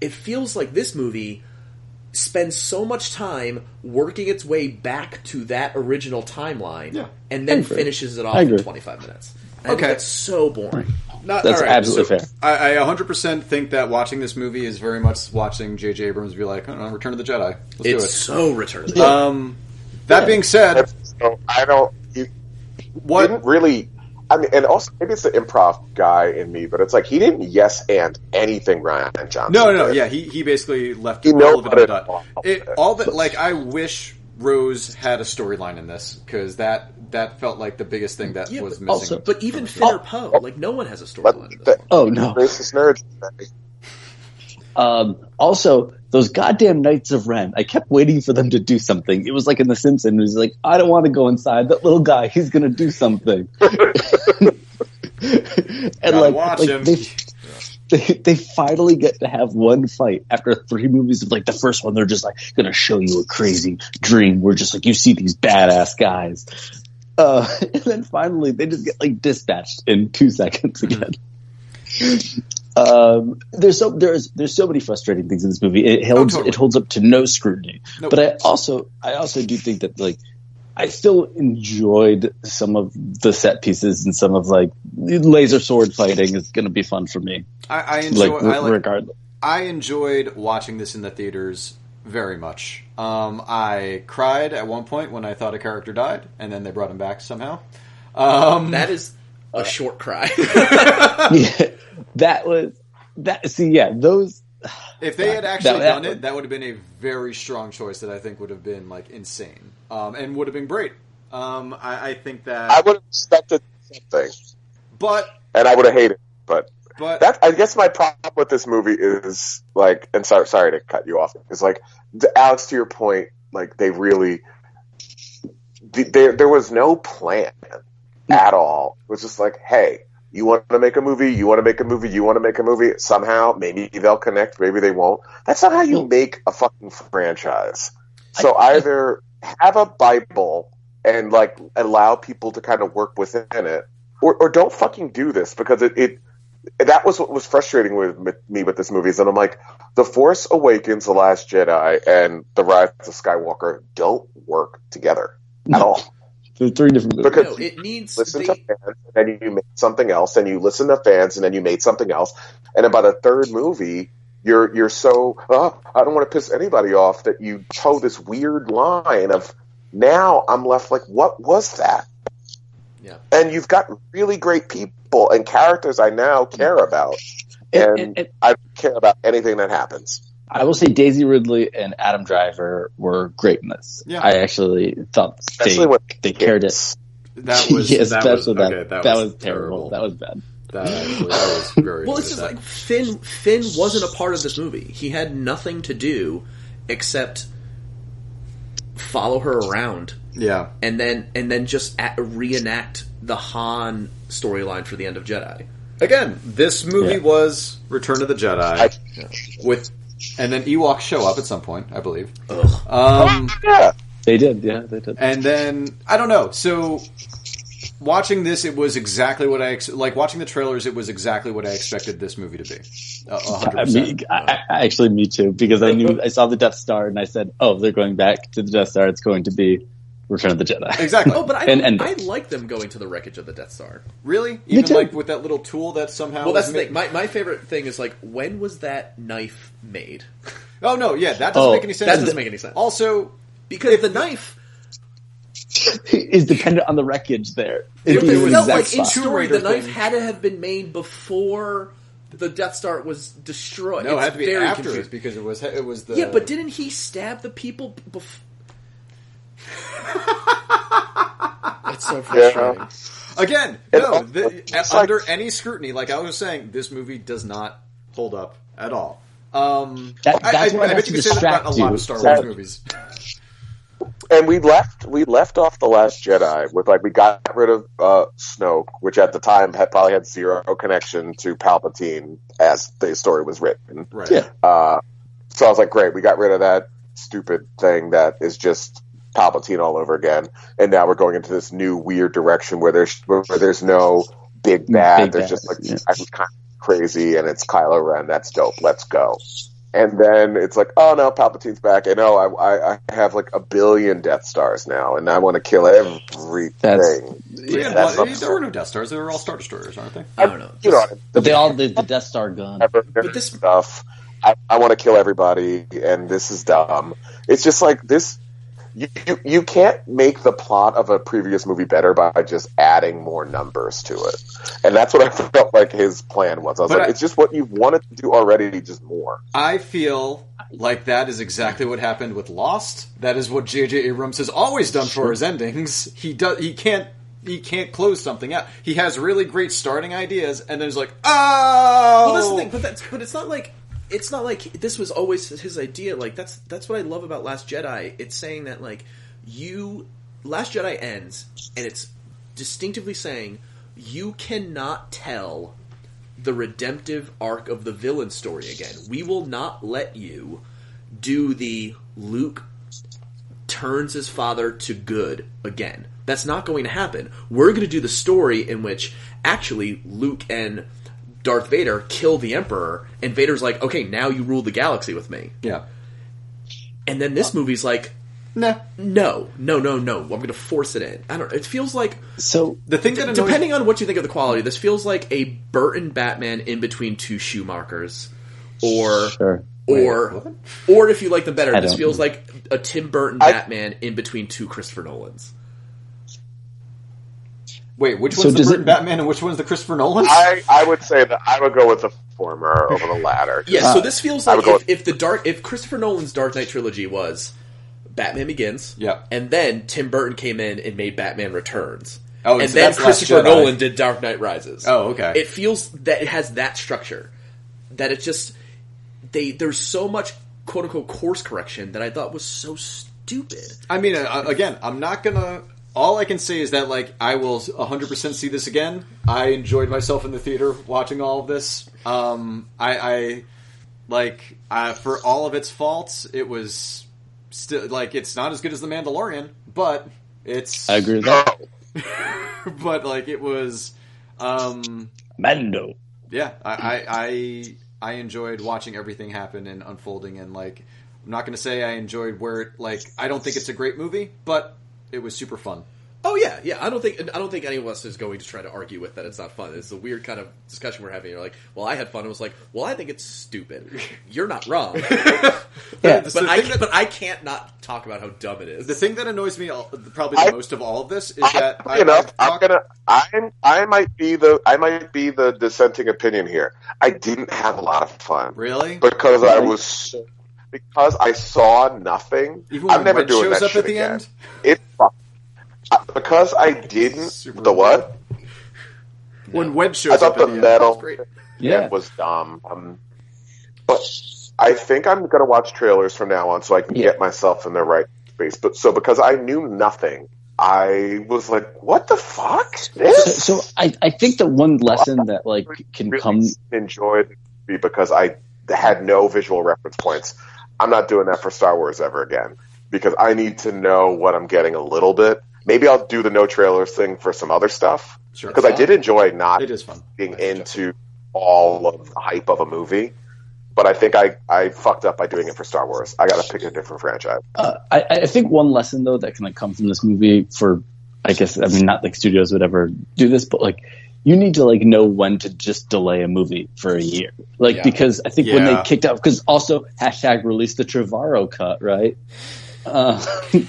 [SPEAKER 3] It feels like this movie spends so much time working its way back to that original timeline
[SPEAKER 2] Yeah.
[SPEAKER 3] and then
[SPEAKER 4] I agree.
[SPEAKER 3] finishes it
[SPEAKER 4] I
[SPEAKER 3] off in
[SPEAKER 4] agree.
[SPEAKER 3] 25 minutes. I think
[SPEAKER 2] Okay.
[SPEAKER 3] That's so boring.
[SPEAKER 2] Not,
[SPEAKER 4] That's
[SPEAKER 2] all
[SPEAKER 4] absolutely fair.
[SPEAKER 2] I, I 100% think that watching this movie is very much watching J.J. Abrams be like, I don't know, Return of the Jedi. Let's
[SPEAKER 3] it's
[SPEAKER 2] do
[SPEAKER 3] so Return of the
[SPEAKER 2] it. Um, that being said,
[SPEAKER 5] So I don't. You
[SPEAKER 2] what
[SPEAKER 5] didn't really. I mean, and also maybe it's the improv guy in me, but it's like he didn't yes and anything Ryan Johnson.
[SPEAKER 2] No, no, no.
[SPEAKER 5] did.
[SPEAKER 2] Yeah, he, he basically left
[SPEAKER 5] He
[SPEAKER 2] all of
[SPEAKER 5] knows
[SPEAKER 2] it
[SPEAKER 5] about
[SPEAKER 2] undone.
[SPEAKER 5] it.
[SPEAKER 2] It, all that, like, I wish Rose had a storyline in this because that that felt like the biggest thing that
[SPEAKER 3] Yeah,
[SPEAKER 2] was
[SPEAKER 3] but
[SPEAKER 2] missing.
[SPEAKER 4] also-
[SPEAKER 3] But even Finn or Poe, like no one has a
[SPEAKER 5] But
[SPEAKER 3] storyline. in this
[SPEAKER 5] the
[SPEAKER 3] one.
[SPEAKER 4] Oh no.
[SPEAKER 5] racist nerds.
[SPEAKER 4] Um, also, those goddamn Knights of Ren. I kept waiting for them to do something. It was like in The Simpsons. It was like, I don't want to go inside. That little guy, he's gonna do something. and
[SPEAKER 2] Gotta
[SPEAKER 4] like,
[SPEAKER 2] watch
[SPEAKER 4] like,
[SPEAKER 2] him.
[SPEAKER 4] They, they they finally get to have one fight after three movies of like the first one. They're just like gonna show you a crazy dream. We're just like you see these badass guys. Uh, and then finally, they just get like dispatched in two seconds again. Um, there's so there's there's so many frustrating things in this movie. It holds
[SPEAKER 2] totally.
[SPEAKER 4] it holds up to no scrutiny.
[SPEAKER 2] No.
[SPEAKER 4] But I also I also do think that like I still enjoyed some of the set pieces and some of like laser sword fighting is going to be fun for me.
[SPEAKER 2] I, I enjoy.
[SPEAKER 4] Like,
[SPEAKER 2] I like.
[SPEAKER 4] regardless,
[SPEAKER 2] I enjoyed watching this in the theaters very much. Um, I cried at one point when I thought a character died, and then they brought him back somehow. Um,
[SPEAKER 3] That is a short cry.
[SPEAKER 4] yeah, that was that. See, yeah, those
[SPEAKER 2] if they had actually
[SPEAKER 4] that- that
[SPEAKER 2] done it,
[SPEAKER 4] would-
[SPEAKER 2] that would have been a very strong choice that I think would have been like insane, um, and would have been great. Um, I, I think that,
[SPEAKER 5] I would have expected something,
[SPEAKER 2] but
[SPEAKER 5] and I would have hated. But
[SPEAKER 2] but
[SPEAKER 5] that I guess my problem with this movie is like, and sorry, sorry to cut you off. Is like, the- Alex, to your point, like they really, the, there there was no plan at all. It was just like, hey, you want to make a movie, you want to make a movie, you want to make a movie. Somehow, maybe they'll connect, maybe they won't. That's not how you make a fucking franchise. So either have a Bible and like allow people to kind of work within it, or, or don't fucking do this because it, it that was what was frustrating with with me with this movie is that I'm like, The Force Awakens, The Last Jedi, and The Rise of Skywalker don't work together at all.
[SPEAKER 4] they're three different movies.
[SPEAKER 5] Because-
[SPEAKER 3] no, it needs.
[SPEAKER 5] listen
[SPEAKER 3] they-
[SPEAKER 5] to fans, and then you made something else, and you listen to fans, and then you made something else, and then by the third movie, you're you're so oh, I don't want to piss anybody off that you toe this weird line of now I'm left like what was that?
[SPEAKER 3] Yeah.
[SPEAKER 5] and you've got really great people and characters I now care
[SPEAKER 3] Mm-hmm.
[SPEAKER 5] about, and,
[SPEAKER 4] And- and-
[SPEAKER 5] I don't care about anything that happens.
[SPEAKER 4] I will say Daisy Ridley and Adam Driver were great in this.
[SPEAKER 2] Yeah.
[SPEAKER 4] I actually thought they,
[SPEAKER 5] Especially when
[SPEAKER 4] they cared it.
[SPEAKER 5] It's-
[SPEAKER 2] that was
[SPEAKER 4] yes,
[SPEAKER 2] that
[SPEAKER 4] that's
[SPEAKER 2] was,
[SPEAKER 4] what that,
[SPEAKER 2] okay,
[SPEAKER 4] that, was terrible. That was bad.
[SPEAKER 2] That, actually, that was very.
[SPEAKER 3] Well,
[SPEAKER 2] good
[SPEAKER 3] it's
[SPEAKER 2] at
[SPEAKER 3] just
[SPEAKER 2] that.
[SPEAKER 3] like Finn. Finn wasn't a part of this movie. He had nothing to do except follow her around
[SPEAKER 2] yeah.
[SPEAKER 3] and then and then just at, reenact the Han storyline for the end of Jedi.
[SPEAKER 2] Again, this movie
[SPEAKER 4] Yeah.
[SPEAKER 2] was Return of the Jedi
[SPEAKER 5] I-
[SPEAKER 2] with, and then Ewoks show up at some point, I believe.
[SPEAKER 3] Ugh.
[SPEAKER 2] Um,
[SPEAKER 5] yeah,
[SPEAKER 4] They did, yeah, they did.
[SPEAKER 2] and then I don't know. So watching this, it was exactly what I ex- like. Watching the trailers, it was exactly what I expected this movie to be. A- a hundred
[SPEAKER 4] I mean,
[SPEAKER 2] percent.
[SPEAKER 4] I, I, actually, me too, because I knew I saw the Death Star and I said, "Oh, they're going back to the Death Star. It's going to be Return of the Jedi."
[SPEAKER 2] Exactly.
[SPEAKER 3] Oh, but I
[SPEAKER 4] And- and-
[SPEAKER 3] I like them going to the wreckage of the Death Star.
[SPEAKER 2] really? Even
[SPEAKER 4] too.
[SPEAKER 2] like with that little tool that somehow.
[SPEAKER 3] Well, that's
[SPEAKER 2] was
[SPEAKER 3] the
[SPEAKER 2] ma-
[SPEAKER 3] thing. My, my favorite thing is like, when was that knife made?
[SPEAKER 2] oh no, yeah, that doesn't
[SPEAKER 4] Oh,
[SPEAKER 2] make any sense.
[SPEAKER 3] that doesn't make any sense.
[SPEAKER 2] Also,
[SPEAKER 3] Because the knife,
[SPEAKER 4] Is dependent on the wreckage there.
[SPEAKER 3] it,
[SPEAKER 4] It's the
[SPEAKER 3] felt
[SPEAKER 4] exact
[SPEAKER 3] like in
[SPEAKER 4] spot.
[SPEAKER 3] story,
[SPEAKER 2] Raider
[SPEAKER 3] the knife
[SPEAKER 2] thing.
[SPEAKER 3] had to have been made before the Death Star was destroyed.
[SPEAKER 2] no, it
[SPEAKER 3] It's
[SPEAKER 2] had to be
[SPEAKER 3] very
[SPEAKER 2] after
[SPEAKER 3] confusing.
[SPEAKER 2] because it was it was the
[SPEAKER 3] Yeah, but didn't he stab the people before? That's so frustrating.
[SPEAKER 5] Yeah.
[SPEAKER 2] Again,
[SPEAKER 5] It
[SPEAKER 2] no.
[SPEAKER 5] all-
[SPEAKER 2] The, uh,
[SPEAKER 5] it's like-
[SPEAKER 2] under any scrutiny, like I was saying, this movie does not hold up at all. Um,
[SPEAKER 4] That-
[SPEAKER 2] I-
[SPEAKER 4] that's
[SPEAKER 2] I,
[SPEAKER 4] why
[SPEAKER 2] I,
[SPEAKER 4] it has
[SPEAKER 2] bet
[SPEAKER 4] to
[SPEAKER 2] you could say that about a
[SPEAKER 4] distract
[SPEAKER 2] lot
[SPEAKER 4] you.
[SPEAKER 2] of Star Wars
[SPEAKER 4] Exactly.
[SPEAKER 2] movies.
[SPEAKER 5] and we left we left off the Last Jedi with like we got rid of uh, Snoke, which at the time had probably had zero connection to Palpatine as the story was written.
[SPEAKER 2] Right.
[SPEAKER 4] Yeah.
[SPEAKER 5] Uh, so I was like, great, we got rid of that stupid thing that is just Palpatine all over again, and now we're going into this new weird direction where there's where there's no big bad.
[SPEAKER 4] Big
[SPEAKER 5] there's
[SPEAKER 4] bad,
[SPEAKER 5] just like
[SPEAKER 4] yeah.
[SPEAKER 5] I'm kind of crazy, and it's Kylo Ren. That's dope. Let's go. and then it's like, oh no, Palpatine's back, and oh, I, I, I have like a billion Death Stars now, and I want to kill everything.
[SPEAKER 4] That's-
[SPEAKER 2] We had
[SPEAKER 5] That's
[SPEAKER 2] one-
[SPEAKER 5] not-
[SPEAKER 2] there were no Death Stars. They were all Star Destroyers, aren't they?
[SPEAKER 3] I don't know.
[SPEAKER 5] you know, what I mean?
[SPEAKER 4] But they all the, the Death Star gun.
[SPEAKER 5] Never-
[SPEAKER 3] But this-
[SPEAKER 5] stuff. I, I want to kill everybody, and this is dumb. It's just like this. You, you you can't make the plot of a previous movie better by just adding more numbers to it, and that's what I felt like his plan was. I was
[SPEAKER 2] But
[SPEAKER 5] like,
[SPEAKER 2] I-
[SPEAKER 5] it's just what you wanted to do already, just more.
[SPEAKER 2] I feel like that is exactly what happened with Lost. That is what J.J. Abrams has always done for his endings. He does. He can't. He can't close something out. He has really great starting ideas, and then he's like, "Oh,
[SPEAKER 3] Well, that's the thing, but that's but it's not like it's not like this was always his idea. Like that's that's what I love about Last Jedi. It's saying that like you Last Jedi ends and it's distinctively saying you cannot tell the redemptive arc of the villain story again. We will not let you do the Luke turns his father to good again. That's not going to happen. We're going to do the story in which actually Luke and Darth Vader kill the Emperor, and Vader's like, okay, now you rule the galaxy with me.
[SPEAKER 2] yeah,
[SPEAKER 3] And then this movie's like,
[SPEAKER 2] nah."
[SPEAKER 3] no, no, no, no, I'm going to force it in. I don't. It feels like
[SPEAKER 4] So
[SPEAKER 2] The thing that annoys,
[SPEAKER 3] depending on what you think of the quality, this feels like a Burton Batman in between two Schumachers, or
[SPEAKER 4] sure.
[SPEAKER 3] or or if you like them better,
[SPEAKER 4] I
[SPEAKER 3] this
[SPEAKER 4] don't-
[SPEAKER 3] feels like a Tim Burton
[SPEAKER 5] I-
[SPEAKER 3] Batman in between two Christopher Nolans.
[SPEAKER 2] wait, which
[SPEAKER 4] So
[SPEAKER 2] one's the
[SPEAKER 4] does
[SPEAKER 2] Burton
[SPEAKER 4] it-
[SPEAKER 2] Batman and which one's the Christopher Nolan?
[SPEAKER 5] I I would say that I would go with the former over the latter.
[SPEAKER 3] Yeah, so this feels
[SPEAKER 5] I
[SPEAKER 3] like
[SPEAKER 5] would go
[SPEAKER 3] if, if the dark if Christopher Nolan's Dark Knight trilogy was Batman Begins,
[SPEAKER 2] Yeah.
[SPEAKER 3] and then Tim Burton came in and made Batman Returns,
[SPEAKER 2] Oh,
[SPEAKER 3] and
[SPEAKER 2] so
[SPEAKER 3] then
[SPEAKER 2] that's Last
[SPEAKER 3] Christopher
[SPEAKER 2] Jedi.
[SPEAKER 3] Nolan did Dark Knight Rises.
[SPEAKER 2] Oh, okay.
[SPEAKER 3] It feels that it has that structure that it just they there's so much quote unquote course correction that I thought was so stupid.
[SPEAKER 2] I mean, uh, again, I'm not gonna. All I can say is that, like, I will 100% see this again. I enjoyed myself in the theater watching all of this. Um, I, I like, uh, for all of its faults, it was still like it's not as good as The Mandalorian, but it's.
[SPEAKER 4] I agree with
[SPEAKER 5] No,
[SPEAKER 4] that.
[SPEAKER 2] But like, it was. Um,
[SPEAKER 4] Mando.
[SPEAKER 2] yeah, I, I, I I enjoyed watching everything happen and unfolding, and like, I'm not gonna say I enjoyed where it. Like, I don't think it's a great movie, but it was super fun.
[SPEAKER 3] Oh yeah, yeah. I don't think I don't think any of us is going to try to argue with that it's not fun. It's a weird kind of discussion we're having. You're like, well, I had fun. It was like, well, I think it's stupid. You're not wrong.
[SPEAKER 4] Yeah.
[SPEAKER 3] but
[SPEAKER 2] So the
[SPEAKER 3] I
[SPEAKER 2] thing
[SPEAKER 3] ca-
[SPEAKER 2] that-
[SPEAKER 3] but I can't not talk about how dumb it is.
[SPEAKER 2] The thing that annoys me all, probably the
[SPEAKER 5] I-
[SPEAKER 2] most of all of this is that I,
[SPEAKER 5] I, enough,
[SPEAKER 2] I've
[SPEAKER 5] I'm
[SPEAKER 2] talked-
[SPEAKER 5] gonna. I'm. I might be the. I might be the dissenting opinion here. I didn't have a lot of fun.
[SPEAKER 2] really
[SPEAKER 5] because I was so- because I saw nothing.
[SPEAKER 2] even when
[SPEAKER 5] I'm never
[SPEAKER 2] Red
[SPEAKER 5] doing
[SPEAKER 2] shows
[SPEAKER 5] that
[SPEAKER 2] up
[SPEAKER 5] shit
[SPEAKER 2] at the
[SPEAKER 5] again.
[SPEAKER 2] end.
[SPEAKER 5] It fucked. because I didn't
[SPEAKER 2] Super
[SPEAKER 5] the what
[SPEAKER 2] When Wed
[SPEAKER 5] I
[SPEAKER 2] shows
[SPEAKER 5] thought
[SPEAKER 2] up
[SPEAKER 5] the
[SPEAKER 2] at the end,
[SPEAKER 5] metal
[SPEAKER 2] great.
[SPEAKER 4] Yeah.
[SPEAKER 5] was dumb. Um, but I think I'm gonna watch trailers from now on so I can
[SPEAKER 4] Yeah.
[SPEAKER 5] get myself in the right space. But so because I knew nothing, I was like, "What the fuck?" This
[SPEAKER 4] So, so I, I think the one lesson that like can
[SPEAKER 5] really
[SPEAKER 4] come
[SPEAKER 5] enjoyed it because I had no visual reference points. I'm not doing that for Star Wars ever again because I need to know what I'm getting a little bit. Maybe I'll do the no trailers thing for some other stuff
[SPEAKER 2] Sure.
[SPEAKER 5] because I did enjoy not
[SPEAKER 2] It is fun.
[SPEAKER 5] being into all of the hype of a movie. But I think I, I fucked up by doing it for Star Wars. I got to pick a different franchise.
[SPEAKER 4] Uh, I, I think one lesson though that can like come from this movie for I guess I mean not like studios would ever do this, but like you need to like know when to just delay a movie for a year, like
[SPEAKER 3] Yeah.
[SPEAKER 4] because I think when they
[SPEAKER 2] Yeah.
[SPEAKER 4] kicked out because also hashtag release the Trevorrow cut, right? Uh,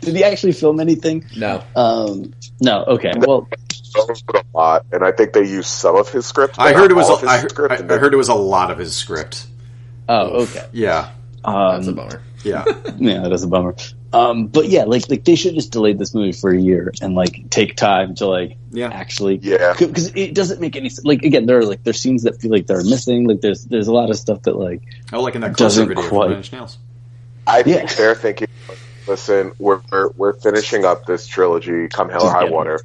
[SPEAKER 4] did he actually film anything?
[SPEAKER 3] No,
[SPEAKER 4] Um, no. Okay. Well,
[SPEAKER 5] So it was a lot, and I think they used some of his script. but
[SPEAKER 2] I heard it
[SPEAKER 5] not
[SPEAKER 2] was.
[SPEAKER 5] all of
[SPEAKER 2] A,
[SPEAKER 5] his
[SPEAKER 2] I, heard,
[SPEAKER 5] script, and
[SPEAKER 2] I, I heard it was a lot of his script.
[SPEAKER 4] oh, okay.
[SPEAKER 2] Yeah,
[SPEAKER 4] Um,
[SPEAKER 3] that's a bummer.
[SPEAKER 2] yeah.
[SPEAKER 4] yeah, that's a bummer. Um, but yeah, like like they should just delay this movie for a year and like take time to like
[SPEAKER 2] Yeah.
[SPEAKER 4] actually
[SPEAKER 5] Yeah.
[SPEAKER 4] because it doesn't make any sense. Like again, there are like there's scenes that feel like they're missing. Like there's there's a lot of stuff that like
[SPEAKER 2] Oh, like in that closer
[SPEAKER 4] Doesn't
[SPEAKER 2] video
[SPEAKER 4] quite-
[SPEAKER 2] from Nine Inch Nails.
[SPEAKER 5] I
[SPEAKER 4] Yeah.
[SPEAKER 5] think they're thinking, listen, we're, we're we're finishing up this trilogy, come hell or
[SPEAKER 4] Just
[SPEAKER 5] high
[SPEAKER 4] get it.
[SPEAKER 5] water,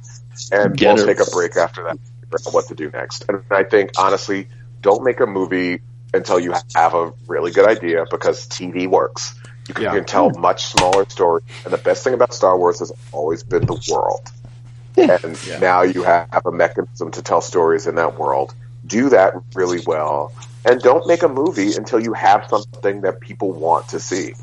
[SPEAKER 5] and
[SPEAKER 4] Get
[SPEAKER 5] we'll
[SPEAKER 4] it.
[SPEAKER 5] take a break after that, figure out what to do next. And I think honestly, don't make a movie until you have a really good idea because TV works. You can,
[SPEAKER 2] Yeah.
[SPEAKER 5] you can tell much smaller stories, and the best thing about Star Wars has always been the world. And now you have a mechanism to tell stories in that world. do that really well. And don't make a movie until you have something that people want to see.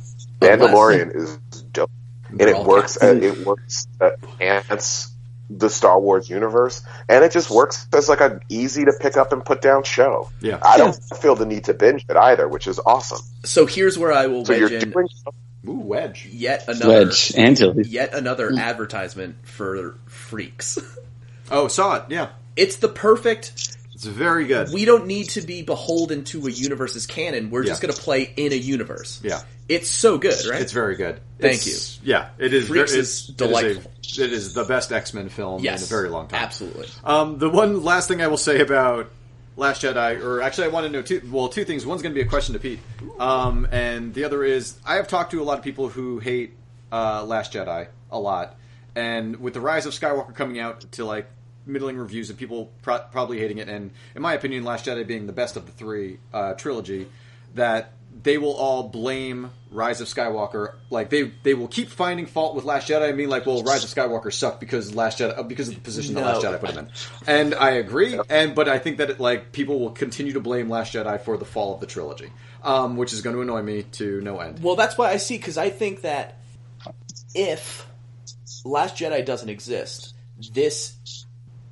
[SPEAKER 5] Mandalorian is dope, and
[SPEAKER 3] They're
[SPEAKER 5] it
[SPEAKER 3] all
[SPEAKER 5] works. uh it works. Uh, enhance the Star Wars universe, and it just works as like an easy to pick up and put down show.
[SPEAKER 2] Yeah.
[SPEAKER 5] I don't feel the need to binge it either, which is awesome.
[SPEAKER 3] So here's where I will
[SPEAKER 5] So
[SPEAKER 3] wedge
[SPEAKER 5] you're
[SPEAKER 3] in
[SPEAKER 5] doing
[SPEAKER 2] Ooh, wedge.
[SPEAKER 3] yet another
[SPEAKER 4] Wedge and Tilly.
[SPEAKER 3] yet another advertisement for freaks.
[SPEAKER 2] Oh, saw it. Yeah,
[SPEAKER 3] It's the perfect.
[SPEAKER 2] it's very good.
[SPEAKER 3] We don't need to be beholden to a universe's canon. We're just
[SPEAKER 2] Yeah.
[SPEAKER 3] going to play in a universe.
[SPEAKER 2] Yeah.
[SPEAKER 3] it's so good, right?
[SPEAKER 2] It's very good.
[SPEAKER 3] Thank
[SPEAKER 2] It's- Yeah, it is.
[SPEAKER 3] Freaks
[SPEAKER 2] ver-
[SPEAKER 3] is
[SPEAKER 2] it's,
[SPEAKER 3] delightful.
[SPEAKER 2] It is, a- it is the best X Men film
[SPEAKER 3] yes,
[SPEAKER 2] in a very long time.
[SPEAKER 3] Absolutely.
[SPEAKER 2] Um, the one last thing I will say about Last Jedi, or actually, I want to know two. Well, two things. One's going to be a question to Pete, um, and the other is I have talked to a lot of people who hate uh, Last Jedi a lot, and with the rise of Skywalker coming out to like middling reviews and people pro- probably hating it, and in my opinion, Last Jedi being the best of the three uh, trilogy, that they will all blame Rise of Skywalker. Like they they will keep finding fault with Last Jedi and being like, well, Rise of Skywalker sucked because Last Jedi uh, because of the position that Last Jedi put him in. And I agree. And but I think that it, like people will continue to blame Last Jedi for the fall of the trilogy, um, which is going to annoy me to no end.
[SPEAKER 3] Well, that's why I see because I think that if Last Jedi doesn't exist, this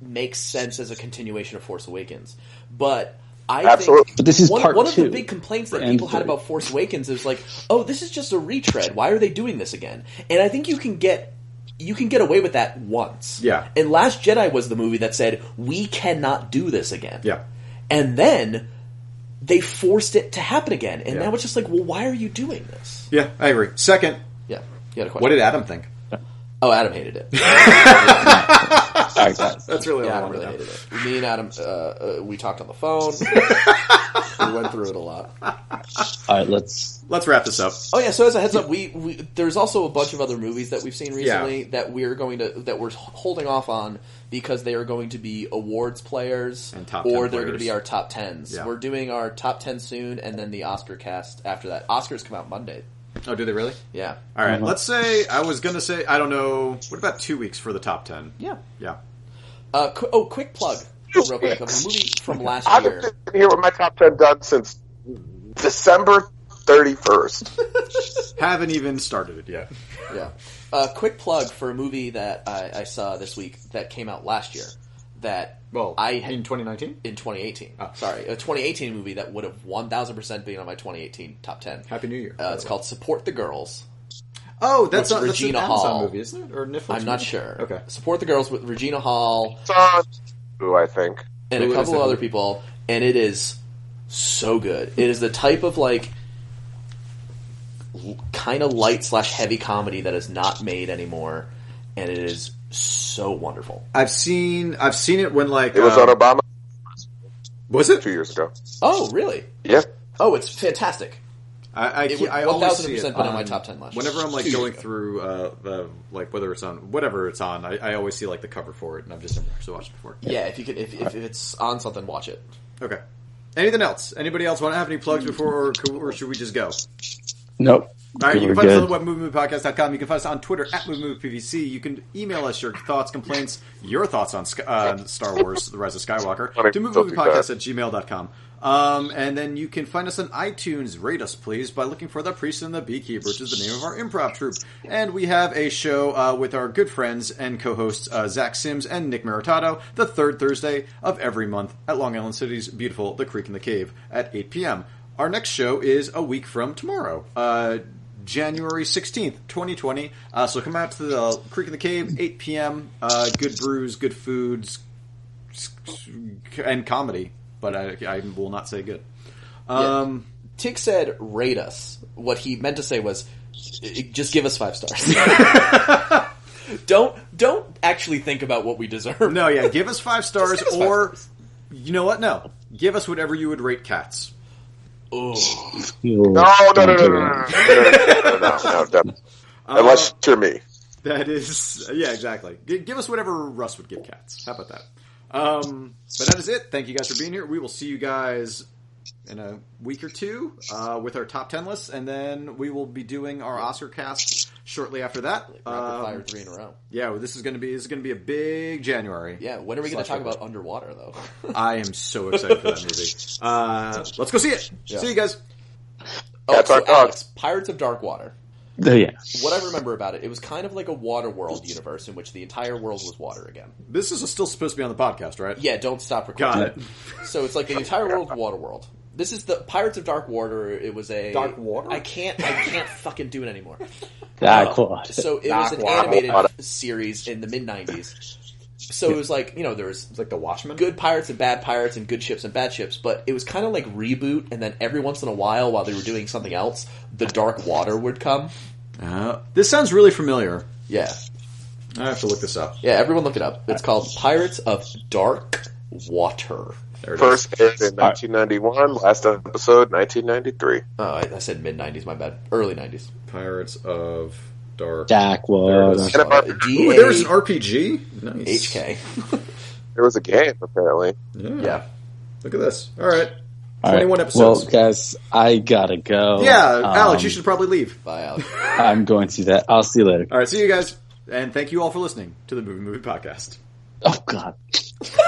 [SPEAKER 3] makes sense as a continuation of Force Awakens. But I
[SPEAKER 5] Absolutely.
[SPEAKER 3] think
[SPEAKER 4] But this is
[SPEAKER 3] one,
[SPEAKER 4] part
[SPEAKER 3] one of the
[SPEAKER 4] two.
[SPEAKER 3] big complaints that
[SPEAKER 4] And
[SPEAKER 3] people had
[SPEAKER 4] three.
[SPEAKER 3] about Force Awakens is like, oh, this is just a retread. Why are they doing this again? And I think you can get you can get away with that once.
[SPEAKER 2] Yeah.
[SPEAKER 3] And Last Jedi was the movie that said we cannot do this again.
[SPEAKER 2] Yeah.
[SPEAKER 3] And then they forced it to happen again, and
[SPEAKER 2] Yeah.
[SPEAKER 3] now it's just like, well, why are you doing this?
[SPEAKER 2] Yeah, I agree. Second,
[SPEAKER 3] Yeah. You had a question.
[SPEAKER 2] what did Adam think?
[SPEAKER 3] Oh, Adam hated it. Yeah,
[SPEAKER 2] That's really all I
[SPEAKER 3] Adam really
[SPEAKER 2] wanted to know.
[SPEAKER 3] hated it. Me and Adam, uh, uh, we talked on the phone. we went through it a lot.
[SPEAKER 4] All right, let's.
[SPEAKER 2] Let's wrap this up.
[SPEAKER 3] Oh yeah. So as a heads up, we, we there's also a bunch of other movies that we've seen recently
[SPEAKER 2] Yeah.
[SPEAKER 3] that we're going to that we're holding off on because they are going to be awards players
[SPEAKER 2] And top 10
[SPEAKER 3] or they're going to be
[SPEAKER 2] players.
[SPEAKER 3] our top tens.
[SPEAKER 2] Yeah.
[SPEAKER 3] We're doing our top ten soon, and then the Oscar cast after that. Oscars come out Monday.
[SPEAKER 2] Oh, do they really?
[SPEAKER 3] Yeah.
[SPEAKER 2] All right, Let's say I was going to say I don't know. What about two weeks for the top ten?
[SPEAKER 3] Yeah.
[SPEAKER 2] Yeah.
[SPEAKER 3] Uh, qu- oh, quick plug, real quick, of a movie from last
[SPEAKER 5] I've
[SPEAKER 3] year.
[SPEAKER 5] been sitting here with my top ten done since December thirty first.
[SPEAKER 2] Haven't even started it yet.
[SPEAKER 3] Yeah. uh, quick plug for a movie that I, I saw this week that came out last year. That
[SPEAKER 2] Well,
[SPEAKER 3] I
[SPEAKER 2] in Oh. 2019.
[SPEAKER 3] in 2018. Sorry, a 2018 movie that would have 1,000 percent been on my 2018 top 10.
[SPEAKER 2] Happy New Year.
[SPEAKER 3] Uh, it's called "Support the Girls."
[SPEAKER 2] Oh, that's
[SPEAKER 3] With
[SPEAKER 2] on, that's an
[SPEAKER 3] Regina
[SPEAKER 2] Amazon
[SPEAKER 3] Hall.
[SPEAKER 2] movie, isn't it? Or Netflix?
[SPEAKER 3] I'm not
[SPEAKER 2] movie?
[SPEAKER 3] sure.
[SPEAKER 2] Okay.
[SPEAKER 3] "Support the Girls" with Regina Hall
[SPEAKER 5] Who I think.
[SPEAKER 3] and
[SPEAKER 2] Who
[SPEAKER 3] a
[SPEAKER 2] is
[SPEAKER 3] couple
[SPEAKER 2] it?
[SPEAKER 3] other people, and it is so good. It is the type of like kind of light slash heavy comedy that is not made anymore, and it is so wonderful.
[SPEAKER 2] I've seen I've seen it when like
[SPEAKER 5] It was
[SPEAKER 2] um,
[SPEAKER 5] on Obama
[SPEAKER 2] was it?
[SPEAKER 5] two years ago.
[SPEAKER 3] Oh, really?
[SPEAKER 5] Yeah.
[SPEAKER 3] Oh, it's fantastic.
[SPEAKER 2] I I,
[SPEAKER 3] It
[SPEAKER 2] keep-
[SPEAKER 3] would
[SPEAKER 2] I always
[SPEAKER 3] 1,000
[SPEAKER 2] see it
[SPEAKER 3] percent been on my
[SPEAKER 2] on-
[SPEAKER 3] top 10 list.
[SPEAKER 2] Whenever I'm like
[SPEAKER 3] Two years
[SPEAKER 2] going
[SPEAKER 3] ago.
[SPEAKER 2] through uh, the like whether it's on whatever it's on, I, I always see like the cover for it, and I've just never actually watched it before.
[SPEAKER 3] Yeah, if you could, if, if, if it's on something, watch it.
[SPEAKER 2] Okay. Anything else? Anybody else want to have any plugs before, or, could- or should we just go?
[SPEAKER 4] Nope.
[SPEAKER 2] All right, you
[SPEAKER 4] We're
[SPEAKER 2] can find us on
[SPEAKER 4] good.
[SPEAKER 2] the web, moviemoviepodcast.com. You can find us on Twitter at moviemoviepvc. You can email us your thoughts, complaints, your thoughts on Sk- uh, Star Wars: The Rise of Skywalker
[SPEAKER 5] Funny,
[SPEAKER 2] to
[SPEAKER 5] don't do
[SPEAKER 2] moviemoviepodcast at gmail.com. Um, and then you can find us on iTunes. Rate us, please, by looking for The Priest and the Beekeeper, which is the name of our improv troupe. And we have a show uh, with our good friends and co-hosts uh, Zach Sims and Nick Maritato the third Thursday of every month at Long Island City's beautiful The Creek in the Cave at 8 p.m. Our next show is a week from tomorrow. Uh, January 16th, 2020. Uh, so come out to the Creek in the Cave, 8 p.m. Uh, good brews, good foods, and comedy. But I, I will not say good. Um,
[SPEAKER 3] Tig said, "Rate us." What he meant to say was, "I- I- "Just give us five stars." don't don't actually think about what we deserve.
[SPEAKER 2] No, yeah, give us five stars
[SPEAKER 3] give us five
[SPEAKER 2] or, you know what? No. Give us whatever you would rate cats.
[SPEAKER 5] No, no, no, no, no, no, no, no, no, no, no.
[SPEAKER 2] Uh-huh.
[SPEAKER 5] Unless you're me.
[SPEAKER 2] That is, yeah, exactly. G- give us whatever Russ would give cats. How about that? Um, but that is it. Thank you guys for being here. We will see you guys in a week or two uh, with our top ten lists, and then we will be doing our Oscar cast
[SPEAKER 6] shortly after that.
[SPEAKER 3] Rapid
[SPEAKER 2] Um,
[SPEAKER 3] fire three in a row.
[SPEAKER 2] Yeah, well, this is going to be this is going to be a big January.
[SPEAKER 3] Yeah, when are we going to
[SPEAKER 2] Slash
[SPEAKER 3] talk about underwater though?
[SPEAKER 2] I am so excited for that movie. Uh, let's go see it. See you guys.
[SPEAKER 3] oh,
[SPEAKER 5] That's
[SPEAKER 3] so
[SPEAKER 5] our dog.
[SPEAKER 3] Alex, Pirates of Dark Water.
[SPEAKER 4] Oh, yeah.
[SPEAKER 3] What I remember about it, it was kind of like a water world universe in which the entire world was water again.
[SPEAKER 2] This is still supposed to be on the podcast, right?
[SPEAKER 3] Yeah, don't stop recording.
[SPEAKER 2] Got it.
[SPEAKER 3] So it's like the entire world water world. This is the Pirates of Dark Water. It was a
[SPEAKER 2] Dark Water?
[SPEAKER 3] I can't. I can't fucking do it anymore.
[SPEAKER 4] Dark
[SPEAKER 3] Uh,
[SPEAKER 4] Water.
[SPEAKER 3] So it was
[SPEAKER 2] Dark
[SPEAKER 3] an
[SPEAKER 2] Water.
[SPEAKER 3] animated series in the mid '90s. So it was like you know there was
[SPEAKER 2] It's like the Watchmen.
[SPEAKER 3] good pirates and bad pirates and good ships and bad ships, but it was kind of like reboot. And then every once in a while, while they were doing something else, the Dark Water would come.
[SPEAKER 2] Uh, this sounds really familiar.
[SPEAKER 3] Yeah,
[SPEAKER 2] I have to look this up.
[SPEAKER 3] yeah. Everyone look it up. It's called Pirates of Dark Water.
[SPEAKER 2] There it is.
[SPEAKER 5] First aired in 1991, last episode 1993.
[SPEAKER 3] Oh, I, I said mid '90s. My bad. Early '90s.
[SPEAKER 2] Pirates of Dark. There
[SPEAKER 4] Dark
[SPEAKER 2] it
[SPEAKER 4] Water.
[SPEAKER 2] is.
[SPEAKER 5] And about-
[SPEAKER 3] Uh, D
[SPEAKER 2] Ooh, there was an
[SPEAKER 3] A
[SPEAKER 2] RPG. Nice.
[SPEAKER 3] H K.
[SPEAKER 5] There was a game apparently.
[SPEAKER 2] Yeah.
[SPEAKER 3] Yeah.
[SPEAKER 2] Look at this. All right.
[SPEAKER 4] All right.
[SPEAKER 2] 21 episodes.
[SPEAKER 4] Well, guys, I gotta
[SPEAKER 3] Oh,
[SPEAKER 4] go.
[SPEAKER 2] yeah,
[SPEAKER 4] Um,
[SPEAKER 2] Alex, you should probably leave.
[SPEAKER 3] Bye, Alex.
[SPEAKER 4] I'm going to that. I'll see you later.
[SPEAKER 2] All right. See you guys, and thank you all for listening to the Movie Movie Podcast.
[SPEAKER 4] Oh, God.